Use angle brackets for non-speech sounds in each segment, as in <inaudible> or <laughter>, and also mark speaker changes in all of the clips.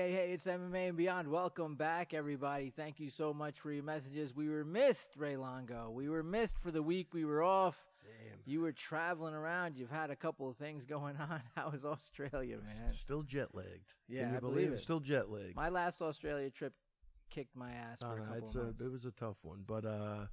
Speaker 1: MMA and beyond. Welcome back, everybody. Thank you so much for your messages. We were missed, Ray Longo. We were missed for the week. We were off.
Speaker 2: Damn.
Speaker 1: You were traveling around. You've had a couple of things going <laughs> on. How was Australia, man?
Speaker 2: Still jet lagged.
Speaker 1: Yeah,
Speaker 2: Can you
Speaker 1: I
Speaker 2: believe,
Speaker 1: believe
Speaker 2: it?
Speaker 1: it.
Speaker 2: Still jet lagged.
Speaker 1: My last Australia trip kicked my ass for
Speaker 2: Uh,
Speaker 1: a couple
Speaker 2: it's
Speaker 1: of
Speaker 2: a,
Speaker 1: months.
Speaker 2: it was a tough one, but uh,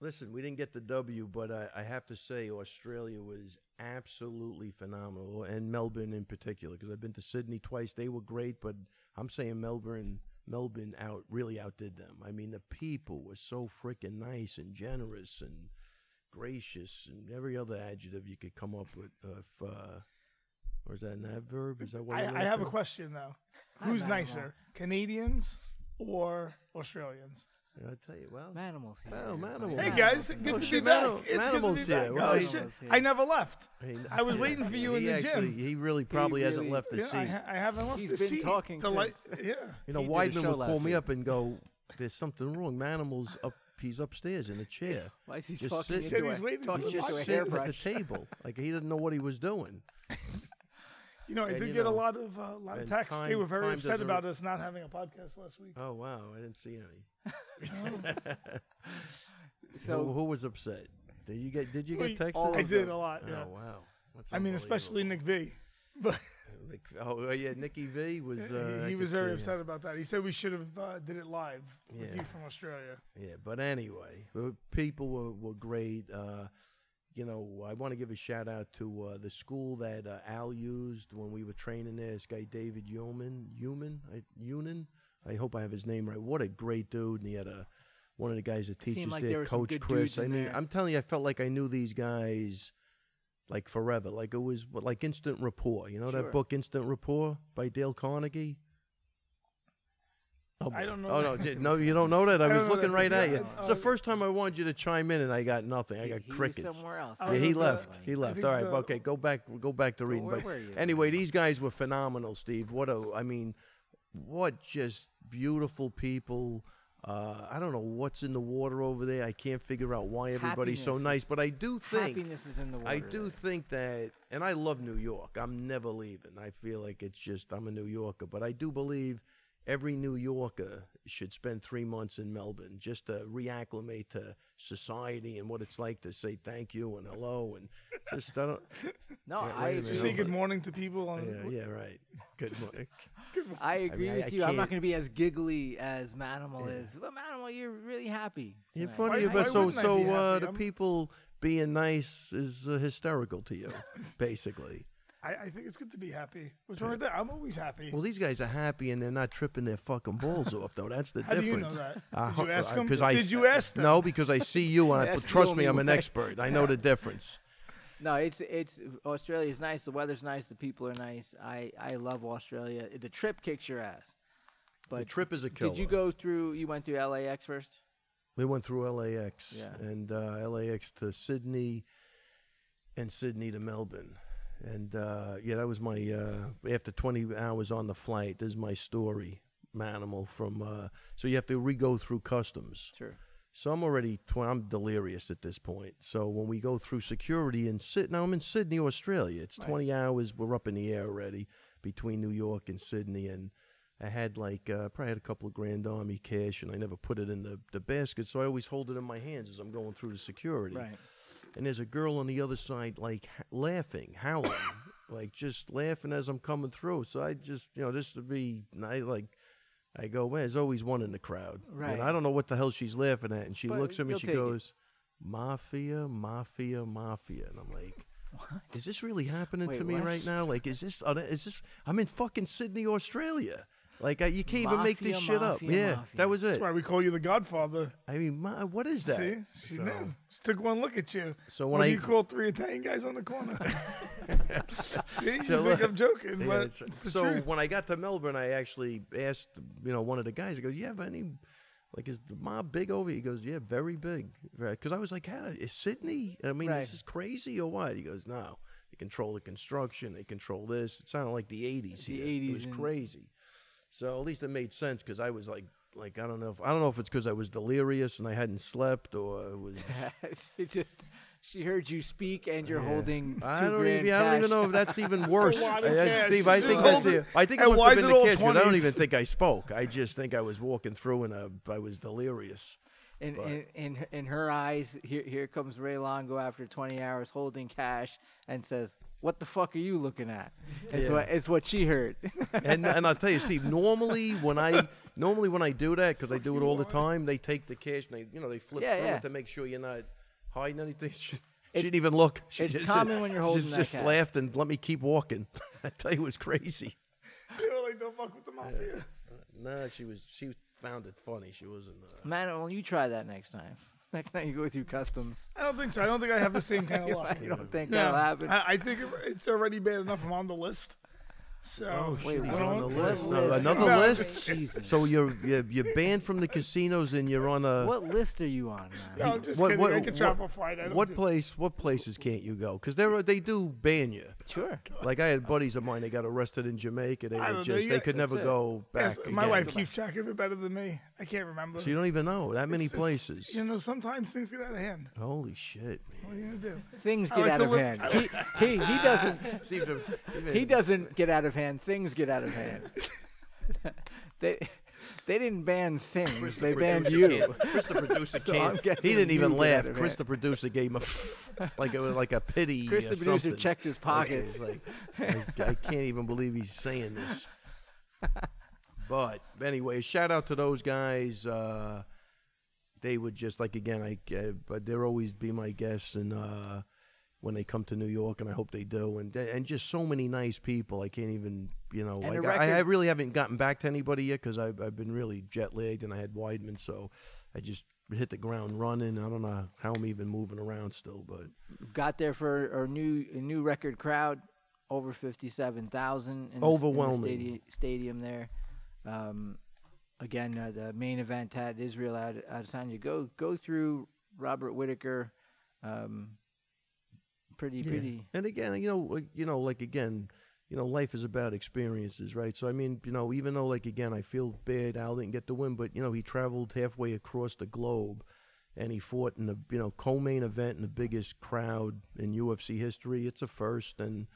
Speaker 2: listen, we didn't get the W, but I, I have to say Australia was absolutely phenomenal, and Melbourne in particular, because I've been to Sydney twice. They were great, but I'm saying Melbourne, Melbourne out really outdid them. I mean, the people were so freaking nice and generous and gracious, and every other adjective you could come up with. Uh, if, uh, or is that an adverb? Is that what
Speaker 3: I,
Speaker 2: it
Speaker 3: I
Speaker 2: is?
Speaker 3: have a question though. Who's
Speaker 1: Manimal.
Speaker 3: nicer, Canadians or Australians?
Speaker 2: I tell you, well,
Speaker 1: Manimal's here.
Speaker 2: Oh, Manimal.
Speaker 3: Hey
Speaker 2: Manimal.
Speaker 3: guys, good
Speaker 2: Oh,
Speaker 3: to be
Speaker 2: shit,
Speaker 3: back.
Speaker 2: Manimal-
Speaker 3: It's good to be
Speaker 2: Manimal's
Speaker 3: back.
Speaker 2: here.
Speaker 3: Oh,
Speaker 2: Right.
Speaker 3: shit.
Speaker 1: Manimal's here.
Speaker 3: I never left.
Speaker 2: Hey, <laughs>
Speaker 3: I was waiting for you in
Speaker 2: he
Speaker 3: the
Speaker 2: actually,
Speaker 3: gym.
Speaker 2: He really probably hasn't
Speaker 1: really-
Speaker 2: left his
Speaker 3: Yeah, I,
Speaker 2: seat.
Speaker 3: ha- I haven't left
Speaker 1: He's
Speaker 3: the
Speaker 1: been
Speaker 3: seat.
Speaker 1: talking
Speaker 3: The light-
Speaker 1: since.
Speaker 3: yeah.
Speaker 2: you know,
Speaker 1: he did a
Speaker 2: Weidman
Speaker 1: show
Speaker 2: would call
Speaker 1: last
Speaker 2: me
Speaker 1: year.
Speaker 2: up and go, "There's something wrong. Manimal's up. He's upstairs in a
Speaker 3: <laughs>
Speaker 2: chair.
Speaker 1: Why is he
Speaker 2: Just
Speaker 1: talking
Speaker 2: sit-
Speaker 1: into
Speaker 3: Said
Speaker 1: a-
Speaker 3: he's waiting for
Speaker 1: talking
Speaker 3: the
Speaker 1: into
Speaker 3: light.
Speaker 1: a
Speaker 3: Sit-
Speaker 2: Sitting at the
Speaker 1: hairbrush?
Speaker 3: <laughs>
Speaker 2: table. Like he didn't know what he was doing.
Speaker 3: You know, I
Speaker 2: And,
Speaker 3: did
Speaker 2: you
Speaker 3: get
Speaker 2: know,
Speaker 3: a lot of uh, lot of
Speaker 2: and
Speaker 3: texts. they
Speaker 2: time-
Speaker 3: were very
Speaker 2: time
Speaker 3: upset
Speaker 2: doesn't
Speaker 3: about us not having a podcast last week.
Speaker 2: Oh wow, I didn't see any. who,
Speaker 1: So
Speaker 2: who was upset? Did you get? Did you get
Speaker 3: Well,
Speaker 2: texted?
Speaker 3: I
Speaker 2: Oh,
Speaker 3: did a lot. Yeah.
Speaker 2: wow. That's
Speaker 3: I mean, especially Nick V. But
Speaker 2: unbelievable. Oh yeah, Nicky V was. Uh, I
Speaker 3: he
Speaker 2: could
Speaker 3: was very
Speaker 2: see
Speaker 3: upset
Speaker 2: him.
Speaker 3: about that. He said we should have uh, did it live with
Speaker 2: Yeah.
Speaker 3: you from Australia.
Speaker 2: Yeah, but anyway, the people were, were great. Uh, you know, I want to give a shout out to uh, the school that uh, Al used when we were training there. This guy David Yeoman, Yeoman, I, Unin. I hope I have his name right. What a great dude! And he had a one of the guys that
Speaker 1: It seemed
Speaker 2: teaches
Speaker 1: like there
Speaker 2: there,
Speaker 1: were some
Speaker 2: Coach
Speaker 1: good
Speaker 2: Chris.
Speaker 1: dudes
Speaker 2: I
Speaker 1: in
Speaker 2: mean,
Speaker 1: there.
Speaker 2: I'm telling you, I felt like I knew these guys like forever. Like it was like instant rapport. You know
Speaker 1: Sure.
Speaker 2: that book, Instant Rapport, by Dale Carnegie. Oh,
Speaker 3: I don't know
Speaker 2: Oh no,
Speaker 3: that.
Speaker 2: j- <laughs> no, you don't know that. I
Speaker 3: I
Speaker 2: was
Speaker 3: don't know
Speaker 2: looking
Speaker 3: that.
Speaker 2: right at
Speaker 3: Yeah,
Speaker 2: you.
Speaker 3: I-
Speaker 2: It's the
Speaker 3: uh,
Speaker 2: first time I wanted you to chime in, and I got nothing. I
Speaker 1: he-
Speaker 2: got
Speaker 1: he was
Speaker 2: crickets.
Speaker 1: somewhere else.
Speaker 3: I
Speaker 2: Yeah, he
Speaker 3: don't know
Speaker 2: left.
Speaker 3: that.
Speaker 2: He
Speaker 3: I
Speaker 2: left.
Speaker 3: think
Speaker 2: All right,
Speaker 3: the-
Speaker 2: okay. Go back. Go back to reading.
Speaker 1: where
Speaker 2: But
Speaker 1: were you?
Speaker 2: anyway, these guys were phenomenal, Steve. What a, I mean, what just beautiful people. Uh, I don't know what's in the water over there. I can't figure out why everybody's so
Speaker 1: Happiness
Speaker 2: nice,
Speaker 1: is-
Speaker 2: but I do think
Speaker 1: happiness is in the water.
Speaker 2: I do
Speaker 1: there.
Speaker 2: think that, and I love New York. I'm never leaving. I feel like it's just I'm a New Yorker, but I do believe every New Yorker should spend three months in Melbourne just to reacclimate to society and what it's like to say thank you and hello and just
Speaker 3: <laughs>
Speaker 2: I don't.
Speaker 1: No,
Speaker 2: Yeah,
Speaker 1: I
Speaker 2: wait a
Speaker 3: Did
Speaker 1: agree.
Speaker 3: you
Speaker 2: minute.
Speaker 3: say
Speaker 1: with
Speaker 3: good morning to people on
Speaker 2: Yeah, yeah, right. Good
Speaker 3: <laughs>
Speaker 2: morning.
Speaker 1: you. I agree
Speaker 2: I- I
Speaker 1: with you. I'm not
Speaker 2: can't-
Speaker 1: going to be as giggly as Manimal is, but Manimal, you're really happy.
Speaker 2: You're
Speaker 1: tonight.
Speaker 2: funny,
Speaker 3: Why-
Speaker 2: but
Speaker 3: why
Speaker 2: so
Speaker 3: wouldn't I be
Speaker 2: so uh,
Speaker 3: happy?
Speaker 2: the
Speaker 3: I'm-
Speaker 2: people being nice is uh, hysterical to you, basically.
Speaker 3: <laughs> I, I think it's good to be happy. What's wrong with that? I'm always happy.
Speaker 2: Well, these guys are happy and they're not tripping their fucking balls off, though. That's the
Speaker 3: How do
Speaker 2: difference.
Speaker 3: you know
Speaker 2: <laughs>
Speaker 3: that?
Speaker 2: I
Speaker 3: Did you
Speaker 2: ho-
Speaker 3: ask
Speaker 2: I-
Speaker 3: them?
Speaker 2: Uh, 'cause I
Speaker 3: Did
Speaker 2: s-
Speaker 3: you ask them?
Speaker 2: No, because I see
Speaker 1: <laughs>
Speaker 2: you, and I,
Speaker 1: That's the
Speaker 2: trust me,
Speaker 1: only
Speaker 2: I'm an
Speaker 1: way.
Speaker 2: expert. I know the difference.
Speaker 1: No, it's it's Australia's nice. The weather's nice. The people are nice. I I love Australia. The trip kicks your ass. But
Speaker 2: The trip is a killer.
Speaker 1: did you go through? You went through LAX first.
Speaker 2: We went through LAX
Speaker 1: Yeah.
Speaker 2: and uh, LAX to Sydney, and Sydney to Melbourne, and uh, yeah, that was my uh, after 20 hours on the flight. This is my story, manimal from. Uh, so you have to re-go through customs.
Speaker 1: Sure.
Speaker 2: So I'm already tw- I'm delirious at this point. So when we go through security and sit now I'm in Sydney, Australia. It's 20 hours. We're up in the air already between New York and Sydney, and I had like uh, probably had a couple of Grand Army cash, and I never put it in the the basket, so I always hold it in my hands as I'm going through the security.
Speaker 1: Right.
Speaker 2: And there's a girl on the other side, like h- laughing, howling, <coughs> like just laughing as I'm coming through. So I just, you know, just to be, I like, I go, man, there's always one in the crowd.
Speaker 1: Right.
Speaker 2: And I don't know what the hell she's laughing at. And she
Speaker 1: But
Speaker 2: looks at me,
Speaker 1: you'll
Speaker 2: she
Speaker 1: take it.
Speaker 2: goes, Mafia, Mafia, Mafia. And I'm like, is this really happening
Speaker 1: Wait,
Speaker 2: to me
Speaker 1: what?
Speaker 2: right now? Like, is this, are the- is this, I'm in fucking Sydney, Australia. Like, I, you can't even make this
Speaker 1: Mafia,
Speaker 2: shit up.
Speaker 1: mafia,
Speaker 2: yeah,
Speaker 1: mafia.
Speaker 2: that was it.
Speaker 3: That's why we call you the Godfather.
Speaker 2: I mean, my, what is that?
Speaker 3: See, she knew. She took one look at you.
Speaker 2: So when I-
Speaker 3: you call three Italian guys on
Speaker 2: <laughs>
Speaker 3: the corner, see,
Speaker 2: So,
Speaker 3: you think
Speaker 2: uh,
Speaker 3: I'm joking,
Speaker 2: Yeah,
Speaker 3: but
Speaker 2: it's-
Speaker 3: it's, the
Speaker 2: so
Speaker 3: <laughs> truth.
Speaker 2: when I got to Melbourne, I actually asked, you know, one of the guys. I go, "You have any, like, is the mob big over?" here?" He goes, "Yeah, very big." Because I was like, "How is Sydney? I mean,
Speaker 1: Right.
Speaker 2: this is crazy or what?" He goes, "No, they control the construction, they control this." It sounded like the '80s
Speaker 1: The
Speaker 2: here. it
Speaker 1: 80s
Speaker 2: was
Speaker 1: and-
Speaker 2: crazy. So at least it made sense because I was like, like I don't know if I don't know if it's because I was delirious and I hadn't slept or it was.
Speaker 1: it just <laughs> She heard you speak, and you're
Speaker 2: Yeah.
Speaker 1: holding. Two
Speaker 2: I don't
Speaker 1: grand
Speaker 2: even. I don't
Speaker 1: cash.
Speaker 2: even know if that's even worse.
Speaker 3: Why do
Speaker 2: I-
Speaker 3: you
Speaker 2: I-
Speaker 3: care?
Speaker 2: Steve,
Speaker 3: She's
Speaker 2: I
Speaker 3: just
Speaker 2: think that's
Speaker 3: holding-
Speaker 2: it. I think it
Speaker 3: And
Speaker 2: must
Speaker 3: why
Speaker 2: have
Speaker 3: is
Speaker 2: been
Speaker 3: it
Speaker 2: the
Speaker 3: all
Speaker 2: kiss. 'cause I don't
Speaker 3: 20s?
Speaker 2: even think I spoke. I just think I was walking through and uh, I was delirious.
Speaker 1: In,
Speaker 2: but-
Speaker 1: in in in her eyes, here here comes Ray Longo after 20 hours holding cash, and says, "What the fuck are you looking at?" It's
Speaker 2: Yeah.
Speaker 1: what it's what she heard. <laughs>
Speaker 2: And and I'll tell you, Steve. Normally when I normally when I do that because I do it all the time, they take the cash and they you know they flip
Speaker 1: Yeah,
Speaker 2: through
Speaker 1: yeah.
Speaker 2: it to make sure you're not hiding anything. <laughs> She, she didn't even look. She
Speaker 1: it's
Speaker 2: just,
Speaker 1: common when you're holding
Speaker 2: just,
Speaker 1: that
Speaker 2: just
Speaker 1: cash.
Speaker 2: laughed and let me keep walking. <laughs> I tell you, it was crazy.
Speaker 3: They were like, don't fuck with the mafia.
Speaker 2: Nah, she was she found it funny. She wasn't. Uh,
Speaker 1: Man, well, you try that next time. <laughs> Next time you go through customs,
Speaker 3: I don't think so. I don't think I have the
Speaker 2: <laughs>
Speaker 3: same kind of
Speaker 1: I <laughs>
Speaker 3: luck.
Speaker 1: don't think
Speaker 3: No,
Speaker 1: that'll happen.
Speaker 3: I, I think it- it's already bad enough. I'm on the list. So
Speaker 2: Oh,
Speaker 1: Wait,
Speaker 2: shit, he's
Speaker 1: what-
Speaker 2: on the
Speaker 1: what
Speaker 2: list. No,
Speaker 1: list?
Speaker 2: another
Speaker 3: No.
Speaker 2: list?
Speaker 1: Jesus.
Speaker 2: So you're, you're you're banned from the casinos and you're on a
Speaker 1: <laughs> what list are you on,
Speaker 3: No,
Speaker 1: man?
Speaker 3: I'm just
Speaker 2: what-
Speaker 3: kidding.
Speaker 2: what-
Speaker 3: I could travel
Speaker 2: what-
Speaker 3: flight. I don't
Speaker 2: what
Speaker 3: do-
Speaker 2: place? What places can't you go? Because there are, they do ban you.
Speaker 1: Sure.
Speaker 2: Like I had buddies of mine, they got arrested in Jamaica. They
Speaker 3: I
Speaker 2: were
Speaker 3: don't know,
Speaker 2: just
Speaker 3: you
Speaker 2: they
Speaker 3: got-
Speaker 2: could never
Speaker 1: That's it.
Speaker 2: go back.
Speaker 3: Yes, my
Speaker 2: again.
Speaker 3: wife keeps track of it better than me. I can't remember.
Speaker 2: So you don't even know that many
Speaker 3: It's- it's-
Speaker 2: places.
Speaker 3: You know, sometimes things get out of hand.
Speaker 2: Holy shit!
Speaker 3: What are you gonna do?
Speaker 1: Things
Speaker 3: I
Speaker 1: get
Speaker 3: like
Speaker 1: out
Speaker 3: to
Speaker 1: of
Speaker 3: look-
Speaker 1: hand. He, he he doesn't
Speaker 3: <laughs>
Speaker 2: Steve,
Speaker 1: he doesn't get out of hand. Things get out of hand. <laughs> they they didn't ban things. They banned you.
Speaker 2: Chris the producer
Speaker 1: So I'm
Speaker 2: can't.
Speaker 1: guessing
Speaker 2: he didn't
Speaker 1: you
Speaker 2: even
Speaker 1: get
Speaker 2: laugh.
Speaker 1: out of
Speaker 2: Chris
Speaker 1: hand.
Speaker 2: the producer gave him a like a like a pity.
Speaker 1: Chris,
Speaker 2: or
Speaker 1: the producer,
Speaker 2: uh, something.
Speaker 1: checked his pockets.
Speaker 2: Like, <laughs> I, I can't even believe he's saying this. But anyway, shout out to those guys. Uh, they would just like again, I uh, but they'll always be my guests, and uh, when they come to New York, and I hope they do, and and just so many nice people. I can't even, you know,
Speaker 1: And
Speaker 2: like,
Speaker 1: the
Speaker 2: I, I
Speaker 1: record-
Speaker 2: really haven't gotten back to anybody yet because I've I've been really jet lagged, and I had Weidman, so I just hit the ground running. I don't know how I'm even moving around still, but
Speaker 1: Got there for our new a new record crowd, over fifty seven thousand.
Speaker 2: Overwhelming.
Speaker 1: stadium, stadium there. Um, again, uh, the main event had Israel Ad- Adesanya go go through Robert Whitaker. Um, pretty
Speaker 2: Yeah.
Speaker 1: pretty.
Speaker 2: And again, you know, like- you know, like again, you know, life is about experiences, right? So I mean, you know, even though like again, I feel bad Al didn't get the win, but you know, he traveled halfway across the globe, and he fought in the you know co-main event in the biggest crowd in UFC history. It's a first, and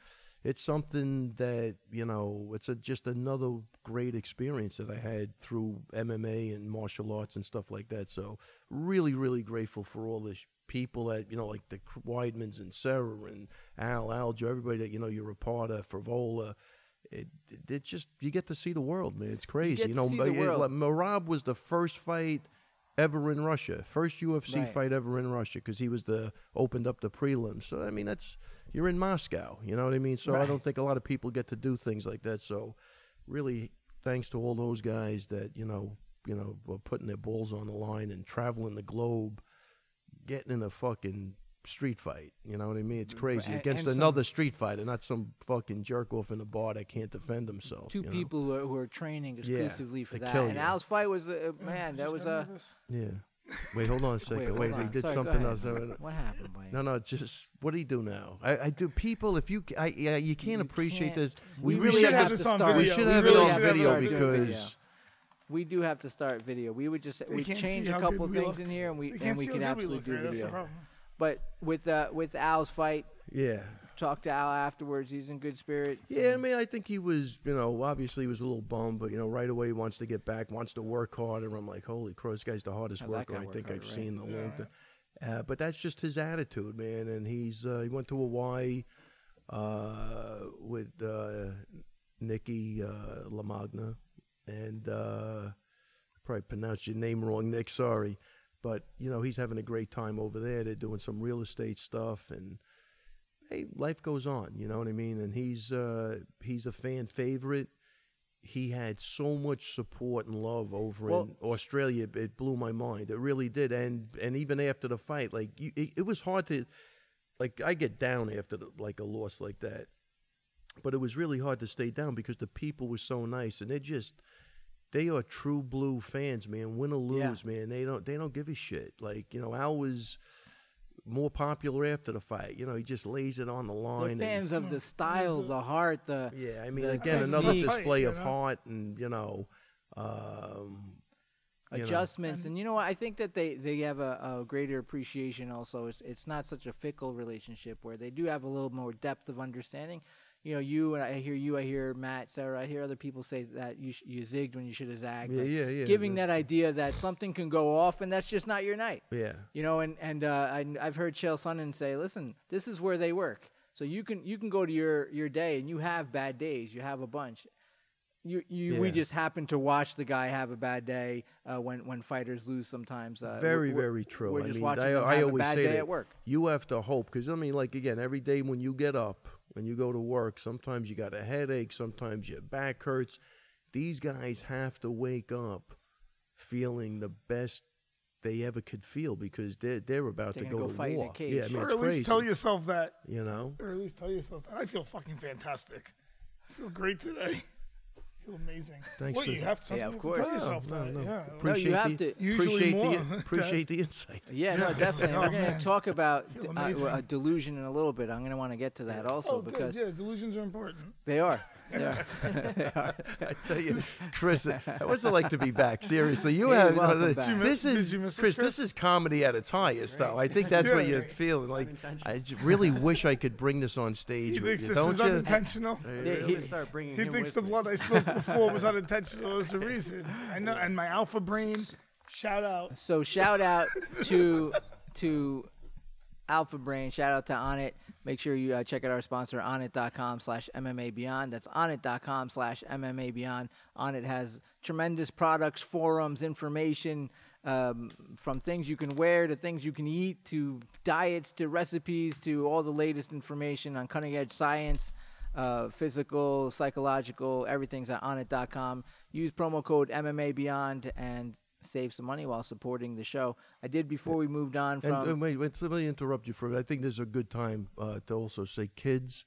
Speaker 2: it's something that you know, it's a, just another great experience that I had through MMA and martial arts and stuff like that. So really, really grateful for all the sh- people at you know like the Cr- Weidmans and Sarah and Al Aljo, everybody that you know you're a part of, Frivola. It, it, it just you get to see the world, man. It's crazy.
Speaker 1: get
Speaker 2: You,
Speaker 1: to
Speaker 2: know,
Speaker 1: see the
Speaker 2: but it-
Speaker 1: world.
Speaker 2: like, Marab was the first fight ever in Russia, first UFC
Speaker 1: Right.
Speaker 2: fight ever in Russia because he was the opened up the prelims. So I mean, that's you're in Moscow. You know what I mean? So I don't think a lot of people get to do things like that. So really, thanks to all those guys that you know, you know, were putting their balls on the line and traveling the globe, getting in a fucking street fight. You know what I mean? It's crazy
Speaker 1: and-
Speaker 2: against
Speaker 1: and some-
Speaker 2: another street fighter, not some fucking jerk off in a bar that can't defend himself.
Speaker 1: two
Speaker 2: you know?
Speaker 1: people who are, who are training exclusively for
Speaker 2: they
Speaker 1: that.
Speaker 2: kill
Speaker 1: And
Speaker 2: you.
Speaker 1: Al's fight was a man. That was uh, a
Speaker 2: Yeah. Wait, hold on a second.
Speaker 1: hold
Speaker 2: Wait, they
Speaker 1: on.
Speaker 2: did
Speaker 1: Sorry, go
Speaker 2: something
Speaker 1: ahead.
Speaker 2: else. Uh,
Speaker 1: What happened, Wayne?
Speaker 2: No, no, it's just what do you do now? I, I do people. If you, I, yeah, you can't
Speaker 1: You
Speaker 2: appreciate
Speaker 1: can't-
Speaker 2: this. We,
Speaker 3: we
Speaker 2: really
Speaker 3: should
Speaker 2: have
Speaker 3: have
Speaker 2: to.
Speaker 3: this on
Speaker 1: start-
Speaker 2: We
Speaker 3: video.
Speaker 2: should
Speaker 3: We
Speaker 2: have
Speaker 3: really
Speaker 2: it on
Speaker 3: should have
Speaker 2: video
Speaker 3: it on
Speaker 1: video.
Speaker 2: because
Speaker 1: We do have to start video. We would just
Speaker 3: They
Speaker 1: we
Speaker 3: can't
Speaker 1: change
Speaker 3: see
Speaker 1: a
Speaker 3: how
Speaker 1: couple
Speaker 3: good we
Speaker 1: things
Speaker 3: look.
Speaker 1: in here, and we
Speaker 3: They
Speaker 1: and
Speaker 3: can't
Speaker 1: we
Speaker 3: see
Speaker 1: can
Speaker 3: how good
Speaker 1: absolutely
Speaker 3: we look,
Speaker 1: do
Speaker 3: right? That's the
Speaker 1: video.
Speaker 3: problem.
Speaker 1: But with uh, with Al's fight,
Speaker 2: yeah,
Speaker 1: talk to Al afterwards. He's in good spirits.
Speaker 2: yeah. I mean, I think he was, you know, obviously he was a little bummed, but you know, right away he wants to get back, wants to work harder. I'm like, holy crow, this guy's the hardest
Speaker 1: How's that
Speaker 2: worker
Speaker 1: guy
Speaker 2: I
Speaker 1: work
Speaker 2: think
Speaker 1: harder,
Speaker 2: I've
Speaker 1: right?
Speaker 2: seen in a
Speaker 3: Yeah,
Speaker 2: long
Speaker 3: right.
Speaker 2: time. Uh, but that's just his attitude, man. And he's uh, he went to Hawaii uh, with uh, Nikki uh, Lamagna, and uh, probably pronounced your name wrong, Nick. Sorry, but you know he's having a great time over there. They're doing some real estate stuff, and hey, life goes on. You know what I mean? And he's uh, he's a fan favorite. He had so much support and love over in
Speaker 1: Well-
Speaker 2: Australia. It- It blew my mind. It really did. And and even after the fight, like you, it, it was hard to like I get down after the, like a loss like that, but it was really hard to stay down because the people were so nice and they just they are true blue fans, man. Win or
Speaker 1: Yeah.
Speaker 2: lose, man. They don't they don't give a shit. Like you know, Al was more popular after the fight. You know, he just lays it on the
Speaker 1: They're
Speaker 2: line. and-
Speaker 1: fans of the style, the heart, the
Speaker 2: yeah, I mean,
Speaker 1: the
Speaker 2: again,
Speaker 1: technique.
Speaker 2: another
Speaker 1: Fight,
Speaker 2: display
Speaker 3: you
Speaker 2: of
Speaker 3: know?
Speaker 2: heart and you know, um, You know.
Speaker 1: adjustments. And you know what? I think that they they have a, a greater appreciation. Also, it's it's not such a fickle relationship where they do have a little more depth of understanding. You know, you and I hear you, I hear Matt, Sarah, I hear other people say that you sh- you zigged when you should have zagged.
Speaker 2: Yeah,
Speaker 1: like,
Speaker 2: yeah, yeah,
Speaker 1: Giving
Speaker 2: that's-
Speaker 1: that idea that something can go off and that's just not your night.
Speaker 2: Yeah.
Speaker 1: You know, and and uh, I, I've heard Chael Sonnen say, "Listen, this is where they work. So you can you can go to your your day, and you have bad days. You have a bunch. You you we
Speaker 2: Yeah.
Speaker 1: just happen to watch the guy have a bad day uh, when when fighters lose sometimes. Uh,
Speaker 2: very,
Speaker 1: we're-
Speaker 2: very true.
Speaker 1: We're
Speaker 2: I
Speaker 1: just
Speaker 2: mean,
Speaker 1: watching
Speaker 2: I,
Speaker 1: them
Speaker 2: I
Speaker 1: have
Speaker 2: always
Speaker 1: a bad
Speaker 2: say
Speaker 1: day
Speaker 2: that
Speaker 1: at work.
Speaker 2: You have to hope because I mean, like again, every day when you get up, when you go to work, sometimes you got a headache, sometimes your back hurts. These guys have to wake up feeling the best they ever could feel because they're they're about
Speaker 1: They're
Speaker 2: to
Speaker 1: gonna
Speaker 2: go
Speaker 1: go
Speaker 2: to
Speaker 1: fight in a
Speaker 2: war.
Speaker 1: cage.
Speaker 2: Yeah, I mean,
Speaker 1: Or
Speaker 2: it's
Speaker 3: or at least
Speaker 2: crazy,
Speaker 3: tell yourself that.
Speaker 2: you know.
Speaker 3: Or at least tell yourself that. I feel fucking fantastic. I feel great today. I feel amazing.
Speaker 2: Thanks
Speaker 3: Well,
Speaker 2: for-
Speaker 3: you have to,
Speaker 1: Yeah, of
Speaker 3: sometimes you have to
Speaker 1: course.
Speaker 3: tell yourself
Speaker 2: No,
Speaker 3: that.
Speaker 2: no,
Speaker 3: Yeah.
Speaker 1: No, you have
Speaker 2: the,
Speaker 1: to.
Speaker 3: Usually
Speaker 2: appreciate
Speaker 3: more. <laughs>
Speaker 2: the appreciate the insight.
Speaker 1: Yeah, no, definitely.
Speaker 3: Oh,
Speaker 1: We're gonna
Speaker 3: man.
Speaker 1: talk about
Speaker 3: Feel
Speaker 1: d- uh,
Speaker 3: amazing.
Speaker 1: uh, delusion in a little bit. I'm gonna want to get to that also
Speaker 3: oh,
Speaker 1: because
Speaker 3: good. Yeah, delusions are important.
Speaker 1: they are. They are. <laughs> They are.
Speaker 2: I tell you, Chris, what's it like to be back? Seriously, you
Speaker 1: Hey,
Speaker 2: have
Speaker 1: welcome
Speaker 2: no, th-
Speaker 1: back. Did you
Speaker 2: this
Speaker 3: mi-
Speaker 2: is
Speaker 3: did you miss us,
Speaker 2: Chris,
Speaker 3: Chris?
Speaker 2: This is comedy at its highest, though. I think that's what
Speaker 3: Yeah.
Speaker 2: you're feeling. Like, I j- really wish I could bring this on stage.
Speaker 3: He
Speaker 2: with
Speaker 3: thinks
Speaker 2: you,
Speaker 3: this
Speaker 2: don't
Speaker 3: is
Speaker 2: you?
Speaker 3: unintentional.
Speaker 1: They-
Speaker 4: Really
Speaker 1: he-
Speaker 4: start bringing
Speaker 3: He
Speaker 4: him
Speaker 3: thinks
Speaker 4: with
Speaker 3: the
Speaker 4: me.
Speaker 3: blood I smoked
Speaker 1: <laughs>
Speaker 3: before was unintentional. There's a reason. I know. And my alpha brain, shout out.
Speaker 1: So shout out to to Alpha Brain. Shout out to Onnit. Make sure you uh, check out our sponsor, onnit.com slash MMA Beyond. That's onnit.com slash MMA Beyond. Onnit has tremendous products, forums, information um, from things you can wear to things you can eat to diets to recipes to all the latest information on cutting edge science uh, physical, psychological, everything's at onit.com. Use promo code MMA Beyond and save some money while supporting the show. I did before we moved on
Speaker 2: And,
Speaker 1: from.
Speaker 2: and wait, wait, let me interrupt you for. a minute. I think this is a good time uh, to also say, kids,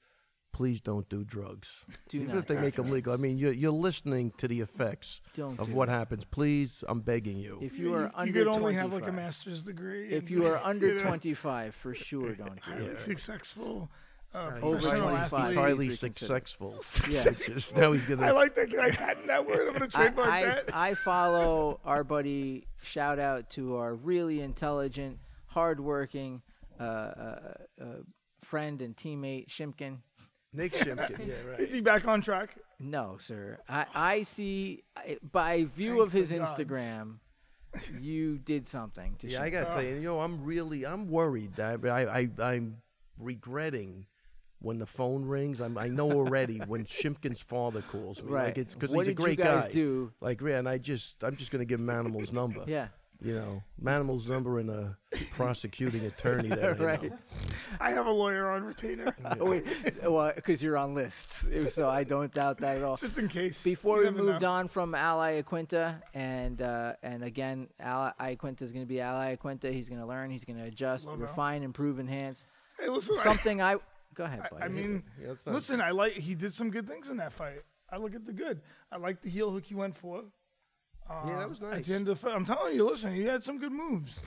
Speaker 2: please don't do drugs.
Speaker 1: Do
Speaker 2: Even
Speaker 1: not
Speaker 2: if they
Speaker 1: do
Speaker 2: make them legal. I mean, you're, you're listening to the effects
Speaker 1: Don't
Speaker 2: of
Speaker 1: do
Speaker 2: what happens. Please, I'm begging you.
Speaker 1: if you are under
Speaker 3: you could only
Speaker 1: 25,
Speaker 3: have like a master's degree.
Speaker 1: if
Speaker 3: and,
Speaker 1: you
Speaker 3: <laughs>
Speaker 1: are under
Speaker 3: know,
Speaker 1: 25, for sure, don't
Speaker 3: <laughs>
Speaker 1: do
Speaker 3: highly
Speaker 1: it.
Speaker 3: successful. Uh,
Speaker 1: Over
Speaker 3: professional
Speaker 1: 25.
Speaker 2: he's
Speaker 3: athlete.
Speaker 2: highly
Speaker 1: Please reconsider.
Speaker 2: successful.
Speaker 1: Yeah.
Speaker 2: Just- now he's gonna.
Speaker 3: I like that. Can I patent that word? I'm
Speaker 1: <laughs>
Speaker 3: gonna
Speaker 1: I,
Speaker 3: trademark
Speaker 1: I,
Speaker 3: that.
Speaker 1: I follow our buddy. Shout out to our really intelligent, hardworking uh, uh, uh, friend and teammate Shimkin.
Speaker 2: Nick Shimkin. yeah, right.
Speaker 3: Is he back on track?
Speaker 1: No, sir. I, I see I- by view of his
Speaker 3: Thanks to the
Speaker 1: Instagram, you did something to
Speaker 2: Yeah, <laughs>
Speaker 1: Shim-
Speaker 2: I gotta tell you, you know, I'm really, I'm worried. I, I, I I'm regretting when the phone rings. I'm, I know already
Speaker 1: <laughs>
Speaker 2: when Shimkin's father calls me.
Speaker 1: Right.
Speaker 2: Like it's because
Speaker 1: What
Speaker 2: he's a
Speaker 1: did you
Speaker 2: great
Speaker 1: guys
Speaker 2: guy.
Speaker 1: do?
Speaker 2: Like, yeah, and I just, I'm just gonna give him Manimal's number.
Speaker 1: Yeah.
Speaker 2: You know, Manimal's number and a prosecuting attorney that I
Speaker 1: <laughs> Right.
Speaker 2: know.
Speaker 3: I have a lawyer
Speaker 1: <laughs>
Speaker 3: on retainer,
Speaker 1: Oh, <laughs> wait, well, because you're on lists, so I don't doubt that at all.
Speaker 3: just in case.
Speaker 1: Before
Speaker 3: You
Speaker 1: we
Speaker 3: never
Speaker 1: moved
Speaker 3: know.
Speaker 1: on from Ally Aquinta, and uh, and again, Ally Aquinta is going to be Ally Aquinta. He's going to learn. He's going to adjust,
Speaker 3: Love that.
Speaker 1: refine, improve,
Speaker 3: <laughs>
Speaker 1: enhance.
Speaker 3: Hey, listen, I-
Speaker 1: Something I go ahead, buddy.
Speaker 3: <laughs> I mean,
Speaker 2: Yeah, that's not-
Speaker 3: listen, I like he did some good things in that fight. I look at the good. I like the heel hook he went for. Uh,
Speaker 2: Yeah, that was nice.
Speaker 3: At the end of the fight, I'm telling you, listen, he had some good moves.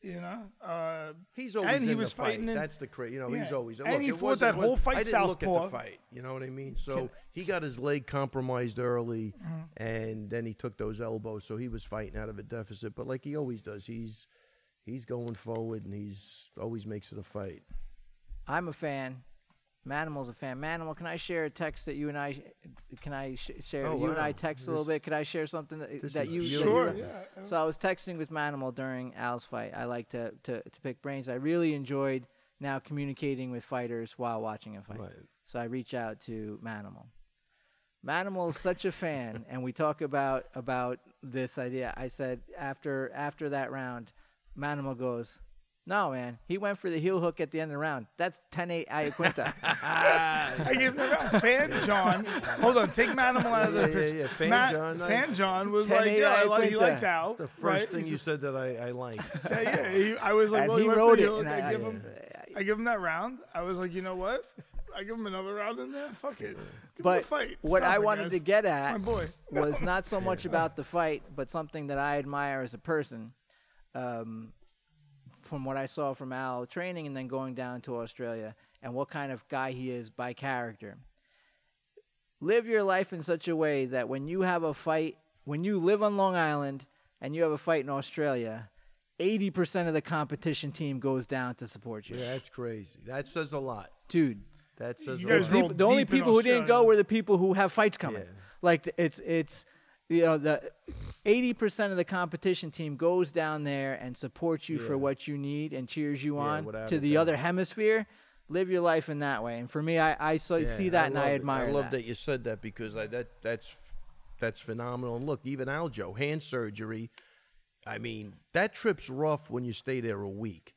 Speaker 3: You know, uh,
Speaker 2: He's always
Speaker 3: and he
Speaker 2: in
Speaker 3: was
Speaker 2: the fight.
Speaker 3: fighting. in-
Speaker 2: That's the cra You know, he's
Speaker 3: Yeah.
Speaker 2: always.
Speaker 3: And
Speaker 2: look,
Speaker 3: he
Speaker 2: it
Speaker 3: fought
Speaker 2: wasn't-
Speaker 3: that
Speaker 2: it wasn't-
Speaker 3: whole fight
Speaker 2: I didn't look at
Speaker 3: southpaw.
Speaker 2: the fight. You know what I mean? So he got his leg compromised early,
Speaker 3: Mm-hmm.
Speaker 2: and then he took those elbows. So he was fighting out of a deficit. But like he always does, he's he's going forward, and he's always makes it a fight.
Speaker 1: I'm a fan. Manimal's a fan. Manimal, can I share a text that you and I can I sh- share?
Speaker 2: Oh,
Speaker 1: you and
Speaker 2: wow.
Speaker 1: I text a little bit. Could I share something that,
Speaker 2: this
Speaker 1: that
Speaker 2: is
Speaker 1: you that you
Speaker 2: beautiful.
Speaker 3: sure,
Speaker 1: wrote?
Speaker 3: yeah.
Speaker 1: So I was texting with Manimal during Al's fight. I like to, to, to pick brains. I really enjoyed now communicating with fighters while watching a fight.
Speaker 2: Right.
Speaker 1: So I reach out to Manimal. Manimal is such a fan, and we talk about about this idea. I said after after that round, Manimal goes, "No, man, he went for the heel hook at the end of the round. That's 10-8 Iaquinta."
Speaker 3: I gave them out. Fan John. Hold on, take Matt Animal out of
Speaker 2: Yeah,
Speaker 3: the
Speaker 2: yeah,
Speaker 3: picture.
Speaker 2: yeah, Fan
Speaker 3: Matt-
Speaker 2: John, I-
Speaker 3: Fan John was
Speaker 1: 10
Speaker 3: like, yeah, I like, he
Speaker 1: Iaquinta.
Speaker 3: likes Al.
Speaker 2: The first
Speaker 3: right?
Speaker 2: thing you said that I, I
Speaker 3: <laughs>
Speaker 2: like.
Speaker 3: Yeah, yeah. He, I was like,
Speaker 1: and
Speaker 3: well,
Speaker 1: he
Speaker 3: went
Speaker 1: wrote
Speaker 3: for
Speaker 1: it,
Speaker 3: the hook.
Speaker 1: and I,
Speaker 3: I
Speaker 1: I,
Speaker 3: give him, I give him that round. I was like, you know what? I give him another round in there. Fuck it. Give him a
Speaker 1: but
Speaker 3: fight.
Speaker 1: what
Speaker 3: Stop
Speaker 1: I
Speaker 3: it,
Speaker 1: wanted
Speaker 3: guys.
Speaker 1: to get
Speaker 3: It's
Speaker 1: at
Speaker 3: my boy.
Speaker 1: was not so much about the fight, but something that I admire as a person. Um, from what I saw from Al training and then going down to Australia, and what kind of guy he is by character. Live your life in such a way that when you have a fight, when you live on Long Island and you have a fight in Australia, 80% of the competition team goes down to support you.
Speaker 2: Yeah, that's crazy. That says a lot.
Speaker 1: Dude,
Speaker 2: That says
Speaker 3: You
Speaker 2: a
Speaker 3: guys
Speaker 2: lot.
Speaker 1: the,
Speaker 3: rolled
Speaker 1: the only
Speaker 3: deep in
Speaker 1: people who didn't go
Speaker 3: Australia.
Speaker 1: were the people who have fights coming.
Speaker 2: Yeah.
Speaker 1: Like it's it's you know the 80% of the competition team goes down there and supports you
Speaker 2: Yeah.
Speaker 1: for what you need and cheers you on
Speaker 2: without
Speaker 1: to
Speaker 2: a
Speaker 1: the
Speaker 2: doubt.
Speaker 1: other hemisphere. Live your life in that way. And for me, I I so,
Speaker 2: Yeah,
Speaker 1: see that and
Speaker 2: love
Speaker 1: I
Speaker 2: it.
Speaker 1: admire
Speaker 2: I love that.
Speaker 1: that.
Speaker 2: you said that because I, that that's that's phenomenal. And look, even Aljo, hand surgery. I mean, that trip's rough when you stay there a week.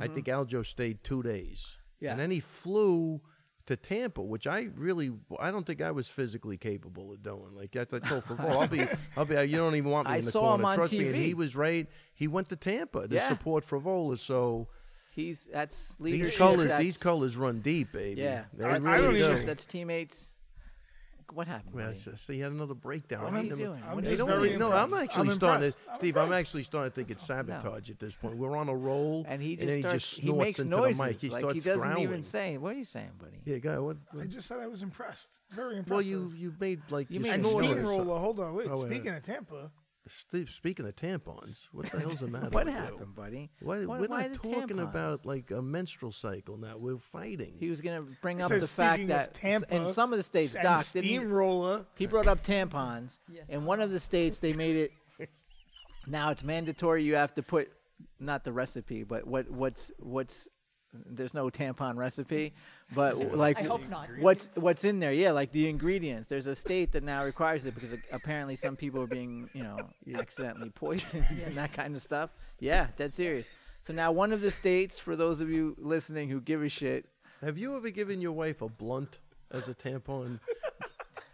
Speaker 2: I think Aljo stayed two days.
Speaker 1: Mm-hmm. Yeah.
Speaker 2: And then he flew to Tampa, which I really I don't think I was physically capable of doing. Like I, I told Favreau, oh,
Speaker 1: <laughs>
Speaker 2: I'll be I'll be you don't even want me
Speaker 1: I
Speaker 2: in the
Speaker 1: saw
Speaker 2: corner.
Speaker 1: him on
Speaker 2: Trust me. And
Speaker 1: TV.
Speaker 2: he was right. He went to Tampa to
Speaker 1: Yeah.
Speaker 2: support Favola. So
Speaker 1: He's that's leadership.
Speaker 2: these colors
Speaker 1: that's,
Speaker 2: these colors run deep, baby.
Speaker 1: Yeah,
Speaker 2: They
Speaker 3: I- I
Speaker 2: really
Speaker 3: don't even-
Speaker 2: do.
Speaker 1: That's teammates. What happened?
Speaker 2: Well,
Speaker 1: buddy?
Speaker 2: that's- that's- he had another breakdown.
Speaker 1: What
Speaker 2: I
Speaker 1: are you
Speaker 2: never-
Speaker 1: doing?
Speaker 3: I'm
Speaker 1: What are
Speaker 2: They
Speaker 1: you
Speaker 3: just
Speaker 2: don't
Speaker 1: doing?
Speaker 3: very
Speaker 2: even know. I'm
Speaker 3: impressed.
Speaker 2: actually
Speaker 3: I'm
Speaker 2: starting to,
Speaker 3: impressed. I'm
Speaker 2: Steve. I'm
Speaker 3: impressed.
Speaker 2: actually starting to think it's sabotage at this point. We're on a roll,
Speaker 1: And he
Speaker 2: then
Speaker 1: just
Speaker 2: he
Speaker 1: starts.
Speaker 2: just
Speaker 1: he
Speaker 2: snorts
Speaker 1: makes
Speaker 2: into
Speaker 1: noises.
Speaker 2: the mic. He
Speaker 1: like
Speaker 2: starts
Speaker 1: he doesn't
Speaker 2: growling.
Speaker 1: even say. What are you saying, buddy?
Speaker 2: Yeah, guy. What?
Speaker 3: I just said I was impressed. Very impressed.
Speaker 2: Well, you you made like
Speaker 1: You made
Speaker 3: and
Speaker 1: a
Speaker 2: snorted or
Speaker 1: noise.
Speaker 2: something.
Speaker 3: steamroller. Hold on, wait.
Speaker 2: Oh, wait,
Speaker 3: Speaking of Tampa,
Speaker 2: Steve, speaking of tampons, what
Speaker 1: <laughs>
Speaker 2: the hell's the matter?
Speaker 1: What
Speaker 2: with you?
Speaker 1: happened, buddy?
Speaker 2: Why,
Speaker 1: Why-
Speaker 2: we're
Speaker 1: why
Speaker 2: not
Speaker 1: the
Speaker 2: talking
Speaker 1: tampons?
Speaker 2: about like a menstrual cycle now. We're fighting.
Speaker 1: He was going to bring
Speaker 3: it
Speaker 1: up
Speaker 3: says
Speaker 1: the fact
Speaker 3: speaking of
Speaker 1: that s-
Speaker 3: Tampa
Speaker 1: in some of the states,
Speaker 3: and
Speaker 1: Doc didn't.
Speaker 3: steamroller.
Speaker 1: He brought up tampons. in one of the states, they made it. Now it's mandatory. You have to put not the recipe, but what what's what's there's no tampon recipe, but like
Speaker 4: I hope not.
Speaker 1: what's what's in there? Yeah, like the ingredients. There's a state that now requires it because apparently some people are being you know accidentally poisoned and that kind of stuff. Yeah, dead serious. So now one of the states, for those of you listening who give a shit,
Speaker 2: Have you ever given your wife a blunt as
Speaker 1: <laughs>
Speaker 2: a tampon?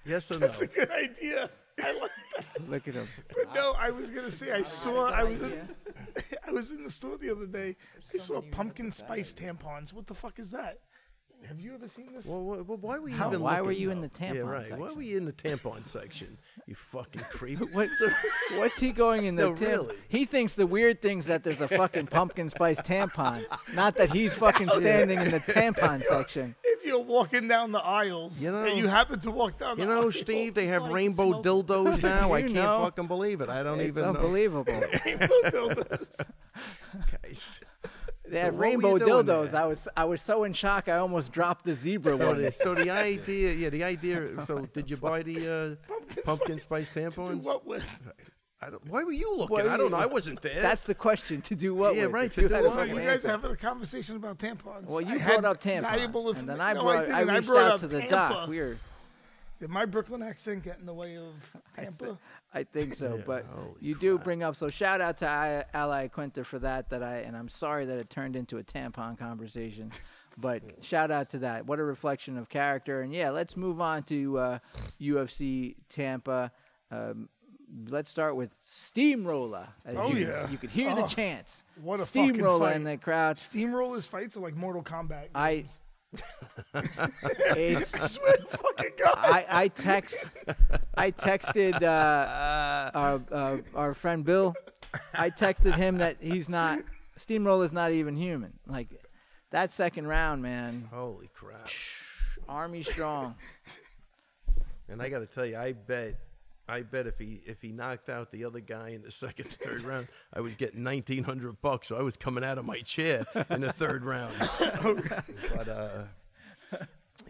Speaker 2: yes or no?
Speaker 3: That's <laughs> a good idea. I like that.
Speaker 1: look at them.
Speaker 3: But no, I was gonna say I saw. I was in. <laughs> I was in the store the other day. I saw pumpkin spice tampons. What the fuck is that? Have you ever seen this?
Speaker 2: Well, wh- wh- why were you
Speaker 1: How-
Speaker 2: even
Speaker 1: why were
Speaker 2: looking,
Speaker 1: you in
Speaker 2: though?
Speaker 1: the
Speaker 2: Yeah,
Speaker 1: tampon
Speaker 2: right. Why
Speaker 1: section?
Speaker 2: were you in the tampon section? You fucking
Speaker 1: <laughs>
Speaker 2: creep.
Speaker 1: What, what's he going in the
Speaker 2: No,
Speaker 1: tam-
Speaker 2: really.
Speaker 1: He thinks the weird thing's that there's a fucking pumpkin spice tampon, not that he's fucking standing in the tampon section.
Speaker 3: if you're walking down the aisles
Speaker 2: You know-
Speaker 3: and you happen to walk down,
Speaker 2: You
Speaker 3: the
Speaker 1: <laughs>
Speaker 2: know,
Speaker 3: aisle, <laughs>
Speaker 2: Steve, they
Speaker 4: Why
Speaker 2: have
Speaker 4: you
Speaker 2: rainbow
Speaker 4: smoke?
Speaker 2: dildos now. I
Speaker 1: You
Speaker 2: can't
Speaker 1: know.
Speaker 2: fucking believe it. I don't
Speaker 1: It's
Speaker 2: <laughs> even know.
Speaker 1: unbelievable.
Speaker 2: <laughs>
Speaker 1: <laughs>
Speaker 2: Guys.
Speaker 1: They
Speaker 2: So
Speaker 1: have
Speaker 2: what were you
Speaker 1: rainbow
Speaker 2: doing
Speaker 1: dildos.
Speaker 2: there?
Speaker 1: I was I was so in shock I almost dropped the zebra
Speaker 2: <laughs> So
Speaker 1: one.
Speaker 2: the, so the idea, yeah, the idea.
Speaker 1: <laughs>
Speaker 2: So did you buy the uh, pumpkin, spice
Speaker 3: do
Speaker 2: tampons?
Speaker 1: <laughs>
Speaker 3: what with?
Speaker 2: I don't, why were you looking?
Speaker 1: Why were
Speaker 2: I don't
Speaker 1: you-
Speaker 2: know. I wasn't
Speaker 1: <laughs>
Speaker 2: there.
Speaker 1: That's the question to do what?
Speaker 2: Yeah,
Speaker 1: with,
Speaker 2: right,
Speaker 1: if
Speaker 2: to do
Speaker 1: had a
Speaker 2: what
Speaker 3: So
Speaker 2: with.
Speaker 1: simple
Speaker 3: you guys
Speaker 1: answer.
Speaker 3: are having a conversation about tampons. <laughs>
Speaker 1: well, you
Speaker 3: I
Speaker 1: brought
Speaker 3: had
Speaker 1: up
Speaker 3: valuable
Speaker 1: tampons,
Speaker 3: informa-
Speaker 1: and then I
Speaker 3: No,
Speaker 1: brought
Speaker 3: didn't.
Speaker 1: I, reached
Speaker 3: brought
Speaker 1: out
Speaker 3: up
Speaker 1: to the
Speaker 3: Tampa.
Speaker 1: doc. We are
Speaker 3: Did my Brooklyn accent get in the way of Tampa?
Speaker 1: I think so,
Speaker 2: Yeah,
Speaker 1: but
Speaker 2: holy
Speaker 1: you do
Speaker 2: crap.
Speaker 1: bring up. So shout out to I, Ally Quinta for that. That I and I'm sorry that it turned into a tampon conversation,
Speaker 3: <laughs>
Speaker 1: but shout out to that. What a reflection of character. And yeah, let's move on to uh, UFC Tampa. Um, let's start with Steamroller. as
Speaker 3: Oh,
Speaker 1: you,
Speaker 3: yeah.
Speaker 1: you could hear the
Speaker 3: Oh,
Speaker 1: chants.
Speaker 3: what a fucking
Speaker 1: Steamroller in
Speaker 3: fight.
Speaker 1: the
Speaker 3: <laughs>
Speaker 1: crowd.
Speaker 3: Steamrollers fights are like Mortal Kombat.
Speaker 1: I.
Speaker 3: games. <laughs>
Speaker 1: it's
Speaker 3: swear to fucking God.
Speaker 1: I, I text I texted uh, our, uh, our friend Bill. I texted him that he's not Steamroll is not even human. Like that second round, man.
Speaker 2: Holy crap!
Speaker 1: Army strong.
Speaker 2: And I got to tell you, I bet, I bet if he if he knocked out the other guy in the <laughs> second, third round, I was getting nineteen hundred bucks. So I was coming out of my chair in the third
Speaker 3: <laughs>
Speaker 2: round. but uh,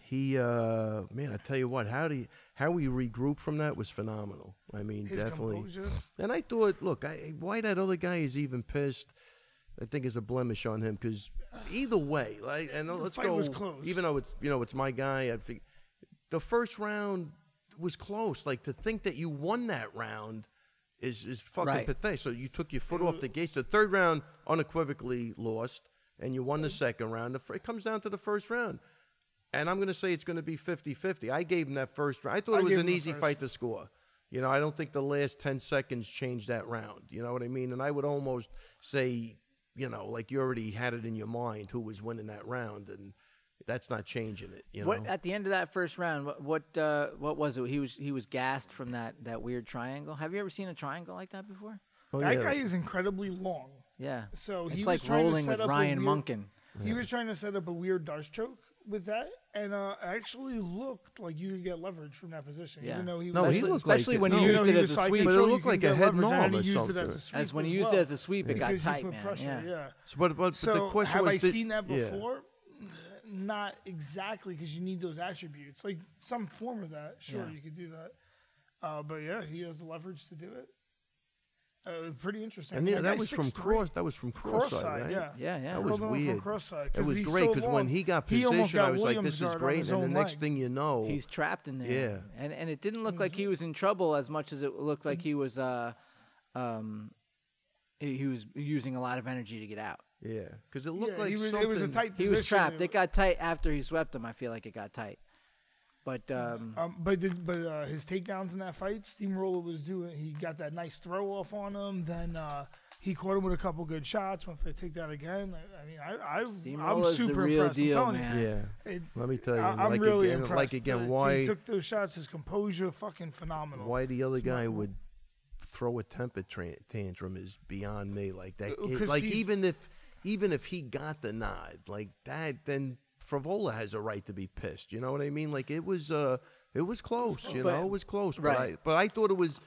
Speaker 2: he, uh, man, I tell you what, how do you, how he regrouped from that was phenomenal. I mean,
Speaker 3: His
Speaker 2: definitely.
Speaker 3: composure.
Speaker 2: And I thought, look, I, why that other guy is even pissed. I think is a blemish on him because either way, like, and let's
Speaker 3: fight
Speaker 2: go.
Speaker 3: was close.
Speaker 2: Even though it's you know it's my guy, I think the first round was close. Like to think that you won that round is is fucking
Speaker 1: Right.
Speaker 2: pathetic. So you took your foot off the gas. The third round unequivocally lost, and you won the second round. The fir- It comes down to the first round. And I'm going to say it's going to be 50-50. I gave him that first round. I thought
Speaker 3: I
Speaker 2: it was
Speaker 3: gave
Speaker 2: an
Speaker 3: him the
Speaker 2: easy
Speaker 3: first.
Speaker 2: fight to score. You know, I don't think the last 10 seconds changed that round. You know what I mean? And I would almost say, you know, like you already had it in your mind who was winning that round and that's not changing it, you know.
Speaker 1: What at the end of that first round? What what, uh, what was it? He was he was gassed from that that weird triangle. Have you ever seen a triangle like that before?
Speaker 2: Oh,
Speaker 3: that
Speaker 2: yeah.
Speaker 3: guy is incredibly long.
Speaker 1: Yeah.
Speaker 3: So he
Speaker 1: it's
Speaker 3: was
Speaker 1: like
Speaker 3: trying to
Speaker 1: rolling
Speaker 3: set
Speaker 1: with
Speaker 3: up a
Speaker 1: Ryan
Speaker 3: weird-
Speaker 1: Munkin.
Speaker 3: He was trying to set up a weird darce choke with that, and uh, actually looked like you could get leverage from that position.
Speaker 1: Yeah.
Speaker 3: Even though he
Speaker 2: No,
Speaker 3: was
Speaker 2: he
Speaker 1: especially,
Speaker 2: looked like
Speaker 1: especially
Speaker 2: it.
Speaker 1: when
Speaker 2: No,
Speaker 1: he
Speaker 2: you
Speaker 1: used
Speaker 2: know,
Speaker 1: it
Speaker 3: he
Speaker 1: as
Speaker 3: was
Speaker 1: a
Speaker 3: side
Speaker 1: sweep.
Speaker 2: But it
Speaker 3: control, you
Speaker 2: looked
Speaker 3: could
Speaker 2: like
Speaker 3: get
Speaker 2: a head
Speaker 3: leverage,
Speaker 2: knob
Speaker 3: and he
Speaker 2: or
Speaker 3: used it
Speaker 2: something.
Speaker 3: as a sweep
Speaker 1: As when
Speaker 3: as
Speaker 1: he used
Speaker 3: well.
Speaker 1: it as a sweep, it got
Speaker 3: Because you
Speaker 1: tight,
Speaker 3: put
Speaker 1: man.
Speaker 3: pressure,
Speaker 1: yeah.
Speaker 3: yeah.
Speaker 2: So, but, but, but the
Speaker 3: So
Speaker 2: question
Speaker 3: have
Speaker 2: was
Speaker 3: I
Speaker 2: did-
Speaker 3: seen that
Speaker 2: yeah.
Speaker 3: before? Not exactly, because you need those attributes. Like some form of that, sure,
Speaker 1: Yeah.
Speaker 3: you could do that. Uh, but yeah, he has the leverage to do it. Uh, pretty interesting.
Speaker 2: And yeah,
Speaker 3: That
Speaker 2: that
Speaker 3: guy's
Speaker 2: was from
Speaker 3: 6'3"
Speaker 2: cross. That was from cross,
Speaker 3: Cross side,
Speaker 2: right?
Speaker 3: yeah.
Speaker 1: Yeah, yeah.
Speaker 2: That
Speaker 3: Well,
Speaker 2: was
Speaker 3: the one from
Speaker 2: weird.
Speaker 3: cross side,
Speaker 2: It
Speaker 3: 'cause
Speaker 2: was
Speaker 3: he's
Speaker 2: great
Speaker 3: so
Speaker 2: because when
Speaker 3: long,
Speaker 2: he got
Speaker 3: he
Speaker 2: position,
Speaker 3: almost got
Speaker 2: I was like,
Speaker 3: Williams
Speaker 2: "This is
Speaker 3: guard on
Speaker 2: great."
Speaker 3: his
Speaker 2: And the
Speaker 3: own
Speaker 2: next
Speaker 3: leg.
Speaker 2: thing you know,
Speaker 1: He's trapped in there.
Speaker 2: Yeah.
Speaker 1: And and it didn't
Speaker 3: Mm-hmm.
Speaker 1: look like he was in trouble as much as it looked like he was uh um he he was using a lot of energy to get out.
Speaker 2: yeah, because it
Speaker 3: Yeah,
Speaker 2: looked
Speaker 3: he
Speaker 2: like
Speaker 3: was-
Speaker 2: something.
Speaker 3: it was a tight
Speaker 1: He
Speaker 3: position.
Speaker 1: was trapped. It got tight after he swept him. I feel like it got tight. But um
Speaker 3: Um, but did, but uh, his takedowns in that fight, Steamroller was doing. He got that nice throw off on him. Then uh, he caught him with a couple good shots. Went for the takedown again. I, I mean, I, I I'm
Speaker 1: Steamroller's the
Speaker 3: super
Speaker 1: real
Speaker 3: impressed.
Speaker 1: deal,
Speaker 3: I'm telling
Speaker 1: man.
Speaker 3: You.
Speaker 2: Yeah,
Speaker 3: It-
Speaker 2: let me tell you.
Speaker 3: I, am
Speaker 2: like
Speaker 3: really
Speaker 2: again,
Speaker 3: impressed.
Speaker 2: like again,
Speaker 3: that
Speaker 2: why
Speaker 3: he took those shots? His composure, fucking phenomenal.
Speaker 2: why the other guy
Speaker 3: not-
Speaker 2: would throw a temper tran- tantrum is beyond me. Like that.
Speaker 3: Uh,
Speaker 2: it-
Speaker 3: 'cause
Speaker 2: like
Speaker 3: he's-
Speaker 2: even if even if he got the nod like that, then Fravola has a right to be pissed. You know what I mean? Like it was uh it was close. You
Speaker 1: But-
Speaker 2: know, it was close. But
Speaker 1: right.
Speaker 2: I but I thought it was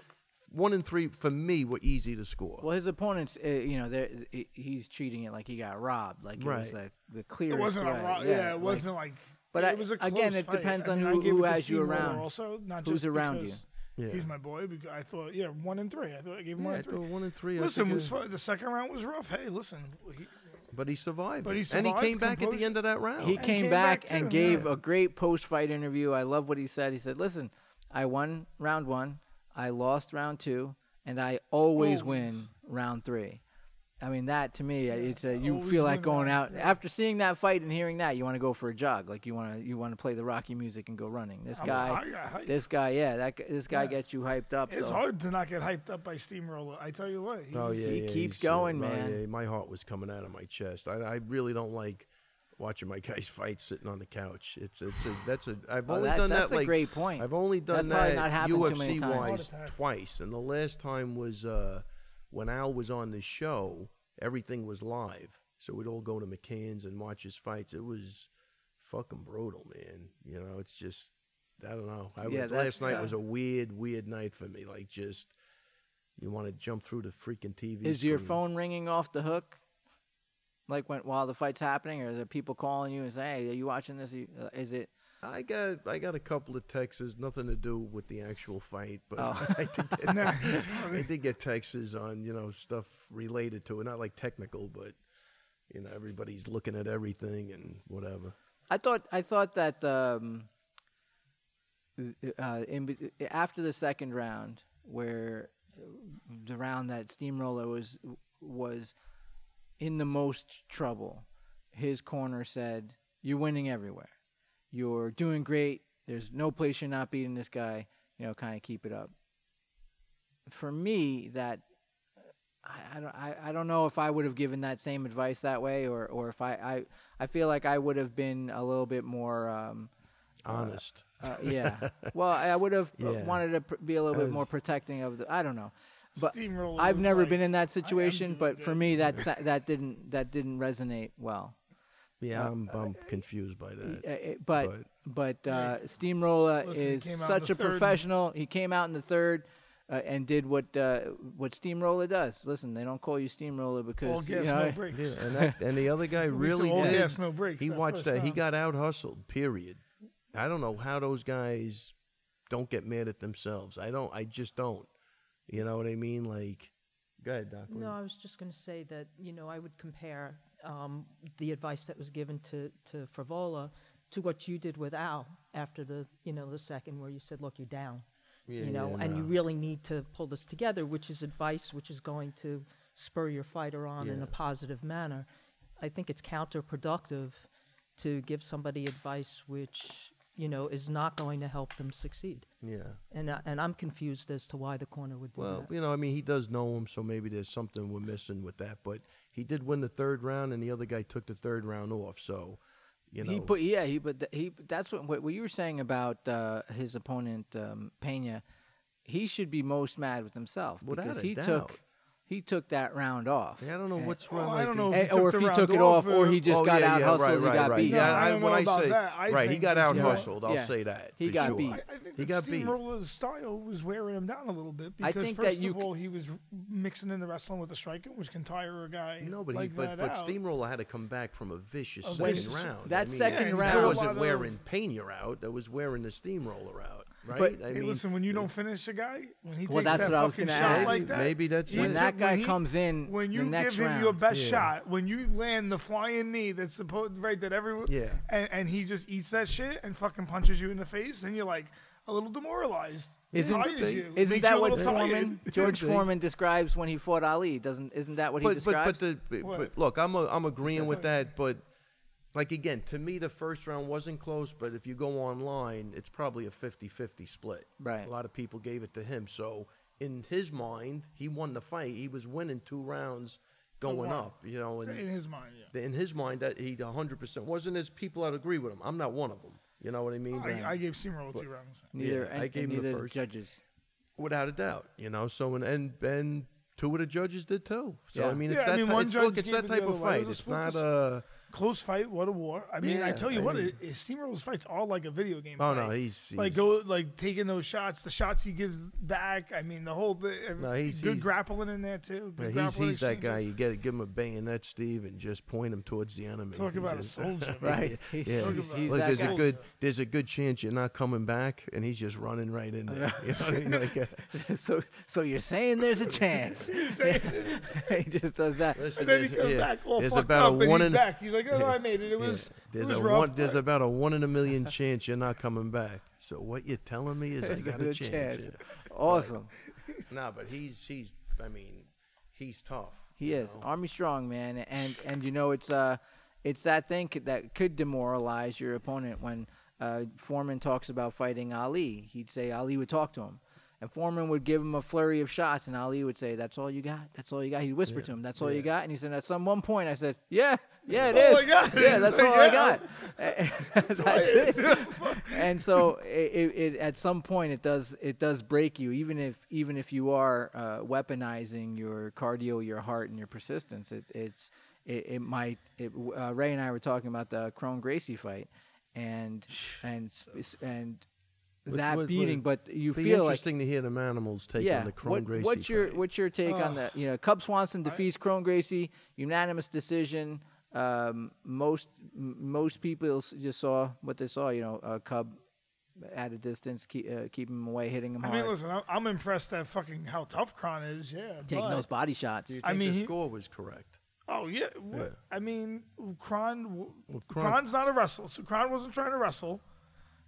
Speaker 2: one and three for me were easy to score.
Speaker 1: well, his opponents, uh, you know, they're, he- he's treating it like he got robbed, like it was
Speaker 2: Right.
Speaker 1: like the clearest.
Speaker 3: It wasn't a
Speaker 1: way.
Speaker 3: ro- yeah,
Speaker 1: like-
Speaker 3: It wasn't like.
Speaker 1: But I-
Speaker 3: it was a close
Speaker 1: again, it
Speaker 3: fight.
Speaker 1: depends
Speaker 3: I
Speaker 1: on
Speaker 3: mean, I
Speaker 1: who-
Speaker 3: gave
Speaker 1: who
Speaker 3: it to
Speaker 1: has you
Speaker 3: Steamroller
Speaker 1: around.
Speaker 3: Also, not
Speaker 1: Who's
Speaker 3: just
Speaker 1: around you.
Speaker 3: because
Speaker 2: Yeah.
Speaker 3: He's my boy. because I thought, yeah, one and three. I thought I gave him
Speaker 2: Yeah,
Speaker 3: one
Speaker 2: I
Speaker 3: and three.
Speaker 2: thought one and three. I
Speaker 3: Listen,
Speaker 2: think
Speaker 3: was
Speaker 2: it-
Speaker 1: uh,
Speaker 3: fu- the second round was rough. Hey, listen, he,
Speaker 2: But he survived.
Speaker 3: But
Speaker 2: it.
Speaker 3: he
Speaker 2: and he
Speaker 3: survived,
Speaker 2: came back at the
Speaker 3: composure.
Speaker 2: end of that round.
Speaker 1: He
Speaker 3: Oh, And
Speaker 1: came,
Speaker 3: came
Speaker 1: back,
Speaker 3: back
Speaker 1: and
Speaker 3: too,
Speaker 1: gave
Speaker 3: yeah.
Speaker 1: a great post-fight interview. I love what he said. He said, "Listen, I won round one, I lost round two, and I always
Speaker 3: Always.
Speaker 1: win round three. I mean, that to me, it's a, you
Speaker 3: always
Speaker 1: feel like
Speaker 3: win
Speaker 1: going out
Speaker 3: round three.
Speaker 1: after seeing that fight and hearing that, you want to go for a jog, like you want to you want to play the Rocky music and go running. This
Speaker 3: I'm-
Speaker 1: guy,
Speaker 3: I got hyped.
Speaker 1: this guy, yeah, that g- this guy
Speaker 3: Yeah.
Speaker 1: gets you hyped up.
Speaker 3: It's
Speaker 1: so.
Speaker 3: hard to not get hyped up by Steamroller. I tell you what.
Speaker 2: Oh
Speaker 3: he's-
Speaker 2: yeah,
Speaker 1: He
Speaker 2: yeah,
Speaker 1: keeps
Speaker 2: he's, uh,
Speaker 1: going,
Speaker 2: oh,
Speaker 1: man.
Speaker 2: yeah, my heart was coming out of my chest. I, I really don't like watching my guys <laughs> fight sitting on the couch. It's it's a, that's a I've
Speaker 1: Well,
Speaker 2: only
Speaker 1: that-
Speaker 2: done
Speaker 1: that's
Speaker 2: that
Speaker 1: a
Speaker 2: like
Speaker 1: great point.
Speaker 2: I've only done
Speaker 1: probably
Speaker 2: that,
Speaker 1: not happened too many
Speaker 2: UFC
Speaker 1: times.
Speaker 2: wise
Speaker 3: Heart attack.
Speaker 2: twice, and the last time was uh, when Al was on the show. Everything was live, so we'd all go to McCann's and watch his fights. It was fucking brutal, man. You know, it's just I don't know. I
Speaker 1: Yeah, that's
Speaker 2: was, last night
Speaker 1: tough.
Speaker 2: was a weird, weird night for me. Like just. You want to jump through the freaking TV?
Speaker 1: Is your
Speaker 2: screen.
Speaker 1: phone ringing off the hook? Like when while the fight's happening, or is there people calling you and saying, "Hey, are you watching this? Are you- uh, Is it?"
Speaker 2: I got I got a couple of texts, nothing to do with the actual fight, but
Speaker 1: Oh.
Speaker 2: <laughs> I,
Speaker 1: <laughs>
Speaker 2: did get, <laughs> I did get texts on you know stuff related to it, not like technical, but you know everybody's looking at everything and whatever.
Speaker 1: I thought I thought that um, uh, in, be- after the second round, where the round that Steamroller was was in the most trouble, his corner said, "You're winning everywhere. You're doing great. There's no place you're not beating this guy. You know, kind of keep it up." For me, that I, I don't I, I don't know if I would have given that same advice that way or, or if I, I I feel like I would have been a little bit more um,
Speaker 2: Honest,
Speaker 1: uh,
Speaker 3: <laughs>
Speaker 1: yeah well I I would have uh,
Speaker 2: Yeah.
Speaker 1: wanted to pr- be a little
Speaker 2: I
Speaker 1: bit more
Speaker 2: was-
Speaker 1: protecting of the I don't know but
Speaker 3: Steamroller
Speaker 1: I've
Speaker 3: was
Speaker 1: never
Speaker 3: like,
Speaker 1: been in that
Speaker 3: "I am
Speaker 1: situation
Speaker 3: doing
Speaker 1: but for
Speaker 3: good."
Speaker 1: me that sa- that didn't that didn't resonate well
Speaker 2: yeah, I'm, I'm confused by that.
Speaker 1: Uh, it- but but uh, Steamroller
Speaker 3: Listen, he
Speaker 1: is
Speaker 3: came out in
Speaker 1: such
Speaker 3: the
Speaker 1: a
Speaker 3: third.
Speaker 1: professional he came out in the third. Uh, and did what uh, what Steamroller does. Listen, they don't call you Steamroller
Speaker 3: All
Speaker 1: because
Speaker 3: gas,
Speaker 1: you know, <laughs>
Speaker 3: no brakes.
Speaker 2: Yeah, and, that, and the other guy
Speaker 3: <laughs>
Speaker 2: really
Speaker 3: all
Speaker 2: did.
Speaker 3: gas, no brakes
Speaker 2: he
Speaker 3: that
Speaker 2: watched
Speaker 3: first
Speaker 2: that. He
Speaker 3: round.
Speaker 2: got out hustled. Period. I don't know how those guys don't get mad at themselves. I don't. I just don't. You know what I mean? Like, go ahead, Doc.
Speaker 4: No, I was just going to say that, you know, I would compare um, the advice that was given to, to Frivola to what you did with Al after the, you know, the second where you said, look, you're down,
Speaker 2: Yeah,
Speaker 4: you know,
Speaker 2: yeah,
Speaker 4: and you
Speaker 2: no.
Speaker 4: really need to pull this together, which is advice which is going to spur your fighter on in
Speaker 2: Yeah.
Speaker 4: a positive manner. I think it's counterproductive to give somebody advice which, you know, is not going to help them succeed.
Speaker 2: Yeah.
Speaker 4: And, I and I'm confused as to why the corner would do
Speaker 2: Well,
Speaker 4: that.
Speaker 2: you know, I mean, he does know him, so maybe there's something we're missing with that. But he did win the third round, and the other guy took the third round off. So, you know,
Speaker 1: He put yeah he but th- he that's what what you were saying about uh, his opponent um, Pena. He should be most mad with himself
Speaker 2: Without
Speaker 1: because
Speaker 2: a
Speaker 1: he
Speaker 2: doubt.
Speaker 1: took he took that round off.
Speaker 2: Yeah, I
Speaker 3: <laughs>
Speaker 2: don't know
Speaker 1: And-
Speaker 2: what's
Speaker 3: Oh,
Speaker 2: wrong.
Speaker 3: I
Speaker 2: like
Speaker 3: don't
Speaker 2: that.
Speaker 3: know.
Speaker 1: and-
Speaker 3: He
Speaker 1: or
Speaker 3: took
Speaker 1: if
Speaker 3: the
Speaker 1: he took
Speaker 3: round
Speaker 1: it off,
Speaker 3: off,
Speaker 1: or
Speaker 3: uh,
Speaker 1: he just
Speaker 2: Oh,
Speaker 1: got
Speaker 2: yeah,
Speaker 1: out
Speaker 2: yeah,
Speaker 1: hustled
Speaker 2: right,
Speaker 1: and
Speaker 2: right,
Speaker 1: got
Speaker 2: right.
Speaker 1: beat.
Speaker 3: No,
Speaker 2: Yeah,
Speaker 3: I
Speaker 2: I,
Speaker 3: don't
Speaker 2: when
Speaker 3: know
Speaker 2: I
Speaker 3: about
Speaker 2: say
Speaker 3: that. I
Speaker 2: right, he
Speaker 3: think
Speaker 2: got
Speaker 3: it's
Speaker 2: out
Speaker 1: more-
Speaker 2: hustled. I'll
Speaker 1: yeah.
Speaker 2: say that.
Speaker 1: He
Speaker 2: for
Speaker 1: got
Speaker 2: sure.
Speaker 1: beat.
Speaker 3: I, I think
Speaker 2: He
Speaker 3: that
Speaker 2: got beat.
Speaker 3: Steamroller's style was wearing him down a little bit
Speaker 1: I
Speaker 3: because
Speaker 1: think
Speaker 3: first
Speaker 1: that you
Speaker 3: of
Speaker 1: c-
Speaker 3: all he was mixing in the wrestling with the striking, which can tire a guy.
Speaker 2: No, but
Speaker 3: like
Speaker 2: he, but,
Speaker 3: that
Speaker 2: but
Speaker 3: out.
Speaker 2: Steamroller had to come back from a vicious
Speaker 3: A
Speaker 2: second
Speaker 3: vicious-
Speaker 2: round.
Speaker 1: That second
Speaker 3: Yeah, and he
Speaker 1: round-
Speaker 3: put a
Speaker 2: that
Speaker 3: lot
Speaker 2: wasn't
Speaker 3: of-
Speaker 2: wearing Pena out. That was wearing the Steamroller out. Right?
Speaker 1: But-
Speaker 2: I
Speaker 3: Hey,
Speaker 2: mean,
Speaker 3: listen, when you don't finish a guy, when he
Speaker 1: Well,
Speaker 3: takes
Speaker 1: that's
Speaker 3: that
Speaker 1: what I was
Speaker 3: fucking
Speaker 1: gonna
Speaker 3: shot
Speaker 1: ask.
Speaker 3: like that,
Speaker 2: Maybe that's
Speaker 3: he
Speaker 2: it.
Speaker 1: When
Speaker 3: took-
Speaker 1: that guy
Speaker 3: he-
Speaker 1: comes in
Speaker 3: when you
Speaker 1: the next
Speaker 3: give him
Speaker 1: round,
Speaker 3: your best
Speaker 2: Yeah.
Speaker 3: shot, when you land the flying knee that's supposed right that everyone,
Speaker 2: Yeah.
Speaker 3: and, and he just eats that shit and fucking punches you in the face, and you're like a little demoralized. It
Speaker 1: Isn't-
Speaker 3: tires you.
Speaker 1: Isn't
Speaker 3: It makes you
Speaker 1: that
Speaker 3: a
Speaker 1: what
Speaker 3: little tired.
Speaker 1: Foreman, George
Speaker 2: Could be.
Speaker 1: Foreman describes when he fought Ali? Doesn't isn't that what he
Speaker 2: but, but
Speaker 1: describes?
Speaker 2: but the but,
Speaker 3: What?
Speaker 2: but look, I'm a, I'm agreeing
Speaker 3: says
Speaker 2: with
Speaker 3: like-
Speaker 2: that, but. Like again, to me, the first round wasn't close, but if you go online, it's probably a 50-50 split.
Speaker 1: Right.
Speaker 2: A lot of people gave it to him, so in his mind, he won the fight. He was winning two rounds, going
Speaker 3: one.
Speaker 2: up. You know, and
Speaker 3: in his mind. Yeah.
Speaker 2: in his mind that he 100% wasn't as people that agree with him. I'm not one of them. You know what I mean?
Speaker 3: I, I gave Steamroller two rounds.
Speaker 1: neither
Speaker 2: yeah, I
Speaker 1: and-
Speaker 2: gave him the
Speaker 1: neither
Speaker 2: first.
Speaker 1: judges. <laughs>
Speaker 2: Without a doubt, you know. So and and, and two of the judges did too. So
Speaker 1: Yeah.
Speaker 2: I mean, it's
Speaker 3: Yeah,
Speaker 2: that.
Speaker 3: I mean,
Speaker 2: ti-
Speaker 3: one
Speaker 2: it's, look,
Speaker 3: judge
Speaker 2: it's
Speaker 3: gave
Speaker 2: that
Speaker 3: it the
Speaker 2: type
Speaker 3: other
Speaker 2: of
Speaker 3: way. It
Speaker 2: fight.
Speaker 3: was a
Speaker 2: It's
Speaker 3: split
Speaker 2: not
Speaker 3: decision.
Speaker 2: a.
Speaker 3: Close fight, what a war! I mean, I
Speaker 2: Yeah,
Speaker 3: tell you
Speaker 2: I
Speaker 3: what,
Speaker 2: mean-
Speaker 3: it- it- Steamroller's fights all like a video game.
Speaker 2: Oh,
Speaker 3: fight.
Speaker 2: no, he's-
Speaker 3: like
Speaker 2: he's-
Speaker 3: go like taking those shots, the shots he gives back. I mean, the whole thing.
Speaker 2: No, he's-
Speaker 3: good
Speaker 2: he's-
Speaker 3: grappling in there too.
Speaker 2: but
Speaker 3: Good
Speaker 2: he's
Speaker 3: grappling
Speaker 2: he's that guy.
Speaker 3: exchanges.
Speaker 2: You get give him a bayonet, Steve, and just point him towards the enemy.
Speaker 3: Talk
Speaker 2: He's
Speaker 3: about a
Speaker 2: just- <laughs>
Speaker 3: soldier,
Speaker 1: Right.
Speaker 2: Yeah.
Speaker 1: <laughs> He's,
Speaker 2: Yeah.
Speaker 1: he's, he's
Speaker 2: Look,
Speaker 1: that
Speaker 2: there's
Speaker 1: guy.
Speaker 2: a good there's a good chance you're not coming back, and he's just running right in
Speaker 3: <laughs>
Speaker 2: there. <laughs> You know what I mean? Like, uh,
Speaker 1: so so you're saying there's a chance. <laughs>
Speaker 2: <laughs>
Speaker 1: he just does that.
Speaker 3: And then he comes
Speaker 2: yeah,
Speaker 3: back all
Speaker 2: there's
Speaker 3: fucked
Speaker 2: about a
Speaker 3: up, and
Speaker 2: one
Speaker 3: he's
Speaker 2: in-
Speaker 3: back. He's like, "Oh,
Speaker 2: Yeah.
Speaker 3: I made it. It
Speaker 2: Yeah.
Speaker 3: was,
Speaker 2: there's
Speaker 3: it was
Speaker 2: a
Speaker 3: rough."
Speaker 2: one, there's
Speaker 3: but-
Speaker 2: about a one in a
Speaker 3: <laughs>
Speaker 2: million chance you're not coming back. So what you're telling me is I got a
Speaker 1: There's
Speaker 2: chance.
Speaker 1: Awesome.
Speaker 2: No, but he's he's I mean, he's tough.
Speaker 1: He is
Speaker 3: Oh.
Speaker 1: Army strong man, and and you know it's uh it's that thing c- that could demoralize your opponent when uh, Foreman talks about fighting Ali. He'd say Ali would talk to him, and Foreman would give him a flurry of shots, and Ali would say, "That's all you got. That's all you got." He'd whisper to him, "That's all you got," and he said, "At some one point, I said, yeah." Yeah, it
Speaker 3: That's all
Speaker 1: is.
Speaker 3: I got.
Speaker 1: Yeah, that's
Speaker 3: Like,
Speaker 1: all I
Speaker 3: yeah.
Speaker 1: got. <laughs> that's it. and so it, it, it at some point it does it does break you even if even if you are uh, weaponizing your cardio your heart and your persistence it it's it, it might it, uh, Ray and I were talking about the Crone Gracie fight and and sp- and
Speaker 2: Which
Speaker 1: that
Speaker 2: would-
Speaker 1: beaniing, beating
Speaker 2: would
Speaker 1: but you
Speaker 2: be
Speaker 1: feel like
Speaker 2: interesting to hear the animals take on the Chrome
Speaker 1: what-
Speaker 2: Gracie.
Speaker 1: What's your
Speaker 2: fight.
Speaker 1: what's your take on that? You know, Cub Swanson defeats Crone Gracie, unanimous decision. Um, most m- most people s- just saw what they saw. You know, uh, Cub at a distance, keep uh, keep him away, hitting him
Speaker 3: I
Speaker 1: hard,
Speaker 3: mean, listen, I'm, I'm impressed that fucking how tough Kron is. Yeah,
Speaker 1: taking
Speaker 3: but-
Speaker 1: those body shots.
Speaker 2: Do you think
Speaker 3: I mean,
Speaker 2: the
Speaker 3: he-
Speaker 2: score was correct?
Speaker 3: Oh yeah. What, I mean, Kron. w-
Speaker 2: Kron-
Speaker 3: Kron's not a wrestler, so Kron wasn't trying to wrestle,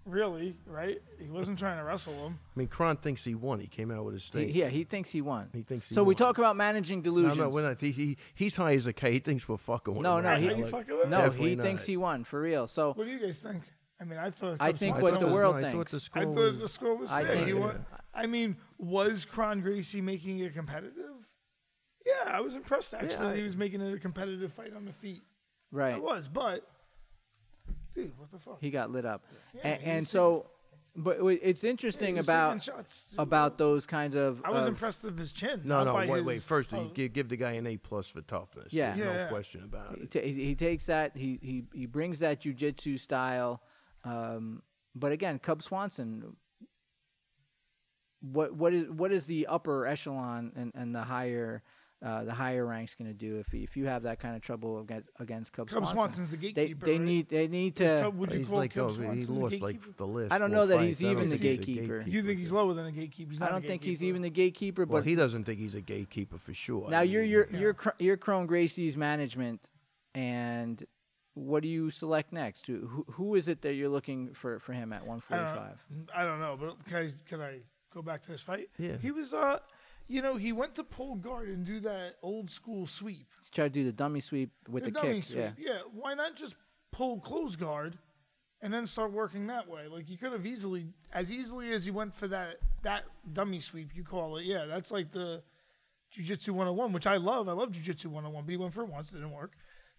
Speaker 3: really, right? He wasn't trying to wrestle him.
Speaker 2: I mean, Kron thinks he won. He came out with a
Speaker 1: He,
Speaker 2: state.
Speaker 1: yeah, he thinks he won.
Speaker 2: He thinks he
Speaker 1: so. We
Speaker 2: won.
Speaker 1: talk about managing
Speaker 2: no,
Speaker 1: delusions.
Speaker 2: no, we're not. He, he, he's high as a kite. He thinks we're fucking with
Speaker 1: no,
Speaker 2: him.
Speaker 1: no,
Speaker 2: right
Speaker 1: he,
Speaker 2: now.
Speaker 3: Are you
Speaker 2: Like,
Speaker 3: fucking with me?
Speaker 1: no, he
Speaker 2: definitely not.
Speaker 1: thinks he won for real. So
Speaker 3: What do you guys think? I mean, I thought.
Speaker 1: I
Speaker 3: Cubs
Speaker 1: think
Speaker 2: I
Speaker 3: won
Speaker 1: what
Speaker 2: thought
Speaker 1: the
Speaker 2: it was-
Speaker 1: world
Speaker 2: I thought
Speaker 1: thinks.
Speaker 2: the
Speaker 3: I
Speaker 2: score
Speaker 3: thought the
Speaker 2: was-
Speaker 3: score was
Speaker 1: I
Speaker 3: fair. He
Speaker 1: think-
Speaker 3: wa- I mean, was Cron Gracie making it competitive? Yeah, I was impressed actually. that
Speaker 2: I-
Speaker 3: he was making it a competitive fight on the feet.
Speaker 1: right,
Speaker 3: I was, but dude, what the fuck?
Speaker 1: he got lit up,
Speaker 3: Yeah,
Speaker 1: and,
Speaker 3: he
Speaker 1: and
Speaker 3: was
Speaker 1: so. But it- it's interesting
Speaker 3: He was taking
Speaker 1: about
Speaker 3: shots.
Speaker 1: about uh, those kinds of.
Speaker 3: I was
Speaker 1: of-
Speaker 3: impressed with his chin.
Speaker 2: No,
Speaker 3: not
Speaker 2: no,
Speaker 3: by
Speaker 2: wait, wait.
Speaker 3: his-
Speaker 2: First, you
Speaker 3: oh,
Speaker 2: give, give the guy an A plus for toughness.
Speaker 1: Yeah.
Speaker 2: There's
Speaker 3: Yeah,
Speaker 2: no
Speaker 3: yeah.
Speaker 2: question about
Speaker 1: he,
Speaker 2: it.
Speaker 1: ta- he he takes that he he, he brings that jujitsu style um, but again cub swanson what what is what is the upper echelon and, and the higher uh, the higher ranks going to do if if you have that kind of trouble against against cub,
Speaker 3: Cub
Speaker 1: swanson
Speaker 3: Swanson's the
Speaker 1: they,
Speaker 3: gatekeeper.
Speaker 1: they
Speaker 3: right?
Speaker 1: need they need
Speaker 3: Is
Speaker 1: to
Speaker 3: Cub- would you
Speaker 2: he's
Speaker 3: call
Speaker 2: like,
Speaker 3: Cub
Speaker 2: oh, he
Speaker 3: Swanson the
Speaker 2: lost like
Speaker 3: gatekeeper?
Speaker 2: the list.
Speaker 1: I don't know that he's even the gatekeeper.
Speaker 3: You think he's lower than a gatekeeper? He's
Speaker 1: i
Speaker 3: not a
Speaker 1: don't think he's
Speaker 3: gatekeeper.
Speaker 1: even the gatekeeper
Speaker 2: Well,
Speaker 1: but
Speaker 2: he doesn't think he's a gatekeeper for sure.
Speaker 1: now
Speaker 2: I
Speaker 1: you're
Speaker 2: mean,
Speaker 1: you're
Speaker 3: yeah.
Speaker 1: you're Cr- you're crone gracie's management and what do you select next? Who, who who is it that you're looking for for him at
Speaker 3: I don't,
Speaker 1: 145?
Speaker 3: I don't know, but can I, can I go back to this fight?
Speaker 2: Yeah.
Speaker 3: He was, uh, you know, he went to pull guard and do that old school sweep.
Speaker 1: try to do the dummy sweep with the,
Speaker 3: dummy
Speaker 1: kick.
Speaker 3: sweep.
Speaker 1: Yeah.
Speaker 3: Why not just pull close guard and then start working that way? Like you could have easily, as easily as you went for that that dummy sweep, you call it. Yeah, that's like the jujitsu 101, which I love. I love jujitsu 101, but he went for it once, it didn't work.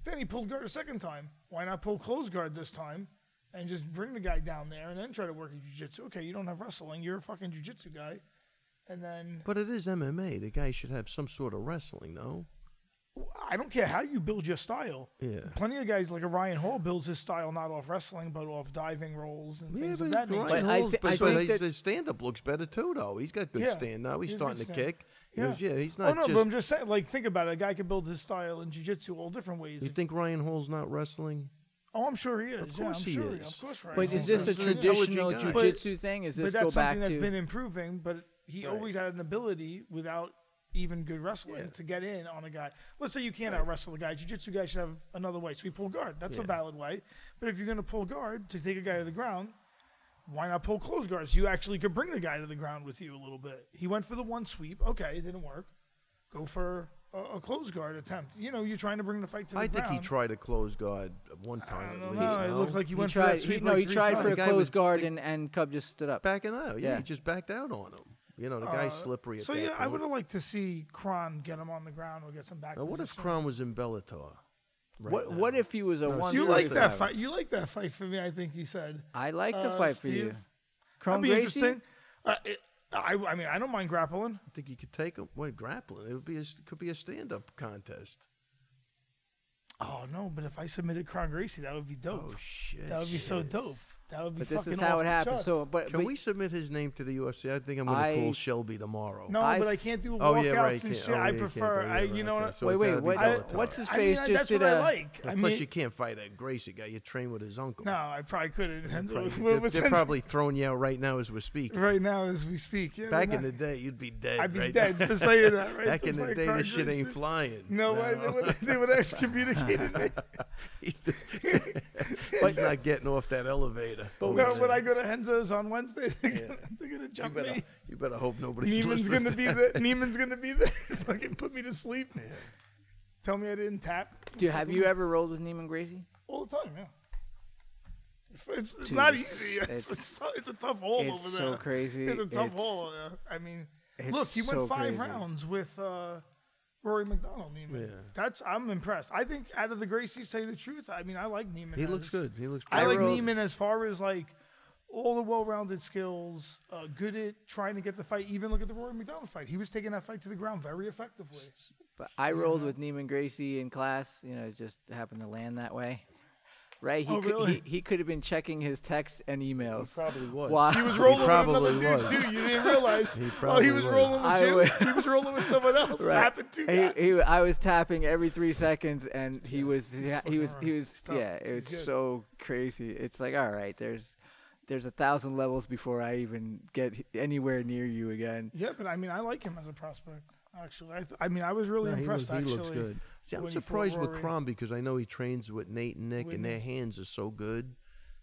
Speaker 3: Then he pulled guard a second time. Why not pull close guard this time? And just bring the guy down there and then try to work at jujitsu. Okay, you don't have wrestling. You're a fucking jujitsu guy. and then
Speaker 2: But it is MMA. The guy should have some sort of wrestling, no?
Speaker 3: I don't care how you build your style.
Speaker 2: Yeah.
Speaker 3: Plenty of guys like a Ryan Hall builds his style not off wrestling but off diving rolls and
Speaker 2: Yeah,
Speaker 3: things
Speaker 2: but
Speaker 3: of that
Speaker 2: Ryan
Speaker 3: nature.
Speaker 1: But I
Speaker 2: Hall's-
Speaker 1: thi- I
Speaker 2: but- but
Speaker 1: think
Speaker 2: his-
Speaker 1: that-
Speaker 2: his stand-up looks better too, though. He's got good
Speaker 3: Yeah,
Speaker 2: stand-up. He's
Speaker 3: he's got
Speaker 2: starting to
Speaker 3: stand-
Speaker 2: kick. He was- yeah, he's
Speaker 3: Oh
Speaker 2: not
Speaker 3: no, but
Speaker 2: just.
Speaker 3: I'm just saying. Like, think about it. A guy can build his style in jiu-jitsu all different ways.
Speaker 2: You think Ryan Hall's not wrestling?
Speaker 3: oh, I'm sure he is.
Speaker 2: Of
Speaker 3: yeah,
Speaker 2: course
Speaker 3: I'm
Speaker 2: he
Speaker 3: sure
Speaker 2: is.
Speaker 3: Of course, Ryan
Speaker 1: But
Speaker 3: Hall
Speaker 1: is this a
Speaker 2: He's an
Speaker 1: traditional
Speaker 2: intelligent guy.
Speaker 1: jujitsu thing? Is
Speaker 3: But
Speaker 1: this go
Speaker 3: that's
Speaker 1: back
Speaker 3: something that's been
Speaker 1: to?
Speaker 3: improving. But he
Speaker 2: Right.
Speaker 3: always had an ability without even good wrestling
Speaker 2: Yeah.
Speaker 3: to get in on a guy. Let's say you can't out wrestle a guy. Jiu-jitsu guy should have another way. So he pull guard. That's a
Speaker 2: Yeah.
Speaker 3: valid way. But if you're going to pull guard to take a guy to the ground, why not pull close guards? You actually could bring the guy to the ground with you a little bit. He went for the one sweep. Okay, it didn't work. Go for a, a close guard attempt. You know, you're trying to bring the fight to the
Speaker 2: I think
Speaker 3: ground.
Speaker 2: he tried a close guard at one
Speaker 3: I
Speaker 2: time
Speaker 3: don't
Speaker 2: at least.
Speaker 3: know. It
Speaker 2: no?
Speaker 3: looked like he,
Speaker 1: He
Speaker 3: went for
Speaker 1: tried.
Speaker 3: that
Speaker 1: he-
Speaker 3: sweep.
Speaker 1: no,
Speaker 3: like
Speaker 1: he
Speaker 3: three
Speaker 1: tried
Speaker 3: times.
Speaker 1: for
Speaker 2: The
Speaker 1: a
Speaker 2: guy was
Speaker 1: closed guard,
Speaker 2: big-
Speaker 1: and, and Cub just stood up.
Speaker 2: backing out. Yeah,
Speaker 1: Yeah.
Speaker 2: he just backed out on him. You know, the guy's slippery. At
Speaker 3: Uh, So
Speaker 2: that
Speaker 3: yeah, I
Speaker 2: point.
Speaker 3: would have liked to see Kron get him on the ground or get some back.
Speaker 2: Now, what if
Speaker 3: position.
Speaker 2: Kron was in Bellator? right
Speaker 1: what
Speaker 2: now?
Speaker 1: What if he was a one?
Speaker 3: You
Speaker 2: Seriously.
Speaker 3: like that
Speaker 2: Yeah.
Speaker 3: fight? You like that fight for me? I think you said.
Speaker 1: I like the
Speaker 3: Uh,
Speaker 1: fight
Speaker 3: Steve?
Speaker 1: for you.
Speaker 3: That'd
Speaker 1: Chrome
Speaker 3: That'd be
Speaker 1: Gracie.
Speaker 3: interesting. Uh, it, I, I mean, I don't mind grappling.
Speaker 2: I think you could take him. Well, grappling. It would be a, could be a stand-up contest.
Speaker 3: Oh no, but if I submitted Kron Gracie, that would be dope.
Speaker 2: Oh shit!
Speaker 3: that would be so
Speaker 2: shit.
Speaker 3: dope. That would be.
Speaker 1: But this
Speaker 3: fucking
Speaker 1: is how
Speaker 3: off
Speaker 1: it
Speaker 3: the
Speaker 1: happened.
Speaker 3: charts.
Speaker 1: So, but,
Speaker 2: Can
Speaker 1: but
Speaker 2: we submit his name to the UFC? I think I'm going
Speaker 1: I-
Speaker 2: to call Shelby tomorrow.
Speaker 3: no,
Speaker 1: I-
Speaker 3: but I can't do
Speaker 2: Oh
Speaker 3: walkouts
Speaker 2: yeah, right.
Speaker 3: and
Speaker 2: can't-
Speaker 3: shit.
Speaker 2: oh, yeah,
Speaker 3: I
Speaker 2: you can't
Speaker 3: prefer.
Speaker 2: do
Speaker 3: I,
Speaker 2: that,
Speaker 3: you
Speaker 2: right,
Speaker 3: know
Speaker 2: okay,
Speaker 3: what?
Speaker 2: so
Speaker 1: Wait,
Speaker 2: it's
Speaker 1: wait,
Speaker 2: gotta be
Speaker 1: what-
Speaker 3: I,
Speaker 2: Bellator.
Speaker 1: what's his
Speaker 3: I mean,
Speaker 1: face just
Speaker 3: that's
Speaker 1: did
Speaker 3: what I
Speaker 1: a-
Speaker 3: like. I
Speaker 2: And plus,
Speaker 3: mean,
Speaker 2: you can't fight a Gracie guy. You train with his uncle.
Speaker 3: no, I probably
Speaker 2: <laughs>
Speaker 3: couldn't.
Speaker 2: Right,
Speaker 3: What
Speaker 2: they're,
Speaker 3: was
Speaker 2: they're
Speaker 3: his-
Speaker 2: probably throwing you out right now as we're speaking.
Speaker 3: right now as we speak. Yeah,
Speaker 2: Back
Speaker 3: they're
Speaker 2: in
Speaker 3: not-
Speaker 2: the day, you'd be dead.
Speaker 3: I'd be
Speaker 2: right?
Speaker 3: dead
Speaker 2: <laughs>
Speaker 3: for saying that. Right
Speaker 2: Back in
Speaker 3: That's
Speaker 2: the
Speaker 3: why
Speaker 2: day,
Speaker 3: Kron
Speaker 2: this shit ain't
Speaker 3: Gracie-
Speaker 2: flying.
Speaker 3: No, way. They would, they would excommunicated me.
Speaker 2: <laughs> He's not getting off that elevator. Oh,
Speaker 1: But
Speaker 3: No, when I go to Henzo's on Wednesday, they're, gonna, they're gonna
Speaker 2: you
Speaker 3: jump
Speaker 2: better,
Speaker 3: me.
Speaker 2: you better hope nobody's
Speaker 3: Neiman's
Speaker 2: listening.
Speaker 3: gonna be there. Neiman's gonna be there. <laughs> Fucking put me to sleep. Tell me I didn't tap
Speaker 1: dude, have
Speaker 3: Mm-hmm.
Speaker 1: you ever rolled with Neiman Gracie?
Speaker 3: all the time. Yeah. It's, it's not
Speaker 1: Dude,
Speaker 3: easy. <laughs>
Speaker 1: it's-
Speaker 3: It's, it's, a- it's a tough hole
Speaker 1: it's
Speaker 3: over
Speaker 1: so
Speaker 3: there.
Speaker 1: crazy.
Speaker 3: It's a tough
Speaker 1: It's-
Speaker 3: hole. Yeah. I mean,
Speaker 1: it's
Speaker 3: look, he
Speaker 1: so
Speaker 3: went five
Speaker 1: crazy.
Speaker 3: rounds with uh, Rory McDonald. Neiman.
Speaker 2: Yeah.
Speaker 3: That's I'm impressed. I think out of the Gracies, say the truth. I mean, I like Neiman.
Speaker 2: <laughs> He looks
Speaker 3: as-
Speaker 2: good. He looks.
Speaker 3: I
Speaker 1: I
Speaker 2: great.
Speaker 3: like
Speaker 1: wrote-
Speaker 3: Neiman as far as like all the well-rounded skills, uh, good at trying to get the fight. Even look at the Rory McDonald fight; he was taking that fight to the ground very effectively.
Speaker 1: But I
Speaker 3: Mm-hmm.
Speaker 1: rolled with Neiman Gracie in class. You know, it just happened to land that way. Right? He
Speaker 3: Oh,
Speaker 1: could
Speaker 3: really?
Speaker 1: he, he could have been checking his texts and emails.
Speaker 2: probably was.
Speaker 1: Why?
Speaker 2: <laughs>
Speaker 3: He was rolling
Speaker 2: probably
Speaker 3: with another
Speaker 2: was.
Speaker 3: dude too. You didn't realize.
Speaker 2: <laughs> He
Speaker 3: oh,
Speaker 2: probably
Speaker 3: he was
Speaker 2: was.
Speaker 3: rolling with
Speaker 1: I
Speaker 3: you.
Speaker 1: would-
Speaker 3: he was rolling with
Speaker 2: <laughs>
Speaker 3: someone else.
Speaker 1: Right.
Speaker 3: Tapping two guys.
Speaker 1: He, he, I was tapping every three seconds, and he was he,
Speaker 3: fucking
Speaker 1: was he
Speaker 3: around.
Speaker 1: was
Speaker 3: He's tough.
Speaker 1: yeah. It
Speaker 3: He's
Speaker 1: was
Speaker 3: good.
Speaker 1: so crazy. It's like all right, there's there's a thousand levels before I even get h- anywhere near you again.
Speaker 3: yeah, but I mean, I like him as a prospect. Actually, I, th- I mean, I was really
Speaker 2: No, he
Speaker 3: impressed.
Speaker 2: looks- he
Speaker 3: actually,
Speaker 2: looks good. See, I'm
Speaker 3: when he fought
Speaker 2: surprised with
Speaker 3: Rory.
Speaker 2: Crom because I know he trains with Nate and Nick, and
Speaker 3: Whitney.
Speaker 2: their hands are so good.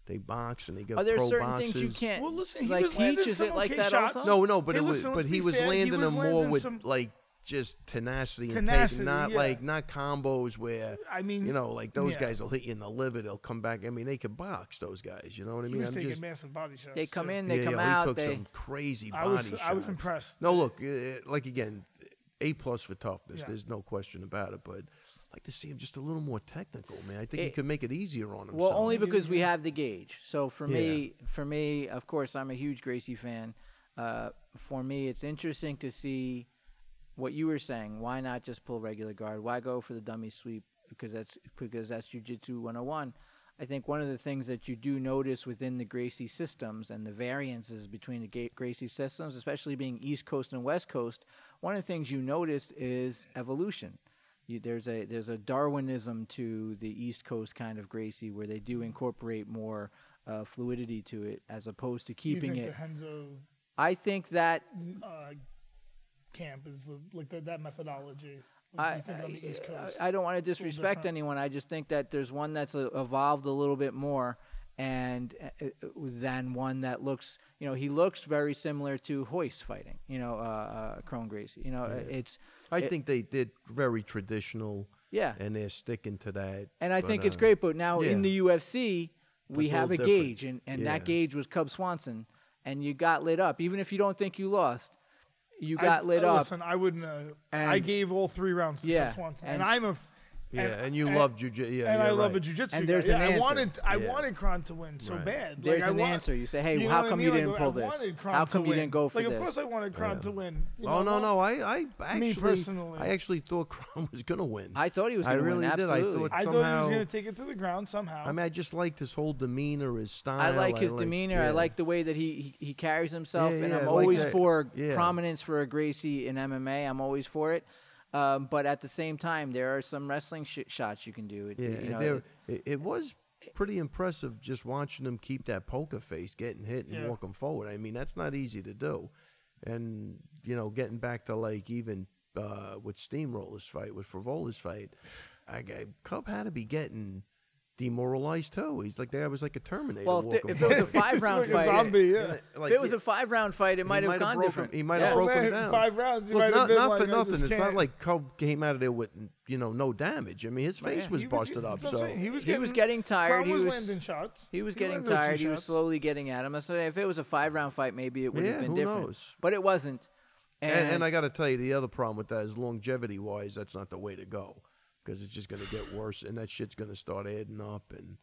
Speaker 2: They box and they got
Speaker 1: Are there
Speaker 2: pro
Speaker 1: certain
Speaker 2: boxes.
Speaker 1: things you can't
Speaker 3: Well, listen, he
Speaker 1: like
Speaker 3: was landing
Speaker 1: teach? Is
Speaker 3: some
Speaker 1: it like
Speaker 3: okay
Speaker 1: that
Speaker 3: shots.
Speaker 1: also?
Speaker 2: No, no, but
Speaker 3: Hey,
Speaker 2: it was,
Speaker 3: listen,
Speaker 2: but
Speaker 3: let's
Speaker 2: he
Speaker 3: be
Speaker 2: was
Speaker 3: fair. He
Speaker 2: landing
Speaker 3: was
Speaker 2: them more
Speaker 3: landing
Speaker 2: with
Speaker 3: some-
Speaker 2: like just tenacity,
Speaker 3: Tenacity,
Speaker 2: and take, not
Speaker 3: yeah.
Speaker 2: like not combos where
Speaker 3: I mean,
Speaker 2: you know like those
Speaker 3: yeah.
Speaker 2: guys will hit you in the liver, they'll come back. I mean, they could box those guys. You know what I
Speaker 3: He
Speaker 2: mean?
Speaker 3: was
Speaker 2: I'm
Speaker 3: taking
Speaker 2: just-
Speaker 3: massive body shots.
Speaker 1: They come
Speaker 3: too.
Speaker 1: in, they
Speaker 2: yeah,
Speaker 1: come
Speaker 2: yeah, he
Speaker 1: out,
Speaker 2: took
Speaker 1: they
Speaker 2: some crazy body
Speaker 3: I was
Speaker 2: shots.
Speaker 3: I was impressed.
Speaker 2: No, look, uh, like again, a plus for toughness.
Speaker 3: Yeah.
Speaker 2: There's no question about it. But I'd like to see him just a little more technical, man. I think he
Speaker 1: It-
Speaker 2: could make it easier on himself.
Speaker 1: Well, only because we have the gauge. So for
Speaker 2: Yeah.
Speaker 1: me, for me, of course, I'm a huge Gracie fan. Uh, for me, it's interesting to see what you were saying. Why not just pull regular guard? Why go for the dummy sweep? Because that's because that's jujitsu 101. I think one of the things that you do notice within the Gracie systems and the variances between the Ga- Gracie systems, especially being East Coast and West Coast, one of the things you notice is evolution you, there's a there's a Darwinism to the East Coast kind of Gracie where they
Speaker 3: Mm.
Speaker 1: do incorporate more uh, fluidity to it as opposed to keeping
Speaker 3: you
Speaker 1: it.
Speaker 3: think The
Speaker 1: I think that
Speaker 3: Henzo uh, camp is the, like the, that methodology. What do
Speaker 1: I,
Speaker 3: you think on the East Coast?
Speaker 1: I, I don't want to
Speaker 3: It's a little
Speaker 1: disrespect
Speaker 3: different.
Speaker 1: anyone. I just think that there's one that's uh, evolved a little bit more and uh, uh, than one that looks, you know, he looks very similar to Hoist fighting, you know, uh, uh, Crone Gracie. You know, uh, it's
Speaker 2: I
Speaker 1: it-
Speaker 2: think they did very traditional.
Speaker 1: Yeah.
Speaker 2: and they're sticking to that.
Speaker 1: And I
Speaker 2: but,
Speaker 1: think it's
Speaker 2: uh,
Speaker 1: great, but now in
Speaker 2: yeah.
Speaker 1: the UFC, we
Speaker 2: That's a
Speaker 1: have a,
Speaker 2: little different.
Speaker 1: gauge, and, and
Speaker 2: Yeah.
Speaker 1: that gauge was Cub Swanson, and you got lit up. Even if you don't think you lost, you
Speaker 3: I-
Speaker 1: got lit
Speaker 3: uh,
Speaker 1: up.
Speaker 3: Listen, I wouldn't. Uh, I
Speaker 1: And-
Speaker 3: gave all three rounds to
Speaker 1: Yeah,
Speaker 3: Chris Swanson, and,
Speaker 1: and-
Speaker 3: I'm a. f-
Speaker 2: Yeah, and, you
Speaker 3: and-
Speaker 2: love jujitsu. Yeah,
Speaker 3: and I
Speaker 2: you're
Speaker 3: love a
Speaker 2: right.
Speaker 3: jujitsu.
Speaker 1: And
Speaker 3: guy.
Speaker 1: there's
Speaker 3: yeah,
Speaker 1: an
Speaker 3: I
Speaker 1: answer.
Speaker 3: wanted I
Speaker 2: Yeah.
Speaker 3: wanted Kron to win so
Speaker 2: Right.
Speaker 3: bad.
Speaker 1: There's
Speaker 3: like, I
Speaker 1: an
Speaker 3: want-
Speaker 1: answer. You say, hey,
Speaker 3: know
Speaker 1: how
Speaker 3: what I
Speaker 1: come
Speaker 3: mean?
Speaker 1: you
Speaker 3: Like,
Speaker 1: didn't
Speaker 3: I
Speaker 1: pull this?
Speaker 3: wanted Kron
Speaker 1: How
Speaker 3: to
Speaker 1: come you
Speaker 3: win.
Speaker 1: didn't go for
Speaker 3: like,
Speaker 1: this?
Speaker 3: Of course, I wanted Kron to win. You
Speaker 2: oh
Speaker 3: know
Speaker 2: no,
Speaker 3: what?
Speaker 2: no, I, I actually,
Speaker 3: personally.
Speaker 2: I actually thought <laughs> Crom was gonna win.
Speaker 1: I thought he was
Speaker 2: I
Speaker 1: going to
Speaker 2: really
Speaker 1: win.
Speaker 2: did. I
Speaker 1: Absolutely.
Speaker 2: thought-
Speaker 3: I thought he was
Speaker 2: somehow-
Speaker 3: going to take it to the ground somehow.
Speaker 2: I mean, I just liked his whole demeanor, his style.
Speaker 1: I like his
Speaker 2: I
Speaker 1: demeanor. I
Speaker 2: yeah.
Speaker 1: like the way that he he, he carries himself,
Speaker 2: Yeah,
Speaker 1: and
Speaker 2: yeah,
Speaker 1: I'm
Speaker 2: I like
Speaker 1: always
Speaker 2: that.
Speaker 1: for
Speaker 2: Yeah.
Speaker 1: prominence for a Gracie in MMA. I'm always for it. Um, but at the same time, there are some wrestling sh- shots you can do. It,
Speaker 2: Yeah,
Speaker 1: you know,
Speaker 2: there, it, it was pretty impressive just watching him keep that poker face, getting hit and
Speaker 3: Yeah.
Speaker 2: walking forward. I mean, that's not easy to do. And, you know, getting back to like even uh, with Steamroller's fight, with Frivola's fight, I, I, Cub had to be getting demoralized too. He's like, that was like a Terminator.
Speaker 1: well, if,
Speaker 2: walking
Speaker 1: the, if it was a
Speaker 2: <laughs> forward.
Speaker 1: five round
Speaker 3: He's like a
Speaker 1: fight,
Speaker 3: zombie, yeah.
Speaker 2: Like,
Speaker 1: if it was
Speaker 2: he-
Speaker 1: a five round fight, it might have
Speaker 2: might
Speaker 1: gone
Speaker 2: broke him-
Speaker 1: different.
Speaker 2: he might
Speaker 1: Yeah.
Speaker 2: have broken
Speaker 3: man,
Speaker 2: down.
Speaker 3: five rounds, he
Speaker 2: Look,
Speaker 3: might
Speaker 2: not,
Speaker 3: have been
Speaker 2: not
Speaker 3: like,
Speaker 2: for
Speaker 3: I
Speaker 2: nothing.
Speaker 3: just
Speaker 2: It's not
Speaker 3: can't.
Speaker 2: like Cub came out of there with you know no damage. I mean, his face
Speaker 1: yeah.
Speaker 2: was
Speaker 3: He
Speaker 2: busted
Speaker 3: that's
Speaker 2: up.
Speaker 3: what I'm
Speaker 2: So
Speaker 3: saying. he was
Speaker 1: He
Speaker 3: getting,
Speaker 1: was getting tired.
Speaker 3: Kron
Speaker 1: He
Speaker 3: was,
Speaker 1: was-
Speaker 3: landing shots.
Speaker 1: He was
Speaker 3: landed
Speaker 1: getting
Speaker 3: a few
Speaker 1: tired. He was
Speaker 3: shots.
Speaker 1: slowly getting at him. I said, if it was a five round fight, maybe it would
Speaker 2: Yeah,
Speaker 1: have been
Speaker 2: who
Speaker 1: different.
Speaker 2: knows?
Speaker 1: But it wasn't.
Speaker 2: and, and I got to tell you, the other problem with that is longevity wise, that's not the way to go because it's just going to get worse, and that shit's going to start adding up, and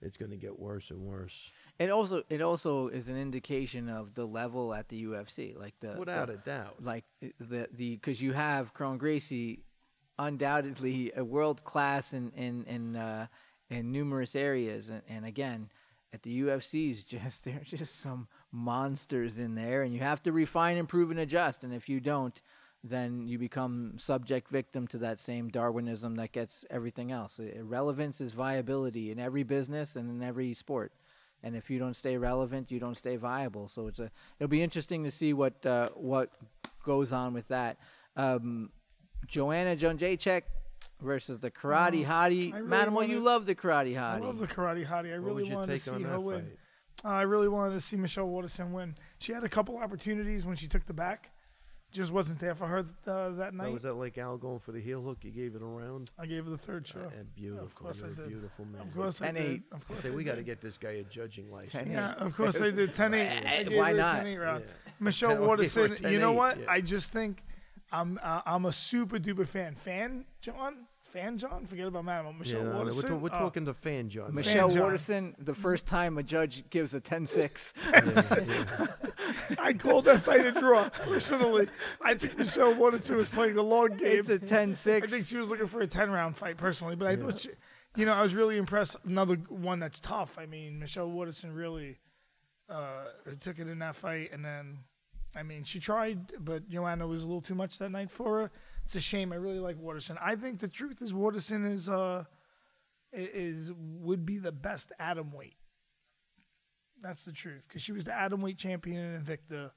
Speaker 2: it's going to get worse and worse.
Speaker 1: It also it also is an indication of the level at the UFC, like the
Speaker 2: Without
Speaker 1: Uh, the-
Speaker 2: a doubt.
Speaker 1: like eh, the the because you have Cron Gracie, undoubtedly a world class in in in uh, in numerous areas, and, and again, at the UFC's <laughs> just there are just some monsters in there, and you have to refine, improve, and adjust, and if you don't. Then you become subject victim to that same Darwinism that gets everything else. Relevance is viability in every business and in every sport and if you don't stay relevant, you don't stay viable. So it's a it'll be interesting to see what uh, what goes on with that. Um, Joanna Jonjacek versus the karate hottie.
Speaker 3: Mm. I really
Speaker 1: Manimal, you
Speaker 3: wanted-
Speaker 1: love the karate hottie.
Speaker 3: I love the karate hottie. I
Speaker 2: what was
Speaker 3: really
Speaker 2: your
Speaker 3: wanted to
Speaker 2: take on
Speaker 3: see
Speaker 2: that
Speaker 3: her
Speaker 2: fight?
Speaker 3: win. Uh, I really wanted to see Michelle Waterson win. She had a couple opportunities when she took the back, just wasn't there for her uh, that
Speaker 2: Now,
Speaker 3: night.
Speaker 2: was that like Al going for the heel hook? You gave it a round.
Speaker 3: I gave her the third show.
Speaker 2: And beautiful,
Speaker 3: Of course
Speaker 2: you're
Speaker 3: I
Speaker 2: a
Speaker 3: did.
Speaker 2: beautiful man.
Speaker 3: Of course I
Speaker 1: And
Speaker 3: did.
Speaker 1: eight.
Speaker 3: Of course
Speaker 2: Say,
Speaker 3: I
Speaker 2: we got to
Speaker 3: did.
Speaker 2: get this guy a judging license.
Speaker 3: Yeah, of course I did.
Speaker 2: <laughs>
Speaker 3: 10 8.
Speaker 1: Eh, why not?
Speaker 3: Michelle
Speaker 2: Yeah, why-
Speaker 3: Waterson,
Speaker 2: why
Speaker 3: you know
Speaker 2: 10-8?
Speaker 3: what?
Speaker 2: Yeah.
Speaker 3: I just think I'm uh, I'm a super duper fan. Fan John? Fan John? Forget about Madam.
Speaker 2: Yeah,
Speaker 3: Michelle
Speaker 2: no, no, we're,
Speaker 3: Waterson.
Speaker 2: ta- we're
Speaker 3: uh,
Speaker 2: talking to fan John.
Speaker 1: Michelle
Speaker 3: John.
Speaker 1: Waterson, the first time a judge gives a
Speaker 3: <laughs>
Speaker 1: 10-6.
Speaker 3: I called that fight
Speaker 2: <laughs>
Speaker 3: a draw. Personally, I think Michelle Waterson was playing a long game.
Speaker 1: it's a 10-6.
Speaker 3: I think she was looking for a 10 round fight personally, but I thought she, you know, I was really impressed. Another one that's tough. I mean, Michelle Waterson really uh, took it in that fight. And then, I mean, she tried, but Joanna was a little too much that night for her. It's a shame. I really like Waterson. I think the truth is Waterson is, uh, i- is would be the best atom weight. That's the truth because she was the atom weight champion in Invicta.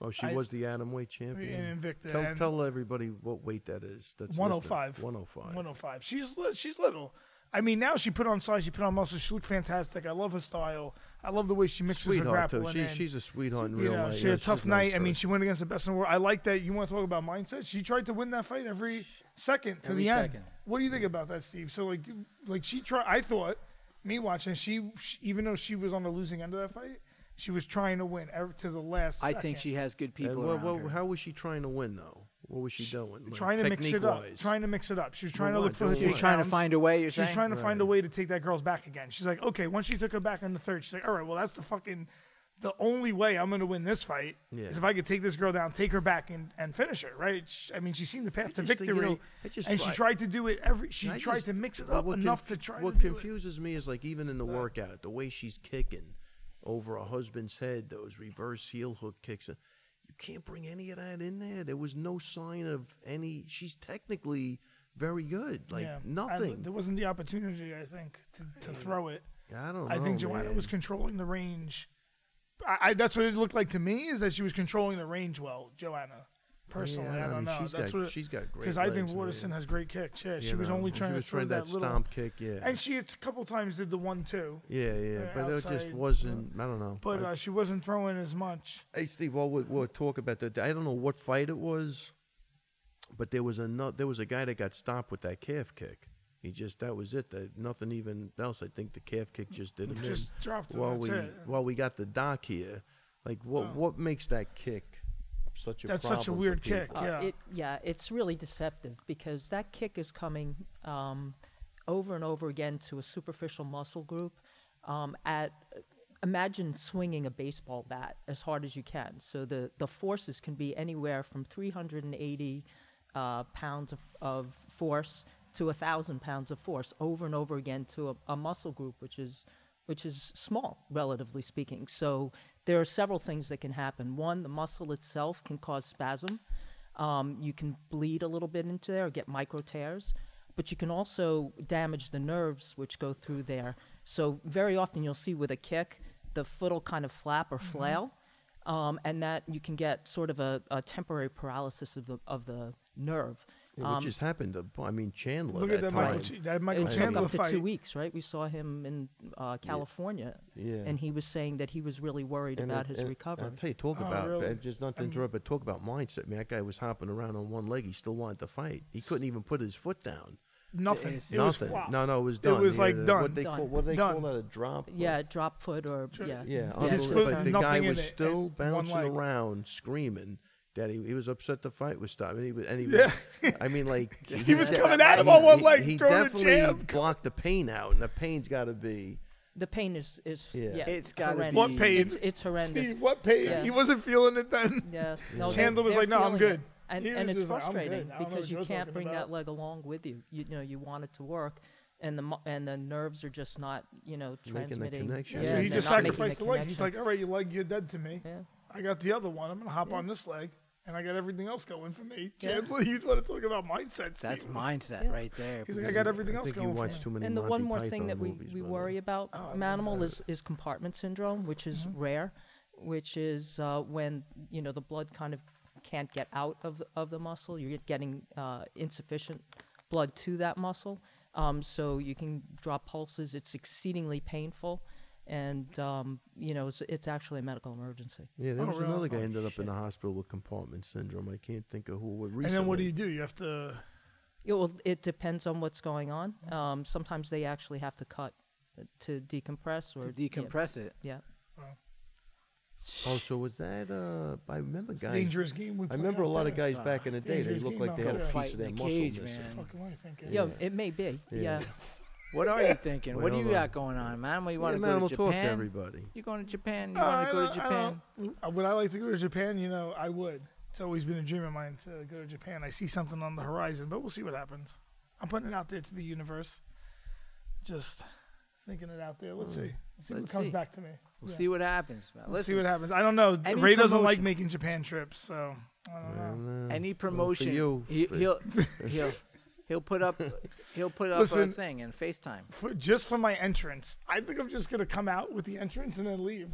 Speaker 2: Oh, she
Speaker 3: I-
Speaker 2: was the atom weight champion.
Speaker 3: And Invicta,
Speaker 2: Tell,
Speaker 3: and-
Speaker 2: tell everybody what weight that is. That's oh listening.
Speaker 3: 105.
Speaker 2: 105.
Speaker 3: 105. She's li- she's little. I mean, now she put on size. She put on muscle. She looked fantastic. I love her style. I love the way she mixes her
Speaker 2: Sweetheart,
Speaker 3: grappling.
Speaker 2: though. She,
Speaker 3: and,
Speaker 2: she's a sweetheart in
Speaker 3: you
Speaker 2: real
Speaker 3: know,
Speaker 2: life.
Speaker 3: she
Speaker 2: Yeah,
Speaker 3: had a
Speaker 2: she's
Speaker 3: tough
Speaker 2: nice
Speaker 3: night. I
Speaker 2: person.
Speaker 3: mean, she went against the best in the world. I like that. You want to talk about mindset? She tried to win that fight every second to
Speaker 1: Every
Speaker 3: the end.
Speaker 1: second.
Speaker 3: What do you think about that, Steve? So like, like she tried. I thought me watching. She, she even though she was on the losing end of that fight, she was trying to win ev- to the last.
Speaker 1: I think
Speaker 3: second.
Speaker 1: she has good people
Speaker 2: And what,
Speaker 1: around
Speaker 2: what-
Speaker 1: her.
Speaker 2: how was she trying to win, though? What was she doing? Like,
Speaker 3: trying to mix it up.
Speaker 2: technique-wise?
Speaker 3: Trying to mix it up. She was trying to
Speaker 2: why?
Speaker 3: look for
Speaker 2: Do
Speaker 3: her.
Speaker 2: what? You're
Speaker 1: trying to
Speaker 3: takedowns.
Speaker 1: find a way, you're
Speaker 3: She's
Speaker 1: saying?
Speaker 3: trying to find a way to take that girl's back again. She's like, okay, once she took her back on the third, she's like, all right, well, that's the fucking, the only way I'm going to win this fight
Speaker 2: Yeah.
Speaker 3: is if I could take this girl down, take her back, and, and finish her. Right? Sh I mean, she seen the path to
Speaker 2: just think, you
Speaker 3: victory,
Speaker 2: know, I just-
Speaker 3: and she
Speaker 2: I-
Speaker 3: tried to do it every. She
Speaker 2: I
Speaker 3: tried
Speaker 2: just-
Speaker 3: to mix it
Speaker 2: what-
Speaker 3: up
Speaker 2: what
Speaker 3: enough
Speaker 2: confu-
Speaker 3: to try
Speaker 2: What
Speaker 3: to do it.
Speaker 2: confuses me is like even in the workout, the way she's kicking over her husband's head, those reverse heel hook kicks. uh, You can't bring any of that in there. There was no sign of any. She's technically very good. Like
Speaker 3: Yeah. I-
Speaker 2: nothing.
Speaker 3: there wasn't the opportunity, I think, to, to throw it.
Speaker 2: I, don't. know,
Speaker 3: I think Joanna
Speaker 2: man.
Speaker 3: was controlling the range. I, I that's what it looked like to me is that she was controlling the range well, Joanna. Personally,
Speaker 2: Yeah,
Speaker 3: I don't
Speaker 2: mean,
Speaker 3: know.
Speaker 2: She's
Speaker 3: that's
Speaker 2: got,
Speaker 3: what it-
Speaker 2: she's got great.
Speaker 3: because I think
Speaker 2: legs,
Speaker 3: Waterson
Speaker 2: man.
Speaker 3: has great kicks. Yeah, she
Speaker 2: You
Speaker 3: was
Speaker 2: know,
Speaker 3: only
Speaker 2: she
Speaker 3: trying
Speaker 2: was
Speaker 3: to throw
Speaker 2: trying
Speaker 3: that, little,
Speaker 2: stomp kick. Yeah.
Speaker 3: and she a couple times did the one two,
Speaker 2: yeah, yeah,
Speaker 3: uh,
Speaker 2: but it
Speaker 3: outside,
Speaker 2: just
Speaker 3: uh,
Speaker 2: wasn't. I don't know.
Speaker 3: but
Speaker 2: I-
Speaker 3: uh, she wasn't throwing as much.
Speaker 2: Hey Steve, while we we'll talk about that, I don't know what fight it was, but there was a no- there was a guy that got stopped with that calf kick. He just that was it. That nothing even else. I think the calf kick just did him. in.
Speaker 3: Just dropped him,
Speaker 2: While
Speaker 3: that's
Speaker 2: we
Speaker 3: it. Oh.
Speaker 2: while we got the doc here, like what what makes that kick such a
Speaker 3: That's such a
Speaker 2: problem for
Speaker 3: weird
Speaker 2: people.
Speaker 3: kick.
Speaker 4: Uh,
Speaker 3: Yeah.
Speaker 4: It, yeah, it's really deceptive because that kick is coming um, over and over again to a superficial muscle group. Um, at imagine swinging a baseball bat as hard as you can. So the the forces can be anywhere from 380 uh, pounds of, of force to a thousand pounds of force over and over again to a, a muscle group, which is which is small, relatively speaking. So there are several things that can happen. One, the muscle itself can cause spasm. Um, you can bleed a little bit into there, get micro tears, but you can also damage the nerves which go through there. So very often you'll see with a kick, the foot will kind of flap or flail, um, and that you can get sort of a, a temporary paralysis of the of the nerve.
Speaker 2: Yeah,
Speaker 4: Um,
Speaker 2: what just happened to, I mean, Chandler.
Speaker 3: Look at that Michael,
Speaker 2: time.
Speaker 3: Ch- that Michael
Speaker 4: it took
Speaker 3: Chandler
Speaker 4: up to
Speaker 3: fight.
Speaker 4: two weeks, right? We saw him in uh, California,
Speaker 2: Yeah.
Speaker 4: and he was saying that he was really worried
Speaker 2: And
Speaker 4: about
Speaker 2: it-
Speaker 4: his
Speaker 2: and uh,
Speaker 4: recovery.
Speaker 2: I'll tell you, talk
Speaker 3: Oh,
Speaker 2: about
Speaker 3: really?
Speaker 2: uh, just not to interrupt, but talk about mindset. Man, that guy was hopping around on one leg. He still wanted to fight. He couldn't even put his foot down.
Speaker 3: Nothing.
Speaker 1: It's
Speaker 3: It was
Speaker 2: Nothing.
Speaker 3: flop.
Speaker 2: no, no, it was done.
Speaker 3: It was
Speaker 2: Yeah,
Speaker 3: like
Speaker 2: the-
Speaker 3: done.
Speaker 2: What they
Speaker 4: Done.
Speaker 2: call, what they
Speaker 3: Done.
Speaker 2: call that? A drop. Or-
Speaker 4: yeah, drop foot or yeah,
Speaker 2: Yeah,
Speaker 3: His
Speaker 2: unbelievable.
Speaker 3: foot
Speaker 2: But
Speaker 3: and
Speaker 2: the guy
Speaker 3: nothing in
Speaker 2: was
Speaker 3: it, and
Speaker 2: still bouncing
Speaker 3: leg.
Speaker 2: around, screaming that he, he was upset the fight was stopping. He was, and he
Speaker 3: Yeah.
Speaker 2: was, I mean, like
Speaker 3: <laughs> He was
Speaker 2: de-
Speaker 3: coming at him
Speaker 2: he-
Speaker 3: on one
Speaker 2: he-
Speaker 3: leg,
Speaker 2: He
Speaker 3: throwing a
Speaker 2: definitely
Speaker 3: jab.
Speaker 2: blocked the pain out, and the pain's got to be.
Speaker 4: The pain is is
Speaker 2: Yeah.
Speaker 4: yeah,
Speaker 1: It's gotta
Speaker 4: horrendous.
Speaker 1: What be-
Speaker 3: pain?
Speaker 4: It's, it's horrendous.
Speaker 3: Steve, what pain?
Speaker 4: Yeah.
Speaker 3: He wasn't feeling it then.
Speaker 4: <laughs> Yeah. No, they-
Speaker 3: Chandler was
Speaker 4: they're
Speaker 3: like, "No, I'm
Speaker 4: feeling
Speaker 3: good."
Speaker 4: it. And,
Speaker 3: He was
Speaker 4: and it's
Speaker 3: just like, "I'm good.
Speaker 4: frustrating
Speaker 3: I don't know what
Speaker 4: because you
Speaker 3: you're
Speaker 4: can't
Speaker 3: talking
Speaker 4: bring
Speaker 3: about."
Speaker 4: that leg along with you. you. know, you want it to work, and the mu- and the nerves are just not, you know,
Speaker 2: the
Speaker 4: transmitting.
Speaker 2: connection.
Speaker 3: Yeah,
Speaker 2: Yeah,
Speaker 3: so he
Speaker 4: they're
Speaker 3: just
Speaker 4: not making
Speaker 3: sacrificed the, leg. He's like,
Speaker 4: connection.
Speaker 3: all right, you leg, you're dead to me.
Speaker 4: Yeah.
Speaker 3: I got the other one. I'm gonna hop on this leg, and I got everything else going for me. <laughs> Chandler, you want to talk about mindset?
Speaker 1: That's
Speaker 3: Steve.
Speaker 1: mindset
Speaker 4: Yeah.
Speaker 1: right there.
Speaker 3: He's like, I
Speaker 1: because
Speaker 3: got everything
Speaker 2: I
Speaker 3: else
Speaker 2: think you
Speaker 3: going for me.
Speaker 2: watched too many.
Speaker 4: and the one
Speaker 2: Monty
Speaker 4: more thing
Speaker 2: Python
Speaker 4: that we,
Speaker 2: movies,
Speaker 4: we
Speaker 2: by the way.
Speaker 4: worry about
Speaker 1: Oh,
Speaker 4: manimal is, is compartment syndrome which is
Speaker 1: Mm-hmm.
Speaker 4: rare which is uh, when you know the blood kind of can't get out of the, of the muscle you're getting uh, insufficient blood to that muscle um, so you can drop pulses it's exceedingly painful and um, you know it's, it's actually a medical emergency
Speaker 2: Yeah, there
Speaker 3: Oh,
Speaker 2: was
Speaker 3: really?
Speaker 2: another guy
Speaker 3: Holy
Speaker 2: ended up in the hospital with compartment syndrome. I can't think of who. Recently.
Speaker 3: And then what do you do? You have to.
Speaker 4: It will. It depends on what's going on. Um, sometimes they actually have to cut uh, to decompress or
Speaker 1: To decompress it.
Speaker 4: Yeah. yeah.
Speaker 2: Oh, so was that? Uh, I remember
Speaker 3: It's a
Speaker 2: guys.
Speaker 3: dangerous game. We
Speaker 2: I
Speaker 3: <laughs> play
Speaker 2: remember a
Speaker 3: out
Speaker 2: lot of
Speaker 3: there.
Speaker 2: guys back in the day. They
Speaker 3: dangerous
Speaker 2: looked
Speaker 3: game
Speaker 2: like they
Speaker 3: out
Speaker 2: had a
Speaker 3: there.
Speaker 2: piece
Speaker 1: Fight
Speaker 2: of
Speaker 1: in
Speaker 2: their
Speaker 1: the
Speaker 2: muscle
Speaker 1: cage,
Speaker 2: missing.
Speaker 1: man.
Speaker 3: Fucking life, thank you.
Speaker 4: Yeah, it may be.
Speaker 2: Yeah.
Speaker 4: Yeah.
Speaker 1: What are you thinking? what do
Speaker 2: Well,
Speaker 1: you
Speaker 2: uh,
Speaker 1: got going on, man? Well, you want
Speaker 2: yeah,
Speaker 1: to
Speaker 2: man,
Speaker 1: go
Speaker 2: we'll
Speaker 1: to
Speaker 2: talk to
Speaker 1: Japan?
Speaker 2: everybody.
Speaker 1: You going to Japan? You
Speaker 3: Uh,
Speaker 1: want
Speaker 3: I
Speaker 1: to go to
Speaker 3: don't- I
Speaker 1: Japan?
Speaker 3: don't- uh, Would I like to go to Japan? You know, I would. It's always been a dream of mine to go to Japan. I see something on the horizon, but we'll see what happens. I'm putting it out there to the universe. Just thinking it out there. Let's see. Let's see
Speaker 1: Hmm. Let's
Speaker 3: what comes
Speaker 1: see.
Speaker 3: back to me.
Speaker 1: We'll
Speaker 3: Yeah.
Speaker 1: see what happens, man.
Speaker 3: Let's
Speaker 1: Let's
Speaker 3: see what happens. I don't know. Ray
Speaker 1: Any
Speaker 3: doesn't
Speaker 1: promotion-
Speaker 3: like
Speaker 1: Hmm.
Speaker 3: making Japan trips, so I don't know.
Speaker 2: Yeah.
Speaker 1: any promotion.
Speaker 2: you,
Speaker 1: he,
Speaker 2: for-
Speaker 3: <laughs>
Speaker 1: will he'll he'll put up he'll put up
Speaker 3: Listen.
Speaker 1: a thing in FaceTime.
Speaker 3: For, just for my entrance, I think I'm just gonna come out with the entrance and then leave.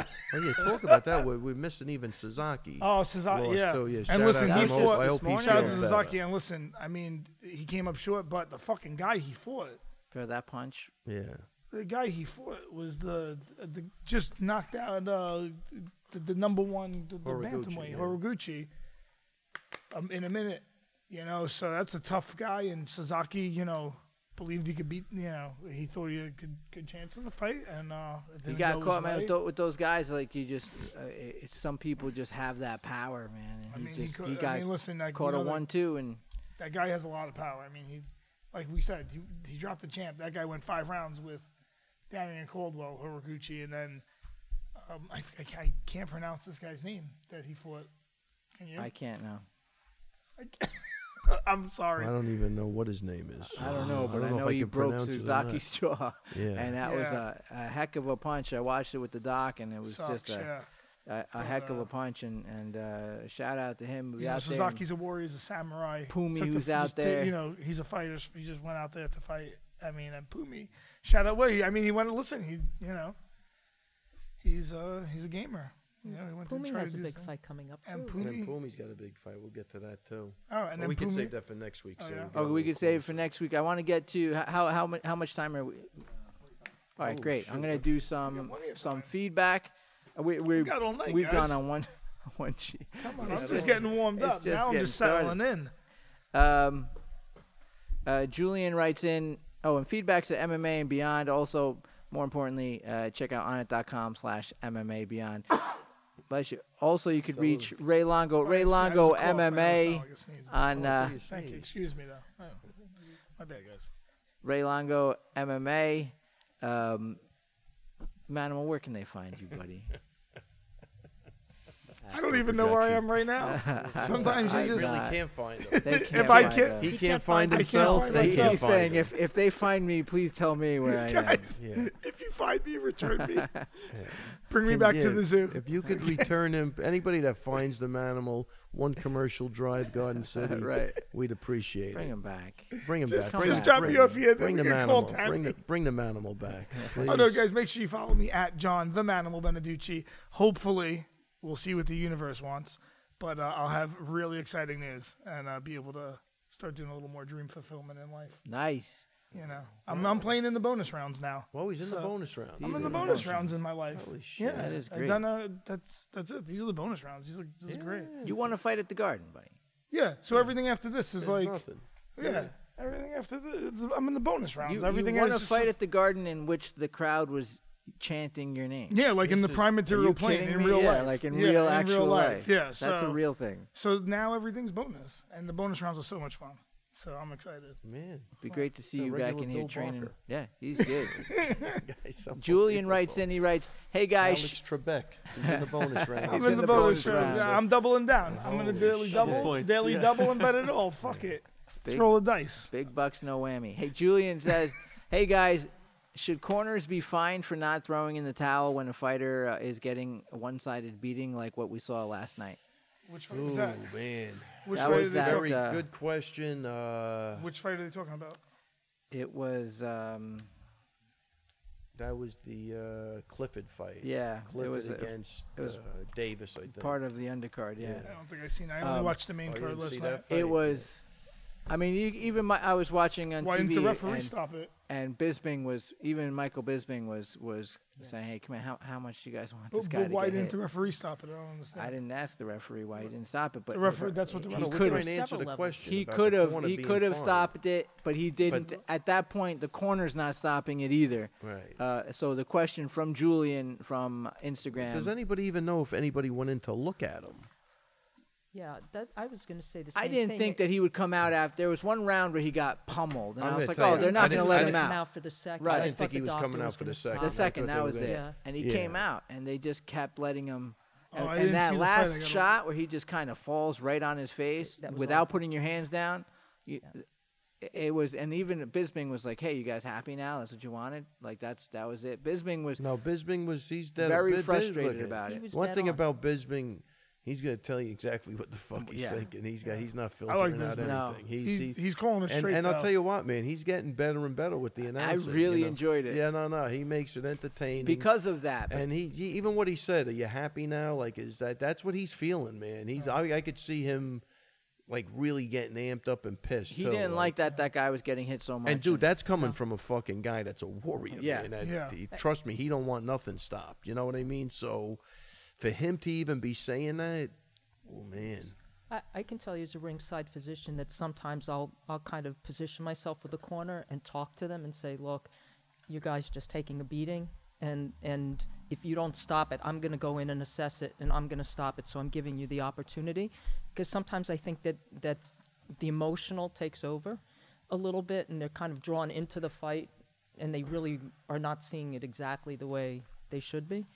Speaker 2: Oh
Speaker 1: <laughs>
Speaker 2: yeah, talk about that. We're, we're missing even Sazaki.
Speaker 3: Oh, Sasaki,
Speaker 2: Lost,
Speaker 3: yeah.
Speaker 2: oh, yeah, shout
Speaker 3: And listen,
Speaker 2: out
Speaker 3: he
Speaker 2: to him.
Speaker 3: fought.
Speaker 2: I
Speaker 1: this
Speaker 2: hope he
Speaker 1: morning.
Speaker 3: Shout out to
Speaker 2: feels
Speaker 3: Sasaki, and listen, I mean, he came up short, but the fucking guy he fought,
Speaker 1: Feel that punch?
Speaker 2: better. Yeah.
Speaker 3: the guy he fought was the, the just knocked out uh, the, the number one the, the
Speaker 2: Horiguchi,
Speaker 3: bantamweight
Speaker 2: yeah.
Speaker 3: Horiguchi um, in a minute. You know, so that's a tough guy, and Sasaki, you know, believed he could beat. You know, he thought he had a good good chance in the fight, and uh, it
Speaker 1: You
Speaker 3: didn't go
Speaker 1: got
Speaker 3: his
Speaker 1: caught, man.
Speaker 3: way.
Speaker 1: With, tho- with those guys, like you just uh, it, it- some people just have that power, man. And
Speaker 3: I
Speaker 1: you
Speaker 3: mean, he
Speaker 1: just-
Speaker 3: could-
Speaker 1: you
Speaker 3: I
Speaker 1: got
Speaker 3: mean, listen, like, you
Speaker 1: caught
Speaker 3: know
Speaker 1: a
Speaker 3: that-
Speaker 1: one-two, and
Speaker 3: That guy has a lot of power. I mean, he, like we said, he, he dropped the champ. That guy went five rounds with Damian Caldwell, Horiguchi, and then um, I, f- I ca- I can't pronounce this guy's name that he fought. Can you?
Speaker 1: I
Speaker 3: I,
Speaker 1: can't know.
Speaker 3: am sorry.
Speaker 2: I don't even know what his name is.
Speaker 1: I
Speaker 3: <sighs>
Speaker 1: don't know, but I,
Speaker 2: don't
Speaker 1: know
Speaker 2: if
Speaker 1: he
Speaker 2: can
Speaker 1: broke
Speaker 2: pronounce it or not.
Speaker 1: Suzaki's <laughs> jaw,
Speaker 2: Yeah.
Speaker 1: and that was
Speaker 3: Yeah.
Speaker 1: a, a heck of a punch. I watched it with the doc, and it was
Speaker 3: Sucks,
Speaker 1: just a,
Speaker 3: yeah.
Speaker 1: a, a
Speaker 3: But,
Speaker 1: heck of
Speaker 3: uh,
Speaker 1: a punch. And and uh, shout out to him. who
Speaker 3: You know,
Speaker 1: out there and-
Speaker 3: Suzaki's a warrior. He's a samurai.
Speaker 1: Pumi
Speaker 3: Took the-
Speaker 1: who's out
Speaker 3: just did-
Speaker 1: there.
Speaker 3: you know, he's a fighter. so He just went out there to fight. I mean, and Pumi, shout out. Well, he- I mean, he went to listen. He, you know, he's a he's a gamer. You know, he went to
Speaker 4: Pumi
Speaker 3: try
Speaker 4: has
Speaker 3: to
Speaker 4: a
Speaker 3: do
Speaker 4: big
Speaker 3: something.
Speaker 4: fight coming up
Speaker 3: And
Speaker 1: <laughs>
Speaker 4: too.
Speaker 2: And then
Speaker 3: Pumi.
Speaker 2: Pumi's got a big fight. We'll get to that too.
Speaker 3: Oh, and
Speaker 2: But
Speaker 3: then
Speaker 2: we can
Speaker 3: Pumi-
Speaker 2: save that for next week.
Speaker 3: Oh,
Speaker 2: so
Speaker 3: yeah.
Speaker 2: we'll get a
Speaker 1: Oh, we
Speaker 2: little
Speaker 1: could save it for
Speaker 2: closer.
Speaker 1: next week. I want to get to h- how how mu- how much time are we? All right, great. I'm gonna do some
Speaker 3: plenty of
Speaker 1: some
Speaker 3: time.
Speaker 1: feedback. Uh, We we
Speaker 3: got all night,
Speaker 1: we've
Speaker 3: guys.
Speaker 1: gone on one <laughs> one sheet.
Speaker 3: Come on, I'm just getting warmed
Speaker 1: It's
Speaker 3: up.
Speaker 1: just
Speaker 3: now I'm
Speaker 1: getting
Speaker 3: just
Speaker 1: started.
Speaker 3: settling in.
Speaker 1: Um, uh, Julian writes in. Oh, and feedbacks at MMA and beyond. Also, more importantly, uh, check out onit.com slash MMA beyond. Bless you. Also, you could
Speaker 2: So-
Speaker 1: reach Ray Longo, Ray
Speaker 3: Sorry, Oh, I just- I
Speaker 1: Longo
Speaker 3: just coughed, man. That sounded
Speaker 1: MMA
Speaker 3: like a sneeze.
Speaker 1: on
Speaker 2: Oh,
Speaker 1: uh,
Speaker 2: please,
Speaker 3: Thank you.
Speaker 2: please.
Speaker 3: Excuse me, though. Oh, my bad, guys.
Speaker 1: Ray Longo MMA. Um, Manimal, where can they find you,
Speaker 3: <laughs>
Speaker 1: buddy?
Speaker 3: I don't even know where I am right now. Sometimes
Speaker 2: I
Speaker 3: you
Speaker 2: really
Speaker 3: just.
Speaker 1: God. <laughs>
Speaker 2: can't find him.
Speaker 1: They can't
Speaker 3: I
Speaker 1: find
Speaker 3: can't-
Speaker 1: you.
Speaker 2: He can't find
Speaker 3: I can't
Speaker 2: himself.
Speaker 3: find
Speaker 2: They
Speaker 3: myself.
Speaker 2: can't
Speaker 1: He's
Speaker 2: find
Speaker 1: saying
Speaker 2: him.
Speaker 1: if, if they find me, please tell me
Speaker 3: <laughs>
Speaker 1: where I am.
Speaker 3: <laughs> Guys,
Speaker 2: Yeah.
Speaker 3: if you find me, return me. Bring me
Speaker 2: Can-
Speaker 3: back
Speaker 2: yeah,
Speaker 3: to the zoo.
Speaker 2: If you
Speaker 3: <laughs>
Speaker 2: could return him, anybody that finds the animal, one commercial
Speaker 1: <laughs>
Speaker 2: drive, Garden City,
Speaker 1: Right.
Speaker 2: we'd appreciate
Speaker 1: Bring
Speaker 2: it.
Speaker 1: him back.
Speaker 2: Bring him
Speaker 3: Just-
Speaker 1: just
Speaker 2: back. Bring, him-
Speaker 1: drop
Speaker 2: bring
Speaker 3: me
Speaker 2: him-
Speaker 3: off here, then
Speaker 2: Bring
Speaker 3: we
Speaker 2: the
Speaker 3: can call
Speaker 2: animal.
Speaker 3: Tammy.
Speaker 2: Bring the bring the animal
Speaker 3: <laughs>
Speaker 2: back.
Speaker 3: Oh no,
Speaker 2: please.
Speaker 3: guys, make sure you follow me at John the Manimal Beneducci. Hopefully, we'll see what the universe wants, but uh, I'll have really exciting news and uh, be able to start doing a little more dream fulfillment in life.
Speaker 1: Nice.
Speaker 3: You know, I'm, I'm playing in the bonus rounds now.
Speaker 2: Well, he's in the
Speaker 3: So-
Speaker 2: bonus round.
Speaker 3: I'm in the
Speaker 1: in the
Speaker 3: bonus
Speaker 1: bonus
Speaker 3: rounds in my life.
Speaker 2: Holy shit.
Speaker 3: Yeah,
Speaker 1: That is
Speaker 3: I've
Speaker 1: great.
Speaker 3: done, uh, that's that's it. These are the bonus rounds. These are, this is great.
Speaker 1: You want to fight at the garden, buddy?
Speaker 3: Yeah. So everything after this is
Speaker 2: There's
Speaker 3: like
Speaker 2: nothing.
Speaker 3: yeah. Everything after this, I'm in the bonus rounds.
Speaker 1: You,
Speaker 3: everything
Speaker 1: want to
Speaker 3: else is
Speaker 1: fight
Speaker 3: just-
Speaker 1: at the garden in which the crowd was chanting your name?
Speaker 3: Yeah, like in the
Speaker 2: This is-
Speaker 3: prime material
Speaker 1: you
Speaker 3: plane
Speaker 1: kidding
Speaker 3: in
Speaker 1: me?
Speaker 3: real
Speaker 1: yeah,
Speaker 3: life.
Speaker 1: like in
Speaker 3: Yeah,
Speaker 1: real actual life.
Speaker 3: Yeah,
Speaker 1: that's
Speaker 3: so,
Speaker 1: a real thing.
Speaker 3: So now everything's bonus, and the bonus rounds are so much fun. So I'm excited.
Speaker 2: Man, <laughs>
Speaker 1: It'd be great to see
Speaker 2: A
Speaker 1: you back
Speaker 2: regular
Speaker 1: in here
Speaker 2: Bill
Speaker 1: training.
Speaker 2: Barker.
Speaker 1: Yeah, he's good.
Speaker 2: guys, so
Speaker 1: Julian
Speaker 2: unbelievable.
Speaker 1: writes in. He writes, "Hey guys,
Speaker 2: Alex Trebek. He's
Speaker 1: <laughs>
Speaker 2: in the bonus round.
Speaker 3: I'm in, the, bonus, rounds.
Speaker 1: round.
Speaker 3: Yeah, I'm doubling down. I'm gonna
Speaker 2: Holy
Speaker 3: daily
Speaker 2: shit.
Speaker 3: double,
Speaker 5: Points,
Speaker 3: daily
Speaker 5: yeah.
Speaker 3: double, and bet it all. Fuck it. Let's
Speaker 1: Big-
Speaker 3: roll the dice.
Speaker 1: Big bucks, no whammy. Hey, Julian says, <laughs> "Hey guys, should corners be fined for not throwing in the towel when a fighter uh, is getting a one-sided beating like what we saw last night?"
Speaker 3: Which fight was that?
Speaker 2: Ooh, man.
Speaker 3: Which
Speaker 1: that
Speaker 3: fight
Speaker 1: was
Speaker 3: are they
Speaker 1: that,
Speaker 2: Very
Speaker 3: talking-
Speaker 1: uh,
Speaker 2: good question. Uh,
Speaker 3: Which fight are they talking about?
Speaker 1: It was, um,
Speaker 2: that was the uh, Clifford fight.
Speaker 1: yeah,
Speaker 2: Clifford
Speaker 1: it was a-
Speaker 2: against
Speaker 1: it was
Speaker 2: uh, Davis, I think.
Speaker 1: part of the undercard. Yeah,
Speaker 3: I don't think I've seen. it. I only
Speaker 1: Um,
Speaker 3: watched the main
Speaker 2: oh, you
Speaker 3: card
Speaker 2: didn't
Speaker 3: last
Speaker 2: see
Speaker 3: night.
Speaker 2: that?
Speaker 1: it
Speaker 2: Right.
Speaker 1: was. I mean, you, even my, I was watching on
Speaker 3: Why
Speaker 1: TV,
Speaker 3: didn't the referee
Speaker 1: and,
Speaker 3: stop it?
Speaker 1: and Bisping was even Michael Bisping was was saying, "Hey, come on, how, how much do you guys want this
Speaker 3: But,
Speaker 1: guy
Speaker 3: but
Speaker 1: to
Speaker 3: why
Speaker 1: get
Speaker 3: didn't
Speaker 1: hit?"
Speaker 3: the referee stop it? I don't understand.
Speaker 1: I didn't ask the referee why he didn't stop it, but
Speaker 3: The referee- that's what the
Speaker 1: he
Speaker 2: No,
Speaker 3: referee-
Speaker 2: we're
Speaker 1: could
Speaker 2: trying
Speaker 1: have
Speaker 2: to answer
Speaker 4: Several
Speaker 2: the
Speaker 4: levels.
Speaker 2: question.
Speaker 1: He
Speaker 2: about
Speaker 1: could
Speaker 2: the
Speaker 1: have
Speaker 2: corner
Speaker 1: he
Speaker 2: being
Speaker 1: could have
Speaker 2: fined.
Speaker 1: stopped it, but he didn't. at that point, the corner's not stopping it either.
Speaker 2: Right.
Speaker 1: Uh, so the question from Julian from Instagram.
Speaker 2: Does anybody even know if anybody went in to look at him?
Speaker 4: Yeah, that I was going to say the same
Speaker 1: I didn't
Speaker 4: thing.
Speaker 1: think that he would come out after. There was one round where he got pummeled, and
Speaker 2: I'm
Speaker 1: i was
Speaker 2: gonna
Speaker 1: like,
Speaker 2: tell
Speaker 1: "Oh,
Speaker 2: you,
Speaker 1: they're
Speaker 2: I
Speaker 1: not going
Speaker 2: didn't-
Speaker 1: to
Speaker 2: I
Speaker 1: let
Speaker 2: didn't-
Speaker 1: him out."
Speaker 4: for the second.
Speaker 1: Right. I
Speaker 4: I
Speaker 1: didn't
Speaker 4: thought
Speaker 2: think he
Speaker 4: the
Speaker 2: was
Speaker 4: doctor
Speaker 2: coming out for
Speaker 4: gonna
Speaker 2: the second.
Speaker 4: stop
Speaker 1: The
Speaker 4: it.
Speaker 1: second,
Speaker 2: thought
Speaker 1: that
Speaker 2: they
Speaker 1: was
Speaker 2: were
Speaker 1: it,
Speaker 4: there.
Speaker 1: and he
Speaker 2: Yeah.
Speaker 1: came out, and they just kept letting him.
Speaker 3: Oh, I
Speaker 1: and
Speaker 3: didn't
Speaker 1: and that
Speaker 3: see the fight. I
Speaker 1: last
Speaker 3: gotta-
Speaker 1: shot where he just kind of falls right on his face
Speaker 4: That was
Speaker 1: without
Speaker 4: awful.
Speaker 1: putting your hands down, you, it- it was. And even Bisping was like, "Hey, you guys happy now? That's what you wanted. Like that's that was it." Bisbing was
Speaker 2: No, Bisbing was he's dead.
Speaker 1: Very
Speaker 2: Bi- Bi-
Speaker 1: frustrated
Speaker 2: look,
Speaker 1: about
Speaker 4: He
Speaker 1: it.
Speaker 4: was
Speaker 2: One
Speaker 4: dead
Speaker 2: thing
Speaker 4: on.
Speaker 2: about Bisbing, he's gonna tell you exactly what the fuck he's
Speaker 1: yeah.
Speaker 2: thinking. He's got he's not
Speaker 3: I like
Speaker 2: filtering out
Speaker 3: Bisbing.
Speaker 1: No.
Speaker 2: anything. He's,
Speaker 3: He's- he's calling it
Speaker 2: and,
Speaker 3: straight,
Speaker 2: And I'll
Speaker 3: though.
Speaker 2: tell you what, man, he's getting better and better with the announcing.
Speaker 1: really
Speaker 2: you know?
Speaker 1: enjoyed it.
Speaker 2: Yeah, no, no, he makes it entertaining.
Speaker 1: because of that. But
Speaker 2: and he, he even what he said, are you happy now? Like is that that's what he's feeling, man. He's I, I could see him like really getting amped up and pissed.
Speaker 1: he
Speaker 2: too,
Speaker 1: didn't like that that guy was getting hit so much.
Speaker 2: And dude, that's coming from a fucking guy that's a warrior.
Speaker 1: Yeah.
Speaker 2: man. That-
Speaker 3: Yeah.
Speaker 2: he- trust me, he don't want nothing stopped. You know what I mean? So, for him to even be saying that, oh man,
Speaker 4: I, I can tell you as a ringside physician that sometimes I'll I'll kind of position myself with a corner and talk to them and say, look, you guys just taking a beating, and and if you don't stop it, I'm going to go in and assess it, and I'm going to stop it. So I'm giving you the opportunity, because sometimes I think that that the emotional takes over a little bit, and they're kind of drawn into the fight, and they really are not seeing it exactly the way they should be.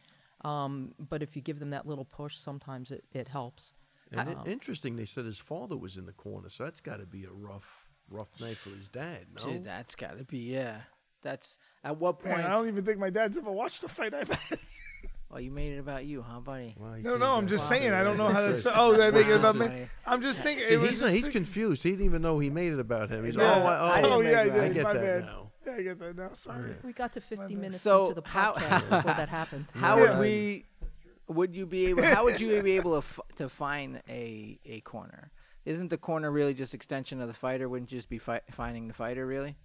Speaker 4: Um, but if you give them that little push, sometimes it, it helps.
Speaker 2: and it-
Speaker 4: Um,
Speaker 2: interesting. They said his father was in the corner, so that's got to be a rough, rough night for his dad. No,
Speaker 1: dude, that's got to be yeah. That's at what point?
Speaker 3: Man, I don't even think my dad's ever watched a fight I've had.
Speaker 1: oh, you made it about you, huh, buddy?
Speaker 2: Wow, he
Speaker 3: No,
Speaker 2: came
Speaker 3: no, I'm
Speaker 2: back
Speaker 3: just
Speaker 2: up
Speaker 3: saying.
Speaker 2: and
Speaker 3: I don't know
Speaker 2: everything.
Speaker 3: how that's.
Speaker 2: So-
Speaker 3: Oh, they're thinking
Speaker 1: Wow.
Speaker 3: about me. I'm just <laughs> thinking.
Speaker 2: See,
Speaker 3: it was
Speaker 2: he's, not,
Speaker 3: just
Speaker 2: he's
Speaker 3: thinking-
Speaker 2: confused. He didn't even know he made it about him. He's
Speaker 1: Yeah.
Speaker 2: oh, I, oh,
Speaker 1: I didn't
Speaker 3: oh,
Speaker 1: make
Speaker 3: yeah,
Speaker 1: that.
Speaker 3: yeah,
Speaker 1: I
Speaker 2: get
Speaker 3: my
Speaker 2: that
Speaker 3: bad.
Speaker 2: now.
Speaker 3: Yeah, I get that now. Sorry.
Speaker 4: We got to 50 minutes
Speaker 1: So
Speaker 4: into the
Speaker 1: how-
Speaker 4: podcast
Speaker 1: <laughs>
Speaker 4: before that happened.
Speaker 1: How
Speaker 3: Yeah.
Speaker 1: would we? Would you be able? How would you be able to f- to find a a corner? Isn't the corner really just extension of the fighter? Wouldn't you just be fi- finding the fighter really?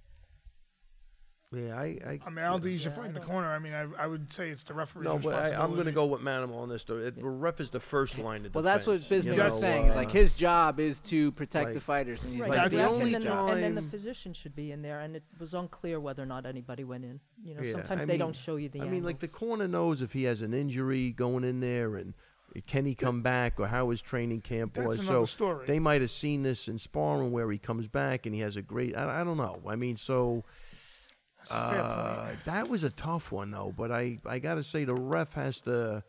Speaker 2: Yeah, I, I,
Speaker 3: I mean, I don't think you should find the corner. I mean, I, I would say it's the referee's
Speaker 2: no, but I,
Speaker 3: responsibility.
Speaker 2: I'm going to go with Manimal on this. Though. It, ref is the first line of
Speaker 1: Well, that's what
Speaker 2: defense, you
Speaker 1: Bisbing
Speaker 2: know,
Speaker 1: was saying. Is like
Speaker 2: uh,
Speaker 1: his job is to protect the
Speaker 2: like-
Speaker 1: fighters, and he's
Speaker 4: Right,
Speaker 1: like,
Speaker 3: That's
Speaker 4: the
Speaker 1: "That's
Speaker 4: ref
Speaker 2: the only
Speaker 1: his
Speaker 4: and, then
Speaker 1: job."
Speaker 4: the, and then the
Speaker 2: time-
Speaker 4: physician should be in there, and it was unclear whether or not anybody went in. You know,
Speaker 2: Yeah,
Speaker 4: sometimes
Speaker 2: I
Speaker 4: they
Speaker 2: mean-
Speaker 4: don't show you the.
Speaker 2: I mean, like the
Speaker 4: angles.
Speaker 2: corner knows if he has an injury going in there and Can he come back, or how his training camp
Speaker 3: That's
Speaker 2: was?
Speaker 3: another
Speaker 2: so
Speaker 3: story.
Speaker 2: they might have seen this in sparring where he comes back and he has a great. I, I don't know. I mean, so
Speaker 3: That's a fair
Speaker 2: uh,
Speaker 3: point.
Speaker 2: that was a tough one though. But I I gotta say the ref has to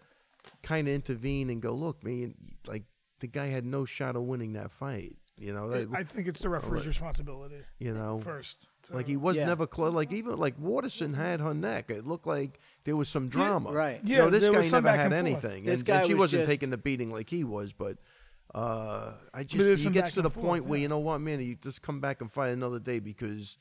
Speaker 2: kind of intervene and go look, man. Like the guy had no shot of winning that fight. You know, that,
Speaker 3: I think it's the referee's responsibility
Speaker 2: you know,
Speaker 3: first. to-
Speaker 2: like he was
Speaker 1: Yeah.
Speaker 2: never close. Like even like Waterson had her neck. It looked like there was some drama.
Speaker 1: right.
Speaker 2: You
Speaker 3: Yeah,
Speaker 2: know, this
Speaker 3: there
Speaker 2: guy
Speaker 3: was some
Speaker 2: never
Speaker 3: back
Speaker 2: had
Speaker 3: and forth.
Speaker 2: anything.
Speaker 1: This
Speaker 2: and,
Speaker 1: guy
Speaker 2: and she
Speaker 1: was
Speaker 2: wasn't
Speaker 1: just-
Speaker 2: taking the beating like he was, but uh, I
Speaker 3: there's
Speaker 2: just he
Speaker 3: some
Speaker 2: gets
Speaker 3: back
Speaker 2: to the
Speaker 3: and
Speaker 2: point
Speaker 3: forth,
Speaker 2: where
Speaker 3: yeah.
Speaker 2: you know what, man, you just come back and fight another day because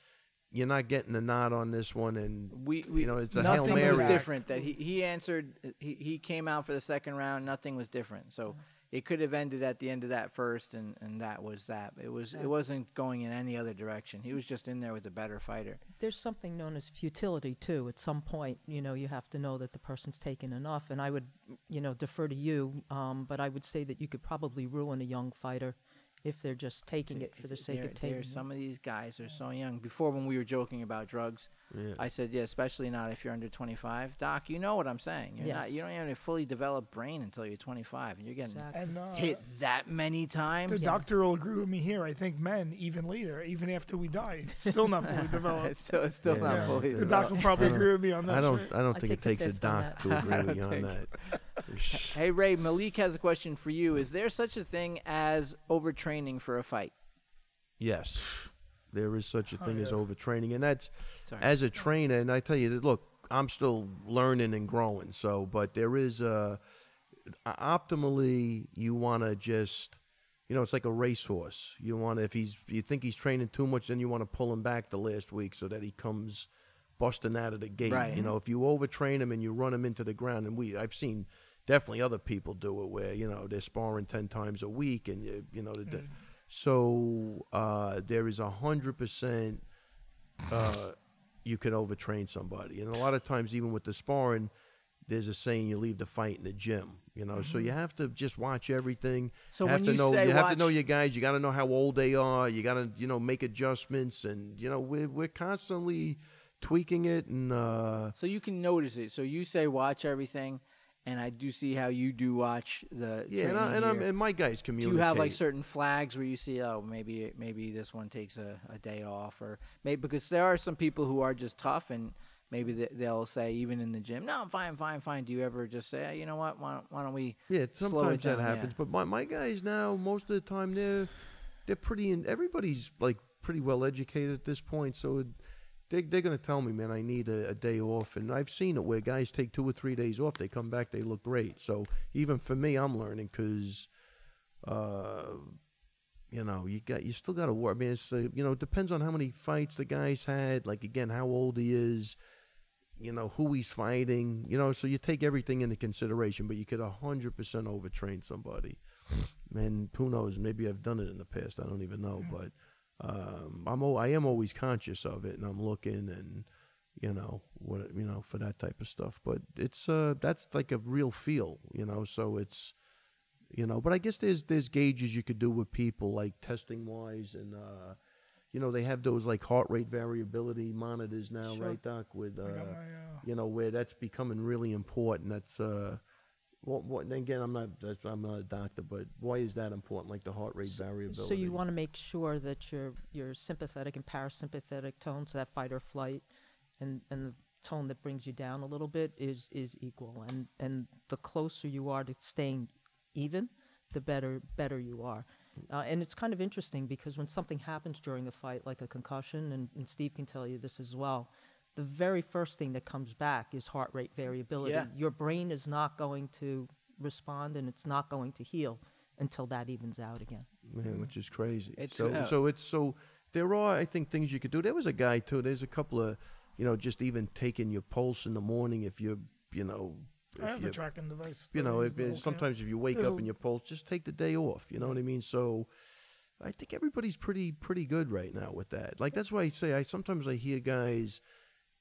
Speaker 2: you're not getting a nod on this one, and
Speaker 1: we, we
Speaker 2: you know it's a hail
Speaker 1: nothing
Speaker 2: mary.
Speaker 1: was different. That he, he answered. He, he came out for the second round. Nothing was different. So it could have ended at the end of that first, and, and that was that. It was it wasn't going in any other direction. He was just in there with the better fighter.
Speaker 4: there's something known as futility too. At some point, you know, you have to know that the person's taken enough. And I would, you know, defer to you, um, but I would say that you could probably ruin a young fighter if they're just taking it for the sake
Speaker 1: There-
Speaker 4: of taking
Speaker 1: there-
Speaker 4: it.
Speaker 1: Some of these guys are so young. Before when we were joking about drugs,
Speaker 2: Yeah.
Speaker 1: I said, yeah, especially not if you're under 25. Doc, you know what I'm saying. You're not.
Speaker 4: Yes.
Speaker 1: You don't even have a fully developed brain until you're 25, and you're getting
Speaker 4: Exactly.
Speaker 3: and uh,
Speaker 1: hit that many times.
Speaker 3: the doctor will agree with me here. I think men, even later, even after we die, still not
Speaker 1: <laughs>
Speaker 4: <laughs>
Speaker 3: fully developed.
Speaker 1: it's still, it's still
Speaker 2: Yeah.
Speaker 1: not
Speaker 3: Yeah.
Speaker 1: fully
Speaker 3: The
Speaker 1: developed.
Speaker 3: doc will probably
Speaker 2: I don't-
Speaker 3: agree with me on that.
Speaker 2: I don't.
Speaker 3: sure.
Speaker 2: I don't
Speaker 4: I
Speaker 2: think it
Speaker 4: take
Speaker 2: takes
Speaker 4: the
Speaker 2: a
Speaker 4: fifth on
Speaker 2: doc
Speaker 1: <laughs>
Speaker 2: to agree with you on that.
Speaker 1: Hey Ray, Malik has a question for you. Is there such a thing as overtraining for a fight?
Speaker 2: Yes, there is such a
Speaker 3: Oh,
Speaker 2: thing as
Speaker 3: yeah.
Speaker 2: overtraining, and that's
Speaker 1: Sorry.
Speaker 2: as a trainer. And I tell you that look, I'm still learning and growing. So, but there is uh, a optimally you want to just you know it's like a racehorse. You want to if he's you think he's training too much, then you want to pull him back the last week so that he comes busting out of the gate.
Speaker 1: Right.
Speaker 2: You know, if you overtrain him and you run him into the ground, and we I've seen definitely other people do it where you know they're sparring ten times a week, and uh, you, you know the. So uh, there is a hundred percent uh, you can overtrain somebody. And a lot of times, even with the sparring, there's a saying you leave the fight in the gym. You know, so you have to just watch everything.
Speaker 1: Mm-hmm. So
Speaker 2: have
Speaker 1: when
Speaker 2: to
Speaker 1: you
Speaker 2: know,
Speaker 1: say
Speaker 2: you have to know
Speaker 1: watch-
Speaker 2: your guys. You got to know how old they are. You got to you know make adjustments, and you know we're we're constantly tweaking it. And uh,
Speaker 1: So you can notice it. So you say watch everything, and I do see how you do watch the.
Speaker 2: yeah, and, I,
Speaker 1: training
Speaker 2: and, I'm,
Speaker 1: here.
Speaker 2: and my guys
Speaker 1: do
Speaker 2: communicate.
Speaker 1: you have like certain flags where you see, oh, maybe maybe this one takes a, a day off, or maybe because there are some people who are just tough, and maybe they, they'll say even in the gym, no, I'm fine, fine, fine. Do you ever just say, "Hey, you know what, why don't, why don't we?
Speaker 2: Yeah,
Speaker 1: slow it
Speaker 2: sometimes that
Speaker 1: down?" Yeah.
Speaker 2: happens. But my, my guys now, most of the time, they're they're pretty in everybody's like pretty well educated at this point. So it, they they're gonna tell me, man, I need a, a day off. And I've seen it where guys take two or three days off, they come back, they look great. So even for me, I'm learning because. Uh, you know, you got you still got to work. I mean, it's, uh, you know, it depends on how many fights the guy's had. Like again, how old he is you know who he's fighting you know so you take everything into consideration but you could 100% overtrain somebody and who knows maybe i've done it in the past i don't even know but um, i'm al- i am always conscious of it and i'm looking and you know what you know for that type of stuff but it's uh that's like a real feel you know so it's you know but i guess there's there's gauges you could do with people like testing wise and uh you know they have those like heart rate variability monitors now
Speaker 3: Sure.
Speaker 2: right doc with uh
Speaker 3: I got my, uh,
Speaker 2: you know where that's becoming really important that's uh what, what and again i'm not that's, i'm not a doctor but why is that important like the heart rate variability
Speaker 4: So you want to make sure that your your sympathetic and parasympathetic tones, that fight or flight, and and the tone that brings you down a little bit is is equal. And and the closer you are to staying even, the better better you are. Uh, and it's kind of interesting because when something happens during a fight, like a concussion, and, and Steve can tell you this as well, the very first thing that comes back is heart rate variability.
Speaker 1: Yeah.
Speaker 4: Your brain is not going to respond and it's not going to heal until that evens out again.
Speaker 2: man, which is crazy.
Speaker 1: It's,
Speaker 2: so
Speaker 1: uh,
Speaker 2: so it's so there are I think things you could do. There was a guy too. There's a couple of you know just even taking your pulse in the morning if you're you know
Speaker 3: I
Speaker 2: if
Speaker 3: have a
Speaker 2: you're
Speaker 3: tracking device.
Speaker 2: you
Speaker 3: that
Speaker 2: know
Speaker 3: I
Speaker 2: if,
Speaker 3: use,
Speaker 2: if-
Speaker 3: okay.
Speaker 2: sometimes if you wake
Speaker 3: There's
Speaker 2: up
Speaker 3: a-
Speaker 2: and your pulse just take the day off. You know what I mean? So. I think everybody's pretty pretty good right now with that. Like that's why I say I sometimes I hear guys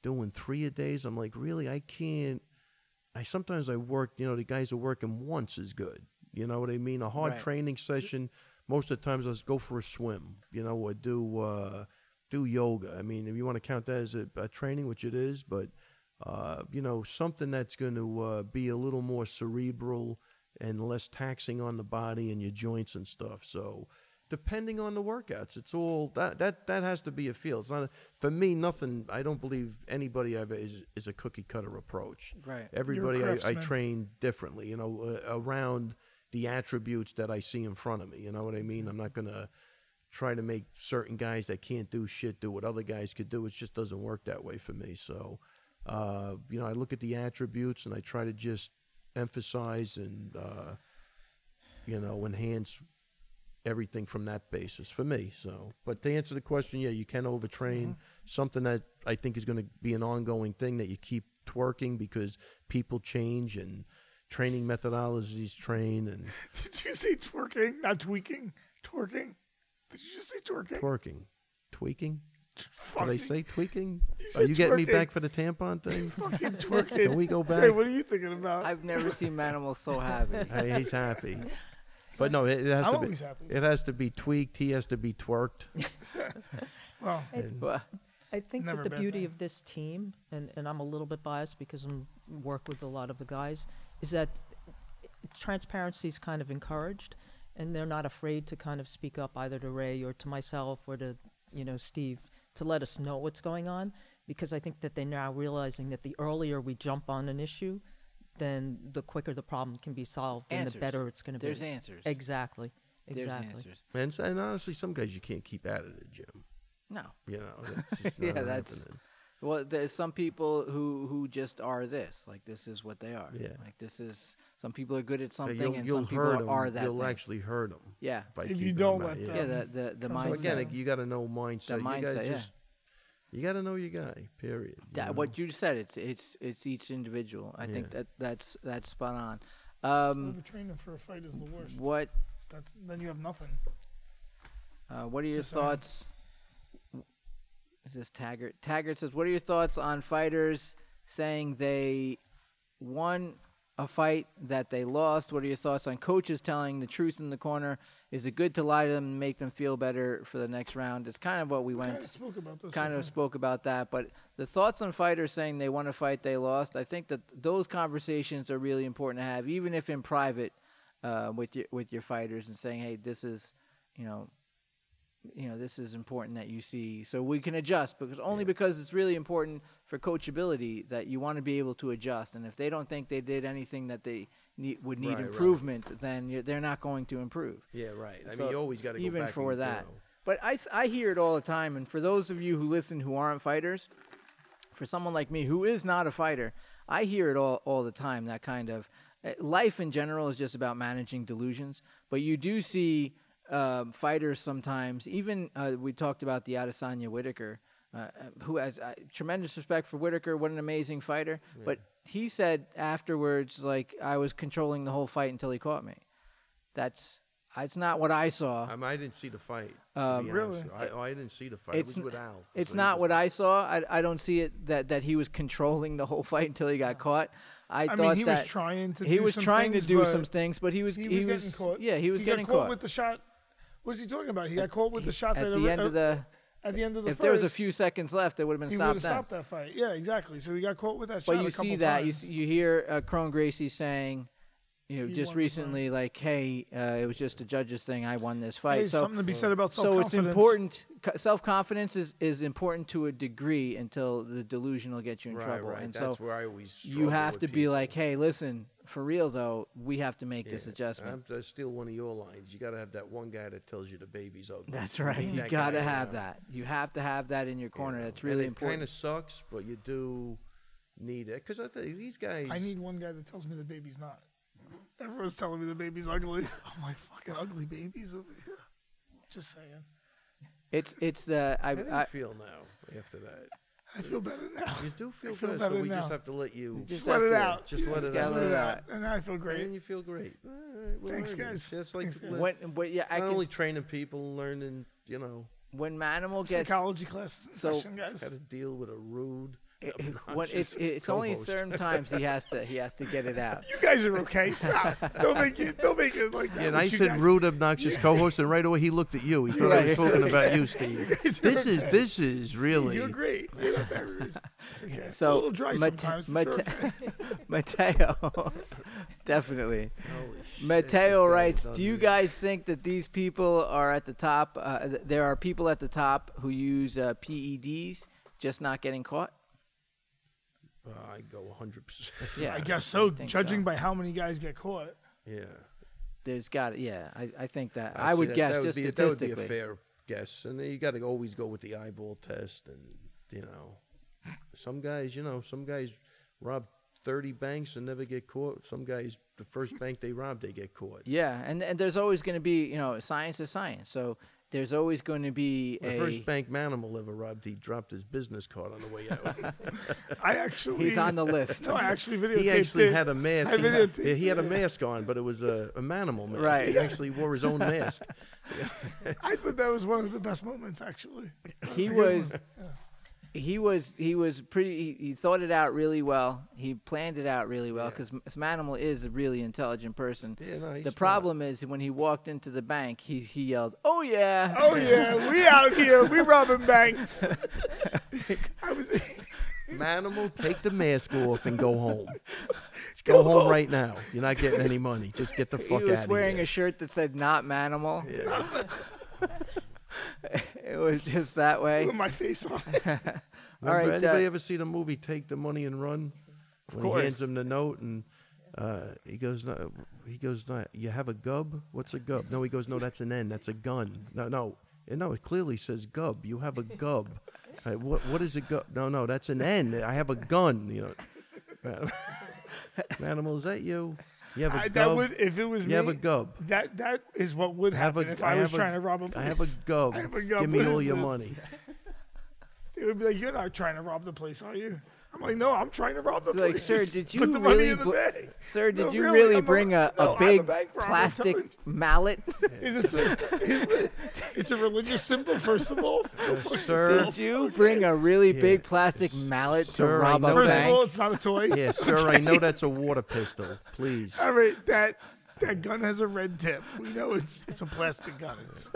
Speaker 2: doing three a days. I'm like, really, I can't. I sometimes I work. You know, the guys who work working once is good. You know what I mean? A hard
Speaker 1: Right.
Speaker 2: training session. Most of the times, let's go for a swim. You know, or do uh, do yoga. I mean, if you want to count that as a, a training, which it is, but uh, you know, something that's going to uh, be a little more cerebral and less taxing on the body and your joints and stuff. So depending on the workouts, it's all that that that has to be a feel. It's not a, for me nothing. I don't believe anybody ever is is a cookie cutter approach.
Speaker 1: Right.
Speaker 2: Everybody
Speaker 3: You're a
Speaker 2: I, I
Speaker 3: craftsman.
Speaker 2: train differently. You know, uh, around the attributes that I see in front of me. You know what I mean? I'm not gonna try to make certain guys that can't do shit do what other guys could do. It just doesn't work that way for me. So, uh, you know, I look at the attributes and I try to just emphasize and, uh, you know, enhance everything from that basis for me. So, but to answer the question, yeah, you can overtrain.
Speaker 3: Mm-hmm.
Speaker 2: Something that I think is going to be an ongoing thing that you keep twerking because people change and training methodologies train and
Speaker 3: <laughs> Did you say twerking? Not tweaking. Twerking. Did you just say twerking?
Speaker 2: twerking, tweaking.
Speaker 3: Fuck
Speaker 2: Did I
Speaker 3: you.
Speaker 2: say <laughs> tweaking?
Speaker 3: You
Speaker 2: Are
Speaker 3: said
Speaker 2: you getting me
Speaker 3: twerking.
Speaker 2: back for the tampon thing?
Speaker 3: <laughs> Fucking twerking.
Speaker 2: Can we go
Speaker 3: Hey,
Speaker 2: back?
Speaker 3: what are you thinking
Speaker 2: Uh,
Speaker 3: about?
Speaker 1: I've
Speaker 2: <laughs>
Speaker 1: never seen Manimal so happy.
Speaker 2: Hey, he's
Speaker 3: <laughs>
Speaker 2: happy. But no, it, it has
Speaker 3: I'm
Speaker 2: to be.
Speaker 3: always happy.
Speaker 2: It has to be tweaked. He has to be twerked.
Speaker 3: well,
Speaker 1: <laughs> Well,
Speaker 4: I think
Speaker 3: Never
Speaker 4: that the
Speaker 3: been
Speaker 4: beauty
Speaker 3: there.
Speaker 4: of this team, and, and I'm a little bit biased because I'm work with a lot of the guys, is that transparency is kind of encouraged, and they're not afraid to kind of speak up either to Ray or to myself or to you know Steve to let us know what's going on, because I think that they're now realizing that the earlier we jump on an issue, then the quicker the problem can be solved and the
Speaker 1: Answers.
Speaker 4: better it's going to be.
Speaker 1: There's answers.
Speaker 4: Exactly.
Speaker 1: there's
Speaker 4: Exactly.
Speaker 1: answers.
Speaker 2: And, s- and honestly, some guys you can't keep out of the gym.
Speaker 1: No.
Speaker 2: You know, that's
Speaker 3: <laughs>
Speaker 2: just
Speaker 1: Yeah,
Speaker 2: not
Speaker 1: that's-
Speaker 2: happening.
Speaker 1: Well, there's some people who who just are this. Like this is what they are.
Speaker 2: Yeah.
Speaker 1: Like this is. Some people are good at something,
Speaker 2: you'll,
Speaker 1: and
Speaker 2: you'll
Speaker 1: some people
Speaker 2: hurt
Speaker 1: are,
Speaker 2: 'em.
Speaker 1: are that.
Speaker 2: You'll
Speaker 1: thing.
Speaker 2: actually hurt them.
Speaker 1: yeah.
Speaker 3: If you don't let
Speaker 1: Yeah.
Speaker 3: Yeah.
Speaker 1: The the the
Speaker 3: Comes
Speaker 1: mindset.
Speaker 3: down
Speaker 2: Again, you got to know mindset.
Speaker 1: The
Speaker 2: you gotta
Speaker 1: mindset, yeah.
Speaker 2: just, You got to know your guy. Period. you know?
Speaker 1: That, what you said, it's it's it's each individual. I think
Speaker 2: Yeah.
Speaker 1: that that's that's spot on. Um,
Speaker 3: overtraining for a fight is the worst.
Speaker 1: what
Speaker 3: That's then you have nothing.
Speaker 1: Uh, what are your
Speaker 3: Just saying.
Speaker 1: thoughts? Is this Taggart? Taggart says, "What are your thoughts on fighters saying they won a fight that they lost? What are your thoughts on coaches telling the truth in the corner? Is it good to lie to them and make them feel better for the next round?" It's kind of what we
Speaker 3: Kind
Speaker 1: went
Speaker 3: of spoke about this.
Speaker 1: kind
Speaker 3: I
Speaker 1: of
Speaker 3: think.
Speaker 1: spoke about that, but the thoughts on fighters saying they won a fight they lost. I think that those conversations are really important to have, even if in private, uh, with your with your fighters and saying, hey, this is, you know, you know, this is important that you see, so we can adjust because only because it's really important for coachability that you want to be able to adjust, and if they don't think they did anything that they need, would need
Speaker 2: Right, right.
Speaker 1: improvement, then you're, they're not going to improve.
Speaker 2: Yeah, right. I
Speaker 1: So
Speaker 2: mean, you always got to go
Speaker 1: even
Speaker 2: back
Speaker 1: for
Speaker 2: and, you
Speaker 1: that.
Speaker 2: know.
Speaker 1: But I, s- I hear it all the time, and for those of you who listen who aren't fighters, for someone like me who is not a fighter, I hear it all all the time. That kind of eh, life in general is just about managing delusions, but you do see um fighters sometimes. Even uh, we talked about the Adesanya Whitaker, uh, who has uh, tremendous respect for Whitaker. What an amazing fighter! But he said afterwards, like I was controlling the whole fight until he caught me. That's that's not what I saw.
Speaker 2: I, mean, I didn't see the fight. to be honest
Speaker 3: Really?
Speaker 2: with you. I, I didn't see the fight.
Speaker 1: um, It's
Speaker 2: it
Speaker 1: n-
Speaker 2: was with Al.
Speaker 1: It's
Speaker 2: So he
Speaker 1: not
Speaker 2: was-
Speaker 1: what I saw. I, I don't see it that, that he was controlling the whole fight until he got caught. I,
Speaker 3: I
Speaker 1: thought
Speaker 3: mean, he
Speaker 1: that
Speaker 3: was trying to.
Speaker 1: he
Speaker 3: do
Speaker 1: was
Speaker 3: some
Speaker 1: trying
Speaker 3: things,
Speaker 1: to do
Speaker 3: but
Speaker 1: some things, but he was
Speaker 3: He was getting caught.
Speaker 1: yeah he was
Speaker 3: he
Speaker 1: getting
Speaker 3: got caught, with the shot. What is he talking about? He got caught with the shot
Speaker 1: at
Speaker 3: that
Speaker 1: the end of the.
Speaker 3: at the end of the
Speaker 1: If there was a
Speaker 3: first,
Speaker 1: few seconds left, it would have been
Speaker 3: he
Speaker 1: stopped
Speaker 3: would've
Speaker 1: then.
Speaker 3: stopped that fight. Yeah, exactly. So he got caught with that shot.
Speaker 1: But you
Speaker 3: a couple
Speaker 1: see that you
Speaker 3: times.
Speaker 1: see, you hear uh, Crone Gracie saying, you know,
Speaker 3: He
Speaker 1: just
Speaker 3: won the fight.
Speaker 1: recently like, hey, uh, it was just a judge's thing. I won this fight.
Speaker 3: There's
Speaker 1: so
Speaker 3: something to be said about
Speaker 1: so
Speaker 3: self-confidence.
Speaker 1: it's important self confidence is, is important to a degree until the delusion will get you in
Speaker 2: Right,
Speaker 1: trouble.
Speaker 2: right.
Speaker 1: And
Speaker 2: That's
Speaker 1: so
Speaker 2: where I always
Speaker 1: you
Speaker 2: struggle
Speaker 1: have
Speaker 2: with
Speaker 1: to be
Speaker 2: people.
Speaker 1: like, hey, listen, for real though, we have to make
Speaker 2: Yeah.
Speaker 1: this adjustment.
Speaker 2: I'm, I steal one of your lines. You got to have that one guy that tells you the baby's ugly.
Speaker 1: <laughs> That's right.
Speaker 2: need
Speaker 1: You
Speaker 2: that
Speaker 1: gotta
Speaker 2: guy, uh,
Speaker 1: have
Speaker 2: know,
Speaker 1: that. You have to have that in your
Speaker 2: you
Speaker 1: corner.
Speaker 2: know.
Speaker 1: That's
Speaker 2: And
Speaker 1: really
Speaker 2: it Kind
Speaker 1: important.
Speaker 2: of sucks, but you do need it because these guys.
Speaker 3: I need one guy that tells me the baby's not. Everyone's telling me the baby's ugly. <laughs> I'm like fucking ugly babies over here. Just saying.
Speaker 1: It's it's the I,
Speaker 2: How do you
Speaker 1: I,
Speaker 2: feel now after that?
Speaker 3: I feel better now. <laughs>
Speaker 2: You do feel,
Speaker 3: feel
Speaker 2: better,
Speaker 3: better
Speaker 2: so we just
Speaker 3: now.
Speaker 2: have to let you.
Speaker 1: just
Speaker 3: let
Speaker 1: have
Speaker 3: it
Speaker 1: to-
Speaker 3: out.
Speaker 2: just let it
Speaker 1: gotta
Speaker 2: out.
Speaker 1: let it out.
Speaker 3: And I feel
Speaker 2: and then
Speaker 3: great.
Speaker 2: you feel great. All right, we're
Speaker 3: Thanks,
Speaker 2: learning.
Speaker 3: guys.
Speaker 2: That's like
Speaker 3: Thanks, guys.
Speaker 1: when but yeah, I
Speaker 2: not
Speaker 1: can
Speaker 2: only training people, learning, you know,
Speaker 1: when Manimal gets
Speaker 3: Psychology class
Speaker 1: So-
Speaker 3: session, guys.
Speaker 2: how to deal with a rude.
Speaker 1: it-
Speaker 2: <laughs>
Speaker 1: it- when it's it's only
Speaker 2: co-host. <laughs>
Speaker 1: certain times he has to he has to get it out.
Speaker 3: You guys are okay. Stop. don't make it. Don't make it like that.
Speaker 2: Yeah, and
Speaker 3: with
Speaker 2: I
Speaker 3: you
Speaker 2: said
Speaker 3: guys.
Speaker 2: rude, obnoxious co-host, and right away he looked at you. He thought I was
Speaker 1: <laughs>
Speaker 2: talking about you, Steve.
Speaker 3: guys are
Speaker 2: This is
Speaker 3: okay.
Speaker 2: this
Speaker 3: <laughs>
Speaker 2: is really. <laughs>
Speaker 3: You're great. You're not that rude. It's okay.
Speaker 1: So
Speaker 3: a little dry
Speaker 1: Mate-
Speaker 3: sometimes. but you're
Speaker 1: Mate-
Speaker 3: okay.
Speaker 1: <laughs> Mateo <laughs> Definitely.
Speaker 2: Holy shit, this
Speaker 1: Mateo
Speaker 2: guy
Speaker 1: writes,
Speaker 2: is
Speaker 1: "Do you
Speaker 2: unreal."
Speaker 1: guys think that these people are at the top? Uh, th- there are people at the top who use uh, PEDs, just not getting caught."
Speaker 2: Uh, I go 100. percent
Speaker 1: Yeah,
Speaker 3: I guess so.
Speaker 1: think
Speaker 3: Judging
Speaker 1: so.
Speaker 3: by how many guys get caught,
Speaker 2: Yeah,
Speaker 1: there's got yeah. I, I think that I,
Speaker 2: I see
Speaker 1: would
Speaker 2: that-
Speaker 1: guess
Speaker 2: that would
Speaker 1: just
Speaker 2: be,
Speaker 1: statistically.
Speaker 2: That would be a fair guess, and then you got to always go with the eyeball test, and you know, some guys, you know, some guys rob 30 banks and never get caught. Some guys, the
Speaker 1: <laughs>
Speaker 2: first bank they rob, they get caught.
Speaker 1: Yeah, and and there's always going to be you know science is science, so there's always going to be
Speaker 2: The
Speaker 1: a.
Speaker 2: first bank Manimal ever robbed, he dropped his business card on the way
Speaker 1: <laughs>
Speaker 2: out.
Speaker 3: I actually
Speaker 1: he's
Speaker 3: <laughs>
Speaker 1: on the list.
Speaker 3: No, I actually videotaped
Speaker 2: he actually
Speaker 3: it.
Speaker 2: had a mask.
Speaker 3: I
Speaker 2: He,
Speaker 3: videotaped
Speaker 2: yeah, he had a mask on, but it was a, a Manimal mask.
Speaker 1: Right.
Speaker 2: He actually wore his
Speaker 1: <laughs>
Speaker 2: own mask.
Speaker 3: I thought that was one of the best moments, actually.
Speaker 2: <laughs>
Speaker 1: he was he was he was pretty he, he thought it out really well he planned it out really well
Speaker 2: Yeah.
Speaker 1: because manimal is a really intelligent person
Speaker 2: Yeah, no, he's
Speaker 1: the
Speaker 2: smart.
Speaker 1: problem is when he walked into the bank he, he yelled oh yeah
Speaker 3: Oh yeah, we out here, we robbing
Speaker 2: <laughs>
Speaker 3: banks. I was.
Speaker 2: Manimal, take the mask off and go home. Just go home right now. You're not getting any money. Just get the
Speaker 1: he
Speaker 2: fuck out
Speaker 1: was
Speaker 2: of
Speaker 1: wearing
Speaker 2: here.
Speaker 1: a shirt that said not manimal
Speaker 2: Yeah.
Speaker 1: <laughs> it was just that way
Speaker 3: Put my face on.
Speaker 1: all right
Speaker 2: Remember,
Speaker 1: uh,
Speaker 2: anybody ever see the movie Take the Money and Run? Of He
Speaker 3: course.
Speaker 2: hands him the note and uh, he goes, no, he goes, no, you have a gub? What's a gub? No, he goes, no, that's an N. That's a gun. No, no, Eh, no. It clearly says gub. You have a gub. Uh, what what is a gub? No, no, that's an N. I have a gun. You know, <laughs> animal, is that you? You have a
Speaker 3: I,
Speaker 2: gub.
Speaker 3: that would, if it was
Speaker 2: you
Speaker 3: me,
Speaker 2: have a gub.
Speaker 3: That that is what would happen if I, was
Speaker 2: have a-
Speaker 3: trying to rob a
Speaker 2: I
Speaker 3: place.
Speaker 2: have a gub.
Speaker 3: I have a gub.
Speaker 2: Give me
Speaker 3: What
Speaker 2: all
Speaker 3: is
Speaker 2: your
Speaker 3: this?
Speaker 2: money.
Speaker 3: They would be like, "You're not trying to rob the place, are you?" I'm like, "No, I'm trying to rob the
Speaker 1: Like,
Speaker 3: place."
Speaker 1: sir, did you
Speaker 3: Put the money
Speaker 1: really
Speaker 3: in the
Speaker 1: bl-
Speaker 3: bag.
Speaker 1: sir did
Speaker 3: No,
Speaker 1: you
Speaker 3: really,
Speaker 1: really,
Speaker 3: I'm a-
Speaker 1: bring a, a
Speaker 3: no, I'm a
Speaker 1: big
Speaker 3: bank robber, I'm <laughs>
Speaker 1: plastic
Speaker 3: telling
Speaker 1: mallet
Speaker 3: Is this a, it's a religious symbol, first of all.
Speaker 2: Sir,
Speaker 1: did you bring a really
Speaker 2: Yeah.
Speaker 1: big plastic mallet
Speaker 2: Sir,
Speaker 1: to
Speaker 2: I
Speaker 1: rob a
Speaker 2: know
Speaker 3: First
Speaker 1: bank
Speaker 3: of all, it's not a toy.
Speaker 2: yeah, sir, I know that's a water pistol. Please.
Speaker 3: All right, that that gun has a red tip. We know it's it's a plastic gun. It's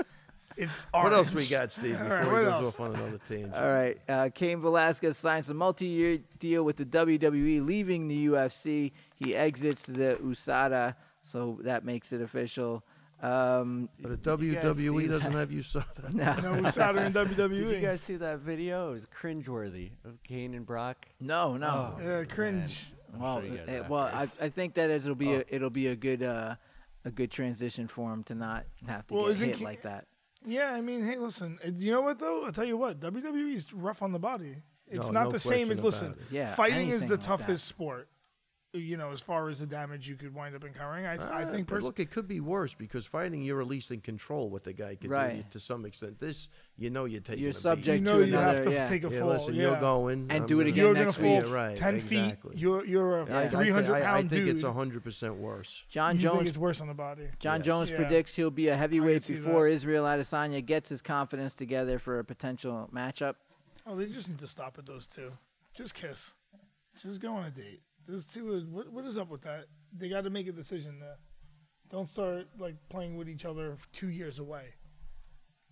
Speaker 3: it's
Speaker 2: What
Speaker 3: orange.
Speaker 2: else we got, Steve,
Speaker 3: All
Speaker 2: before
Speaker 3: right,
Speaker 2: he
Speaker 3: what
Speaker 2: goes
Speaker 3: else?
Speaker 2: off on another tangent?
Speaker 1: All right. Uh, Cain Velasquez signs a multi year deal with the WWE, leaving the UFC. He exits the USADA, so that makes it official. Um,
Speaker 2: But the
Speaker 5: Did you guys see
Speaker 2: WWE
Speaker 5: that?
Speaker 2: doesn't
Speaker 1: <laughs>
Speaker 2: have USADA.
Speaker 3: No, we saw it in E.
Speaker 5: Did
Speaker 3: WWE.
Speaker 5: you guys see that video? It was cringeworthy of Kane and Brock.
Speaker 1: no, no.
Speaker 3: yeah, Uh, cringe.
Speaker 5: Oh, I'm
Speaker 1: well,
Speaker 5: sure you guys Oh.
Speaker 1: eh,
Speaker 5: got
Speaker 1: well, I,
Speaker 5: this.
Speaker 1: I think that it'll be a, it'll be a good uh, a good transition for him to not have to
Speaker 3: Well,
Speaker 1: get
Speaker 3: isn't
Speaker 1: hit
Speaker 3: Ca-
Speaker 1: like that.
Speaker 3: Yeah, I mean, hey, listen. uh, You know what though? I'll tell you what. WWE is rough on the body. It's
Speaker 2: No,
Speaker 3: not
Speaker 2: no
Speaker 3: the same
Speaker 2: question
Speaker 3: as
Speaker 2: about
Speaker 3: listen.
Speaker 2: it.
Speaker 1: Yeah,
Speaker 3: fighting is the
Speaker 1: anything like that.
Speaker 3: toughest sport. You know, as far as the damage you could wind up incurring, I, I
Speaker 2: Ah,
Speaker 3: think.
Speaker 2: but
Speaker 3: Pers-
Speaker 2: look, it could be worse because fighting, you're at least in control what the guy could do
Speaker 1: Right.
Speaker 2: to some extent. This, you know, you're taking.
Speaker 1: You're
Speaker 2: a beating.
Speaker 1: subject
Speaker 3: you know,
Speaker 1: to
Speaker 3: you have
Speaker 1: another,
Speaker 3: to
Speaker 1: yeah.
Speaker 3: take a
Speaker 2: Yeah,
Speaker 3: fall.
Speaker 2: listen,
Speaker 3: yeah.
Speaker 2: you're going.
Speaker 1: And do it again
Speaker 3: You're
Speaker 2: You're
Speaker 1: next
Speaker 3: gonna
Speaker 1: next
Speaker 3: fall
Speaker 1: week.
Speaker 2: Yeah, right,
Speaker 3: ten
Speaker 2: exactly.
Speaker 3: feet. You're you're a
Speaker 2: I- I think-
Speaker 3: three hundred
Speaker 2: I, I
Speaker 3: pound
Speaker 2: think
Speaker 3: dude.
Speaker 2: it's 100% worse.
Speaker 1: John
Speaker 3: you think
Speaker 1: Jones
Speaker 3: it's worse on the body.
Speaker 1: John
Speaker 2: Yes.
Speaker 1: Jones
Speaker 3: Yeah.
Speaker 1: predicts he'll be a heavyweight
Speaker 3: see that.
Speaker 1: before Israel Adesanya gets his confidence together for a potential matchup.
Speaker 3: Oh, they just need to stop at those two. Just kiss. Just go on a date. Those two. Is, what what is up with that? They got to make a decision. Now. Don't start like playing with each other f- two years away.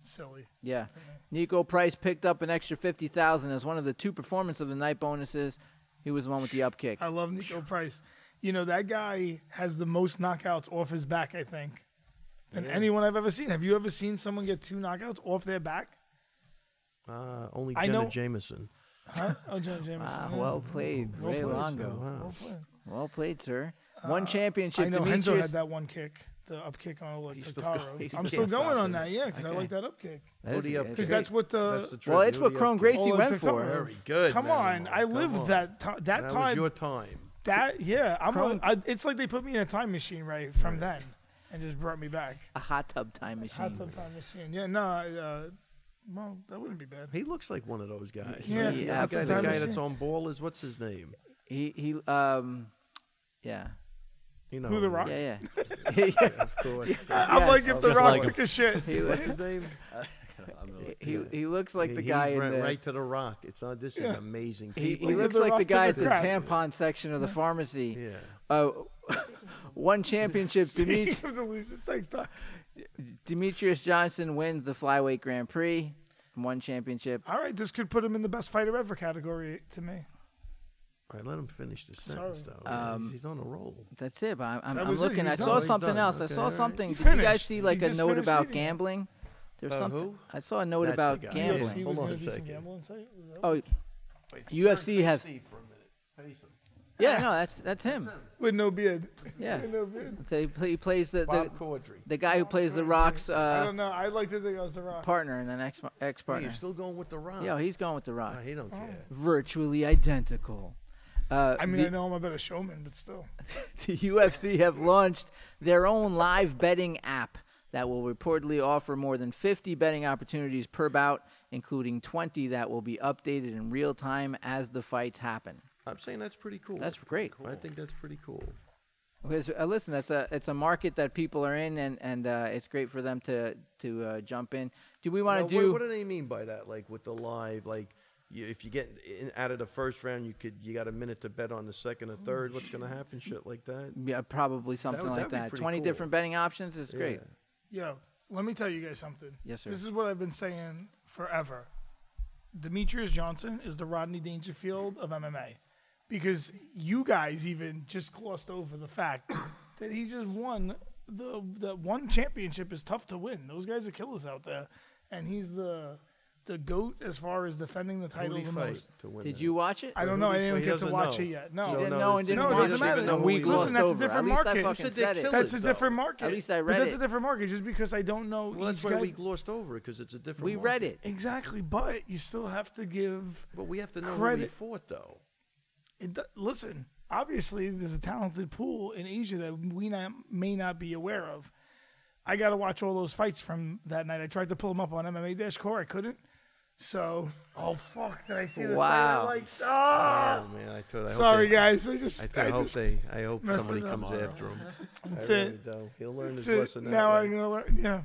Speaker 3: Silly.
Speaker 1: Yeah. Nico Price picked up an extra 50000 as one of the two performance of the night bonuses. He was the one with the upkick.
Speaker 3: I
Speaker 2: <sighs>
Speaker 3: love Nico Price. You know that guy has the most knockouts off his back. I think than anyone I've ever seen. Have you ever seen someone get two knockouts off their back?
Speaker 2: Uh, only
Speaker 3: I
Speaker 2: Jenna
Speaker 3: know-
Speaker 2: Jameson.
Speaker 3: Huh? Oh, John Jameson.
Speaker 1: Wow,
Speaker 3: yeah.
Speaker 1: Ah, well played,
Speaker 3: Well
Speaker 1: Ray
Speaker 3: played,
Speaker 1: Longo.
Speaker 2: wow.
Speaker 3: Well played.
Speaker 1: Well played, sir. One championship.
Speaker 3: I know Henzo
Speaker 1: Demetrius,
Speaker 3: had that one kick, the up kick on Oleg
Speaker 2: He's still go-
Speaker 3: Totaro.
Speaker 2: he's
Speaker 3: I'm
Speaker 2: still
Speaker 3: still going
Speaker 2: stopping
Speaker 3: on
Speaker 2: it.
Speaker 3: that, yeah, because I
Speaker 1: Okay.
Speaker 3: like that up kick.
Speaker 1: That is
Speaker 2: Hoodie
Speaker 1: a-
Speaker 2: up
Speaker 1: that's
Speaker 3: Because
Speaker 2: kick.
Speaker 1: great.
Speaker 3: that's what the
Speaker 2: That's the
Speaker 1: well, it's
Speaker 2: Hoodie
Speaker 1: what
Speaker 2: up
Speaker 1: Crone
Speaker 2: kick.
Speaker 1: Gracie
Speaker 3: Oleg
Speaker 1: went
Speaker 3: Totaro.
Speaker 1: for.
Speaker 2: Very good.
Speaker 3: Come
Speaker 2: Manimal.
Speaker 3: on, I
Speaker 2: Come
Speaker 3: lived
Speaker 2: on.
Speaker 3: that ti- that
Speaker 2: That was
Speaker 3: time.
Speaker 2: your time.
Speaker 3: That yeah, I'm.
Speaker 1: Chrome-
Speaker 3: A, I, it's like they put me in a time machine right from then, and just brought me back.
Speaker 1: A hot tub time machine.
Speaker 3: Hot tub time machine. Yeah, no, uh, well, that wouldn't be bad.
Speaker 2: He looks like one of those guys.
Speaker 3: Yeah,
Speaker 2: the
Speaker 1: yeah,
Speaker 2: guy, the
Speaker 1: absolutely.
Speaker 2: guy that's on ball is what's his name?
Speaker 1: He he um, yeah
Speaker 2: You know,
Speaker 3: Who, The Rock?
Speaker 1: yeah
Speaker 3: <laughs>
Speaker 1: yeah.
Speaker 2: Of course.
Speaker 3: I- I'm
Speaker 1: Yes.
Speaker 3: like if the
Speaker 5: Just
Speaker 3: Rock
Speaker 5: like
Speaker 3: took
Speaker 5: him.
Speaker 3: a shit. <laughs>
Speaker 1: he,
Speaker 2: What's
Speaker 1: looks,
Speaker 2: his name?
Speaker 1: <laughs> he he looks like the
Speaker 2: He
Speaker 1: guy
Speaker 2: went
Speaker 1: in the
Speaker 2: right to the rock. It's on. This is amazing.
Speaker 1: He, <laughs>
Speaker 2: people.
Speaker 1: he looks
Speaker 3: the
Speaker 1: like the
Speaker 3: rock
Speaker 1: guy at
Speaker 3: took a
Speaker 1: the
Speaker 3: crap.
Speaker 1: tampon section of the pharmacy.
Speaker 2: yeah.
Speaker 3: <laughs>
Speaker 1: Uh, <laughs> one championship, Demetri-
Speaker 3: Speaking of the loser sex talk.
Speaker 1: Demetrius Johnson wins the flyweight Grand Prix. One championship.
Speaker 3: All right, this could put him in the best fighter ever category to me.
Speaker 2: All right, let him finish the
Speaker 3: Sorry.
Speaker 2: sentence, though. man.
Speaker 1: Um,
Speaker 2: He's- he's on a roll.
Speaker 1: That's it. But I'm, I'm,
Speaker 3: That
Speaker 1: I'm
Speaker 3: was it.
Speaker 1: looking.
Speaker 3: He's
Speaker 1: I
Speaker 3: done.
Speaker 2: Oh,
Speaker 1: saw
Speaker 2: he's
Speaker 1: something
Speaker 2: done.
Speaker 1: else. I
Speaker 2: Okay,
Speaker 1: saw
Speaker 2: all right.
Speaker 1: something.
Speaker 3: He
Speaker 1: Did you guys
Speaker 3: finished.
Speaker 1: see
Speaker 3: He
Speaker 1: like a
Speaker 3: just
Speaker 1: note
Speaker 3: finished Uh,
Speaker 1: about
Speaker 3: reading.
Speaker 1: gambling? There's
Speaker 2: About
Speaker 1: something.
Speaker 2: who?
Speaker 1: I saw a note
Speaker 2: That's
Speaker 1: about
Speaker 2: the guy.
Speaker 3: UFC
Speaker 1: gambling.
Speaker 2: Yeah.
Speaker 3: was
Speaker 2: Hold on
Speaker 3: gonna
Speaker 2: a
Speaker 3: do some
Speaker 2: second.
Speaker 3: gambling site? Was that-
Speaker 1: Oh, UFC has. Yeah, no, that's that's him.
Speaker 3: With no bid.
Speaker 1: Yeah,
Speaker 3: With no bid.
Speaker 1: they play, he plays the, the
Speaker 2: Bob Cordry.
Speaker 1: the guy who plays the Rock's
Speaker 3: I
Speaker 1: uh,
Speaker 3: don't know. I like to think I was the rock.
Speaker 1: partner and then ex ex
Speaker 2: Hey, you're
Speaker 1: partner.
Speaker 2: still going with the Rock.
Speaker 1: Yeah, he's going with the
Speaker 2: Nah,
Speaker 1: Rock.
Speaker 2: he
Speaker 3: Oh.
Speaker 2: don't care.
Speaker 1: Virtually identical. Uh,
Speaker 3: I mean,
Speaker 1: the-
Speaker 3: I know I'm a better showman, but still.
Speaker 1: <laughs> the UFC have launched their own live betting app that will reportedly offer more than 50 betting opportunities per bout, including 20 that will be updated in real time as the fights happen.
Speaker 2: I'm saying that's pretty cool.
Speaker 1: That's great.
Speaker 2: I think that's pretty cool.
Speaker 1: Because, uh, listen, that's a it's a market that people are in, and and uh, it's great for them to to uh, jump in. Do we want
Speaker 2: Now,
Speaker 1: to
Speaker 2: what-
Speaker 1: do?
Speaker 2: What, do they mean by that? Like with the live, like you, if you get in, out of the first round, you could you got a minute to bet on the second or
Speaker 3: Oh,
Speaker 2: third. What's going to happen? Shit like that.
Speaker 1: yeah, probably something
Speaker 2: would-
Speaker 1: like
Speaker 2: that'd be
Speaker 1: that.
Speaker 2: pretty
Speaker 1: 20
Speaker 2: cool.
Speaker 1: different betting options is great.
Speaker 2: Yeah.
Speaker 3: Yo, let me tell you guys something.
Speaker 1: Yes, sir.
Speaker 3: This is what I've been saying forever. Demetrius Johnson is the Rodney Dangerfield of MMA because you guys even just glossed over the fact <coughs> that he just won the the one championship is tough to win. Those guys are killers out there, and he's the the goat as far as defending the
Speaker 2: Who'd
Speaker 3: title
Speaker 2: he
Speaker 3: the
Speaker 2: fight
Speaker 3: most.
Speaker 2: to win
Speaker 1: Did
Speaker 2: that?
Speaker 1: you watch it?
Speaker 3: I don't
Speaker 2: Who'd
Speaker 3: know.
Speaker 2: he
Speaker 3: I didn't
Speaker 2: fight? He
Speaker 3: get to
Speaker 2: doesn't
Speaker 3: watch
Speaker 2: know.
Speaker 3: it yet. No,
Speaker 2: So
Speaker 1: You didn't
Speaker 2: no,
Speaker 1: know
Speaker 2: it's-
Speaker 1: and didn't
Speaker 3: no, it
Speaker 1: watch
Speaker 3: doesn't
Speaker 1: it.
Speaker 3: matter.
Speaker 1: And we
Speaker 3: Listen,
Speaker 1: glossed
Speaker 3: that's a
Speaker 1: over.
Speaker 3: different
Speaker 1: At least I
Speaker 3: market. You
Speaker 1: fucking
Speaker 2: said they
Speaker 1: said it.
Speaker 2: killed
Speaker 3: That's
Speaker 2: it,
Speaker 3: a different
Speaker 2: though.
Speaker 3: market.
Speaker 1: least I
Speaker 3: But
Speaker 1: read
Speaker 3: that's
Speaker 1: it.
Speaker 3: a different market just because I don't know
Speaker 2: Well,
Speaker 3: each
Speaker 2: that's why
Speaker 3: guy.
Speaker 2: we glossed over it because it's a different.
Speaker 1: We
Speaker 2: market.
Speaker 1: read it.
Speaker 3: Exactly, but you still have to give.
Speaker 2: but we have to know who we
Speaker 3: Credit.
Speaker 2: fought though.
Speaker 3: It, do- listen, obviously, there's a talented pool in Asia that we not, may not be aware of. I got to watch all those fights from that night. I tried to pull them up on MMA Dash Core, I couldn't. So, oh fuck, did I see the
Speaker 1: Wow.
Speaker 3: site? I like,
Speaker 2: Oh man, I thought. I
Speaker 3: oh,
Speaker 2: hope
Speaker 3: sorry
Speaker 2: they-
Speaker 3: guys, I just,
Speaker 2: I, thought,
Speaker 3: I,
Speaker 2: I hope
Speaker 3: just,
Speaker 2: they. I hope
Speaker 3: messed
Speaker 2: somebody
Speaker 3: it up.
Speaker 2: comes after
Speaker 3: <laughs>
Speaker 2: him.
Speaker 3: That's
Speaker 2: I really
Speaker 3: it.
Speaker 2: do. He'll learn
Speaker 3: that's
Speaker 2: his
Speaker 3: it.
Speaker 2: lesson. that
Speaker 3: now
Speaker 2: way.
Speaker 3: I'm gonna learn. Yeah,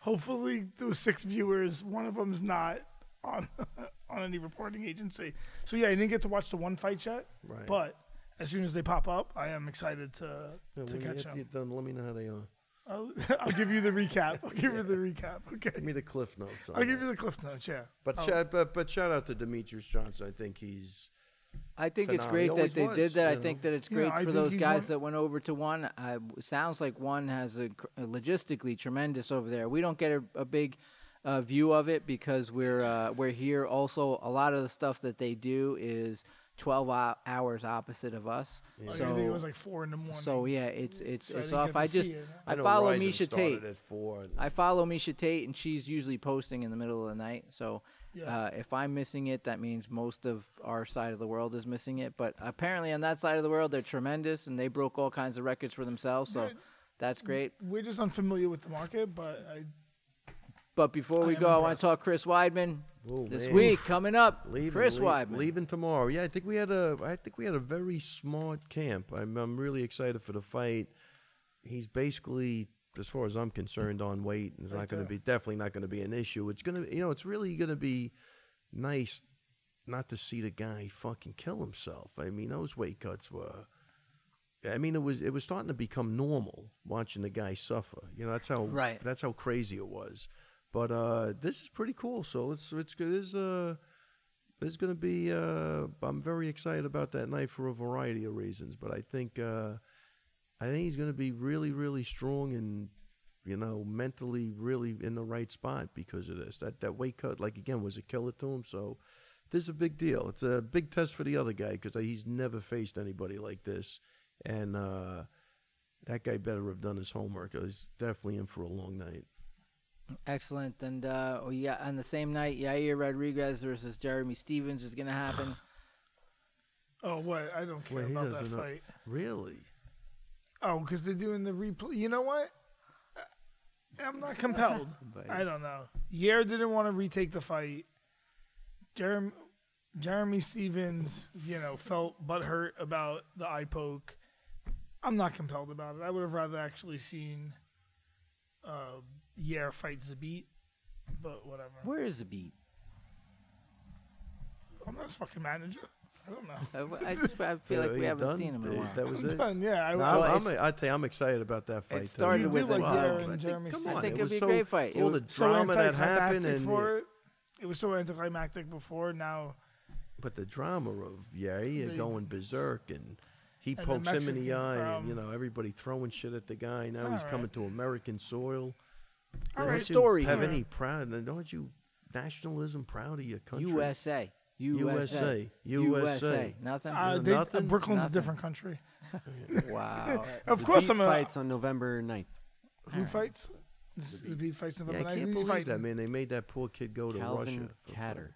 Speaker 3: hopefully, those six viewers, one of them's not on <laughs> on any reporting agency. So yeah, I didn't get to watch the one fight yet,
Speaker 2: Right.
Speaker 3: but as soon as they pop up, I am excited to
Speaker 2: Yeah,
Speaker 3: to
Speaker 2: when you
Speaker 3: catch
Speaker 2: get-
Speaker 3: them.
Speaker 2: get done, let me know how they are.
Speaker 3: I'll, <laughs> I'll give you the recap. I'll give you the recap.
Speaker 2: Give
Speaker 3: Okay.
Speaker 2: me the cliff notes. On
Speaker 3: I'll give
Speaker 2: that.
Speaker 3: you the cliff notes. Yeah.
Speaker 2: But,
Speaker 3: Oh.
Speaker 2: shout, but but shout out to Demetrius Johnson. I think he's
Speaker 1: I think it's
Speaker 2: phenomenal.
Speaker 1: great
Speaker 2: He
Speaker 1: that they
Speaker 2: always was,
Speaker 1: did that. I
Speaker 2: you
Speaker 1: think
Speaker 2: know?
Speaker 1: that it's
Speaker 3: Yeah,
Speaker 1: great
Speaker 3: I
Speaker 1: for
Speaker 3: think
Speaker 1: those
Speaker 3: he's
Speaker 1: guys
Speaker 3: one-
Speaker 1: that went over to one. I, sounds like one has a cr- logistically tremendous over there. We don't get a, a big uh, view of it because we're uh, we're here. Also, a lot of the stuff that they do is twelve hou- hours opposite of us.
Speaker 2: Oh,
Speaker 3: Like, I think it
Speaker 1: So
Speaker 3: was like four in the morning.
Speaker 1: so yeah, it's it's
Speaker 3: So I
Speaker 1: it's
Speaker 3: didn't
Speaker 1: off.
Speaker 3: get
Speaker 1: I
Speaker 3: to see
Speaker 1: just
Speaker 3: it.
Speaker 1: I,
Speaker 2: know
Speaker 1: follow
Speaker 2: Ryzen
Speaker 1: Misha
Speaker 2: started
Speaker 1: Tate.
Speaker 2: at four. and-
Speaker 1: I follow Misha Tate, and she's usually posting in the middle of the night. So
Speaker 3: Yeah.
Speaker 1: uh, if I'm missing it, that means most of our side of the world is missing it. But apparently, on that side of the world, they're tremendous, and they broke all kinds of records for themselves. So
Speaker 3: Dude.
Speaker 1: that's great.
Speaker 3: We're just unfamiliar with the market, but I
Speaker 1: But before
Speaker 3: I
Speaker 1: we
Speaker 3: am
Speaker 1: go, I want
Speaker 3: impressed.
Speaker 1: to talk Chris Weidman
Speaker 2: Oh,
Speaker 1: this
Speaker 2: man.
Speaker 1: week coming up.
Speaker 2: leaving,
Speaker 1: Chris
Speaker 2: leave-
Speaker 1: Weidman.
Speaker 2: leaving tomorrow. Yeah, I think we had a I think we had a very smart camp. I'm I'm really excited for the fight. He's basically, as far as I'm concerned, on weight, and it's not
Speaker 3: Right
Speaker 2: going to
Speaker 3: there.
Speaker 2: be definitely not going to be an issue. It's going to you know it's really going to be nice not to see the guy fucking kill himself. I mean those weight cuts were. I mean, it was it was starting to become normal watching the guy suffer. You know, that's how
Speaker 1: Right.
Speaker 2: That's how crazy it was. But uh, this is pretty cool. So it's it's good. It's uh, it's going to be. Uh, I'm very excited about that night for a variety of reasons. But I think uh, I think he's going to be really really strong and you know mentally really in the right spot because of this. That that weight cut like again was a killer to him. So this is a big deal. It's a big test for the other guy because he's never faced anybody like this, and uh, that guy better have done his homework. 'cause He's definitely in for a long night.
Speaker 1: Excellent. And uh, oh, yeah, on the same night, Yair Rodriguez versus Jeremy Stevens is going to
Speaker 2: <sighs>
Speaker 1: happen.
Speaker 3: oh what I don't care
Speaker 2: Well, he
Speaker 3: about that
Speaker 2: doesn't know.
Speaker 3: fight.
Speaker 2: Really?
Speaker 3: Oh, because they're doing the replay. You know what? I- I'm not compelled.
Speaker 1: But-
Speaker 3: I don't know. Yair didn't want to retake the fight. Jeremy, Jeremy Stevens, you know, felt butthurt about the eye poke. I'm not compelled about it. I would have rather actually seen uh, Yair fight Zabit, but whatever.
Speaker 1: Where is the beat?
Speaker 3: I'm not his fucking manager. I don't
Speaker 1: I,
Speaker 3: know.
Speaker 1: Uh, I just I
Speaker 2: <laughs>
Speaker 1: feel like
Speaker 2: Are
Speaker 1: we
Speaker 2: you
Speaker 1: haven't
Speaker 2: done?
Speaker 1: seen him in a
Speaker 2: Uh,
Speaker 1: while.
Speaker 2: That
Speaker 3: <laughs>
Speaker 2: was it.
Speaker 3: Done, yeah, I,
Speaker 2: No,
Speaker 1: Well,
Speaker 2: I'm, I'm,
Speaker 1: it's-
Speaker 2: I tell you, I'm excited about that fight.
Speaker 1: started
Speaker 2: though.
Speaker 1: with You do a- like
Speaker 3: Yair
Speaker 2: I
Speaker 3: and
Speaker 2: think-
Speaker 3: Jeremy
Speaker 2: come
Speaker 3: Stevens.
Speaker 2: on,
Speaker 1: I think it'd
Speaker 2: it was
Speaker 1: be a
Speaker 2: so-
Speaker 1: great fight. It
Speaker 2: All the
Speaker 1: would-
Speaker 2: drama that
Speaker 3: anticlimactic
Speaker 2: happened, and
Speaker 3: for it. It was so anticlimactic before. Now
Speaker 2: But the drama of Yair
Speaker 3: The-
Speaker 2: going berserk and he
Speaker 3: the
Speaker 2: pokes him in the
Speaker 3: Mexican,
Speaker 2: eye, and you
Speaker 3: um,
Speaker 2: know everybody throwing shit at the guy. Now
Speaker 3: All
Speaker 2: he's
Speaker 3: right.
Speaker 2: coming to American soil.
Speaker 3: All
Speaker 2: Don't
Speaker 3: right.
Speaker 2: you
Speaker 1: Story
Speaker 2: Have
Speaker 1: here.
Speaker 2: any proud? Don't you nationalism proud of your country?
Speaker 1: USA. USA.
Speaker 2: USA.
Speaker 1: Nothing.
Speaker 3: Uh,
Speaker 2: Nothing.
Speaker 3: they, uh,
Speaker 2: Nothing?
Speaker 3: Brooklyn's a
Speaker 1: Nothing.
Speaker 3: different country. <laughs>
Speaker 1: wow.
Speaker 3: Of
Speaker 5: The
Speaker 3: course,
Speaker 5: Beat
Speaker 3: I'm a.
Speaker 5: fights on November 9th.
Speaker 3: Who fights? This is the beat fights
Speaker 2: Yeah, I
Speaker 3: November night.
Speaker 2: can't
Speaker 3: Who's
Speaker 2: believe
Speaker 3: fighting?
Speaker 2: that man. They made that poor kid go to Russia.
Speaker 5: Calvin
Speaker 2: for
Speaker 5: Catter.
Speaker 2: fuck-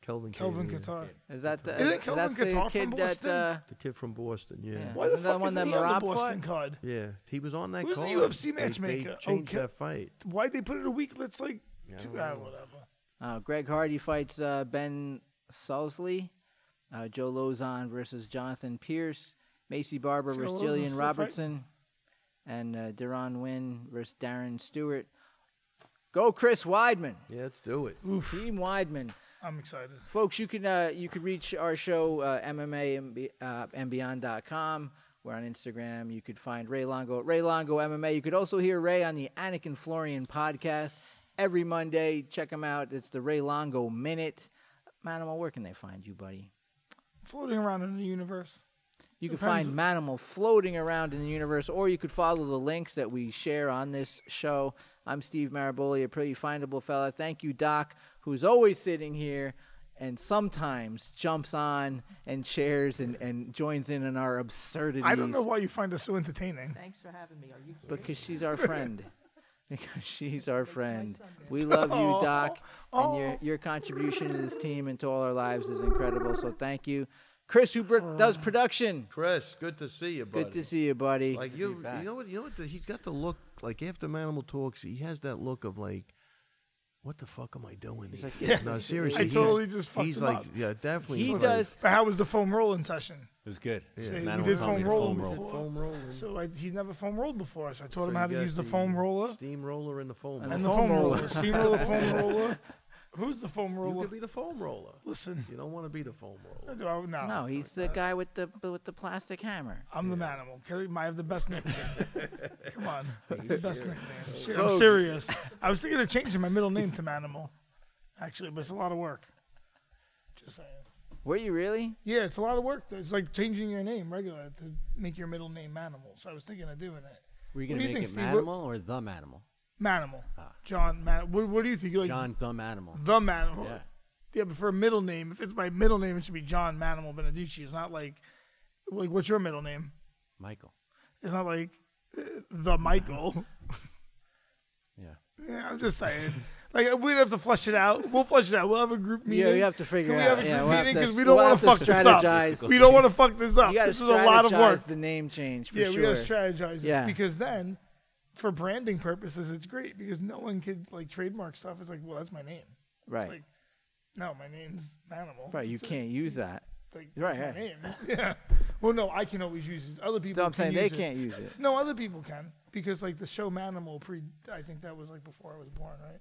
Speaker 2: Kelvin.
Speaker 3: Kelvin
Speaker 2: Cater, yeah.
Speaker 3: Qatar.
Speaker 1: Is that the,
Speaker 3: Isn't Kelvin
Speaker 1: that's
Speaker 3: Guitar
Speaker 1: the
Speaker 3: from
Speaker 1: kid that
Speaker 3: Boston?
Speaker 1: uh,
Speaker 2: The kid from Boston. Yeah.
Speaker 1: Yeah.
Speaker 2: Yeah.
Speaker 3: Why the
Speaker 1: Isn't that
Speaker 3: fuck
Speaker 1: one
Speaker 3: is
Speaker 1: that
Speaker 3: he on the
Speaker 1: Marab
Speaker 3: Boston
Speaker 1: fought?
Speaker 3: card?
Speaker 2: He was on that.
Speaker 3: Who's the
Speaker 2: card.
Speaker 3: UFC
Speaker 2: They-
Speaker 3: matchmaker?
Speaker 2: They
Speaker 3: Oh,
Speaker 2: changed
Speaker 3: Kel-
Speaker 2: that fight.
Speaker 3: Why'd they put it a week? Let's like
Speaker 2: Yeah, I
Speaker 3: two.
Speaker 2: don't
Speaker 3: ah,
Speaker 2: know.
Speaker 3: whatever.
Speaker 1: Uh, Greg Hardy fights uh, Ben Salsley. Uh, Joe Lozon versus Jonathan Pierce. Macy Barber
Speaker 3: Joe
Speaker 1: versus
Speaker 3: Lozon still
Speaker 1: Jillian
Speaker 3: fighting?
Speaker 1: Robertson. And uh, Deron Wynn versus Darren Stewart. Go Chris Weidman.
Speaker 2: Yeah, let's do it.
Speaker 1: Team Weidman.
Speaker 3: I'm excited.
Speaker 1: Folks, you can uh, you can reach our show uh, MMA and, be, uh, and beyond.com. We're on Instagram. You could find Ray Longo at Ray Longo MMA. You could also hear Ray on the Anakin Florian podcast every Monday. Check him out. It's the Ray Longo Minute. Manimal, where can they find you, buddy?
Speaker 3: Floating around in the universe.
Speaker 1: You can
Speaker 3: Depends.
Speaker 1: find Manimal floating around in the universe, or you could follow the links that we share on this show. I'm Steve Maraboli, a pretty findable fella. Thank you, Doc, who's always sitting here and sometimes jumps on and shares and, and joins in on our absurdities
Speaker 3: I don't know why you find us so entertaining.
Speaker 4: Thanks for having me. Are you kidding?
Speaker 1: because she's our friend. <laughs> Because she's our friend.
Speaker 4: Sunday.
Speaker 1: We
Speaker 3: <laughs>
Speaker 1: love
Speaker 3: Oh.
Speaker 1: you, Doc.
Speaker 3: Aw,
Speaker 1: And your, your contribution to this team and to all our lives is incredible. So thank you. Chris, who br- does production.
Speaker 2: Chris, good to see you, buddy.
Speaker 1: Good to see you, buddy.
Speaker 2: Like
Speaker 5: to be
Speaker 2: you, you
Speaker 5: back.
Speaker 2: know what? You know what? The, he's got the look. Like after Manimal talks, he has that look of like, "What the fuck am I doing?" He's
Speaker 5: like,
Speaker 1: <laughs>
Speaker 2: no, seriously,
Speaker 3: I
Speaker 2: he's-
Speaker 3: totally just fucked
Speaker 2: He's
Speaker 3: him
Speaker 2: like,
Speaker 3: up.
Speaker 2: yeah, definitely.
Speaker 1: he
Speaker 2: like-
Speaker 1: does.
Speaker 3: But how was the foam rolling session?
Speaker 5: It was good.
Speaker 2: Yeah.
Speaker 3: So
Speaker 2: Man,
Speaker 3: we
Speaker 5: I don't
Speaker 3: did
Speaker 5: tell me
Speaker 3: foam
Speaker 5: to
Speaker 3: rolling
Speaker 5: foam roll.
Speaker 3: before.
Speaker 2: Foam rolling.
Speaker 3: So I, he never foam rolled before, so I
Speaker 2: So
Speaker 3: taught him
Speaker 2: you
Speaker 3: how to
Speaker 2: got
Speaker 3: use the foam roller
Speaker 2: steam roller, and the foam.
Speaker 1: And
Speaker 2: roller.
Speaker 3: and the foam roller, steamroller, foam roller. Who's the foam
Speaker 2: You
Speaker 3: roller?
Speaker 2: could be the foam roller.
Speaker 3: Listen,
Speaker 2: You don't want to be the foam roller.
Speaker 3: I- oh, no,
Speaker 1: No, he's the guy with the with the plastic hammer.
Speaker 3: I'm the manimal. Carry- I have the best nickname. Come on, the best nickname. Shit, I'm
Speaker 1: Folks.
Speaker 3: serious. I was thinking of changing my middle name to manimal, actually, but it's a lot of work. Just saying.
Speaker 1: Were you really?
Speaker 3: Yeah, it's a lot of work. though. It's like changing your name regular to make your middle name manimal. So I was thinking of doing it.
Speaker 5: Were you
Speaker 3: What
Speaker 5: going
Speaker 3: do you
Speaker 5: to make
Speaker 3: think,
Speaker 5: it
Speaker 3: Steve? What-
Speaker 5: Manimal or The Manimal?
Speaker 3: Manimal, John. Man- what, what do you think? You like
Speaker 5: Ah. John The Manimal.
Speaker 3: the Manimal?
Speaker 5: Yeah.
Speaker 3: Yeah, but for a middle name, if it's my middle name, it should be John Manimal Beneducci. It's not like, like what's your middle name?
Speaker 5: Michael.
Speaker 3: It's not like uh, the
Speaker 5: <laughs>
Speaker 3: Michael.
Speaker 5: Yeah.
Speaker 3: yeah, I'm just saying. Like we'd have to flush it out. We'll flush it out. We'll have a group meeting.
Speaker 1: Yeah, we have to figure
Speaker 3: Can we
Speaker 1: out.
Speaker 3: have a
Speaker 1: yeah,
Speaker 3: group
Speaker 1: we'll have
Speaker 3: meeting
Speaker 1: to-
Speaker 3: because we don't
Speaker 1: we'll have
Speaker 3: want to fuck
Speaker 1: to
Speaker 3: this up.
Speaker 1: strategize.
Speaker 3: We don't want to fuck this up.
Speaker 1: You gotta
Speaker 3: Oh, This is a lot of work.
Speaker 1: strategize The name change for
Speaker 3: yeah,
Speaker 1: sure.
Speaker 3: we gotta strategize this
Speaker 1: Yeah.
Speaker 3: because then, for branding purposes, it's great because no one could like trademark stuff. It's like, well, that's my name. It's
Speaker 1: right.
Speaker 3: like, no, my name's Manimal.
Speaker 1: right. You
Speaker 3: That's it.
Speaker 1: can't use that.
Speaker 3: Like,
Speaker 1: Right,
Speaker 3: that's my name. <laughs> Yeah. Well, no, I can always use it. Other people.
Speaker 1: So I'm
Speaker 3: can
Speaker 1: saying they
Speaker 3: use it.
Speaker 1: can't use
Speaker 3: <laughs>
Speaker 1: it.
Speaker 3: No, other people can because like the show Manimal pre. I think that was like before I was born, right?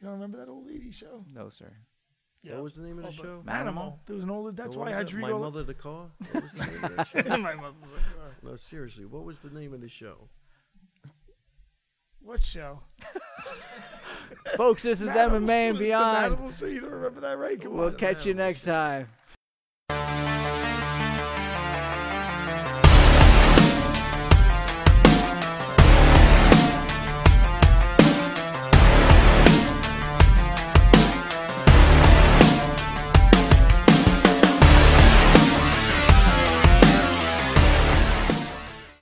Speaker 3: You don't remember that old lady show?
Speaker 1: No, sir.
Speaker 2: What was the name of the show?
Speaker 3: Manimal. There was an old. Oh, That's
Speaker 2: What
Speaker 3: why
Speaker 2: was
Speaker 3: I had
Speaker 2: that?
Speaker 3: you
Speaker 2: My mother the car. What was the name
Speaker 3: <laughs>
Speaker 2: of that show?
Speaker 3: my mother.
Speaker 2: No, seriously, what was the name of the show?
Speaker 3: What show?
Speaker 1: Folks, this is MMA and
Speaker 3: The
Speaker 1: Beyond.
Speaker 3: Manimal show. You don't remember that, right? Come
Speaker 1: We'll
Speaker 3: on.
Speaker 1: catch you next time.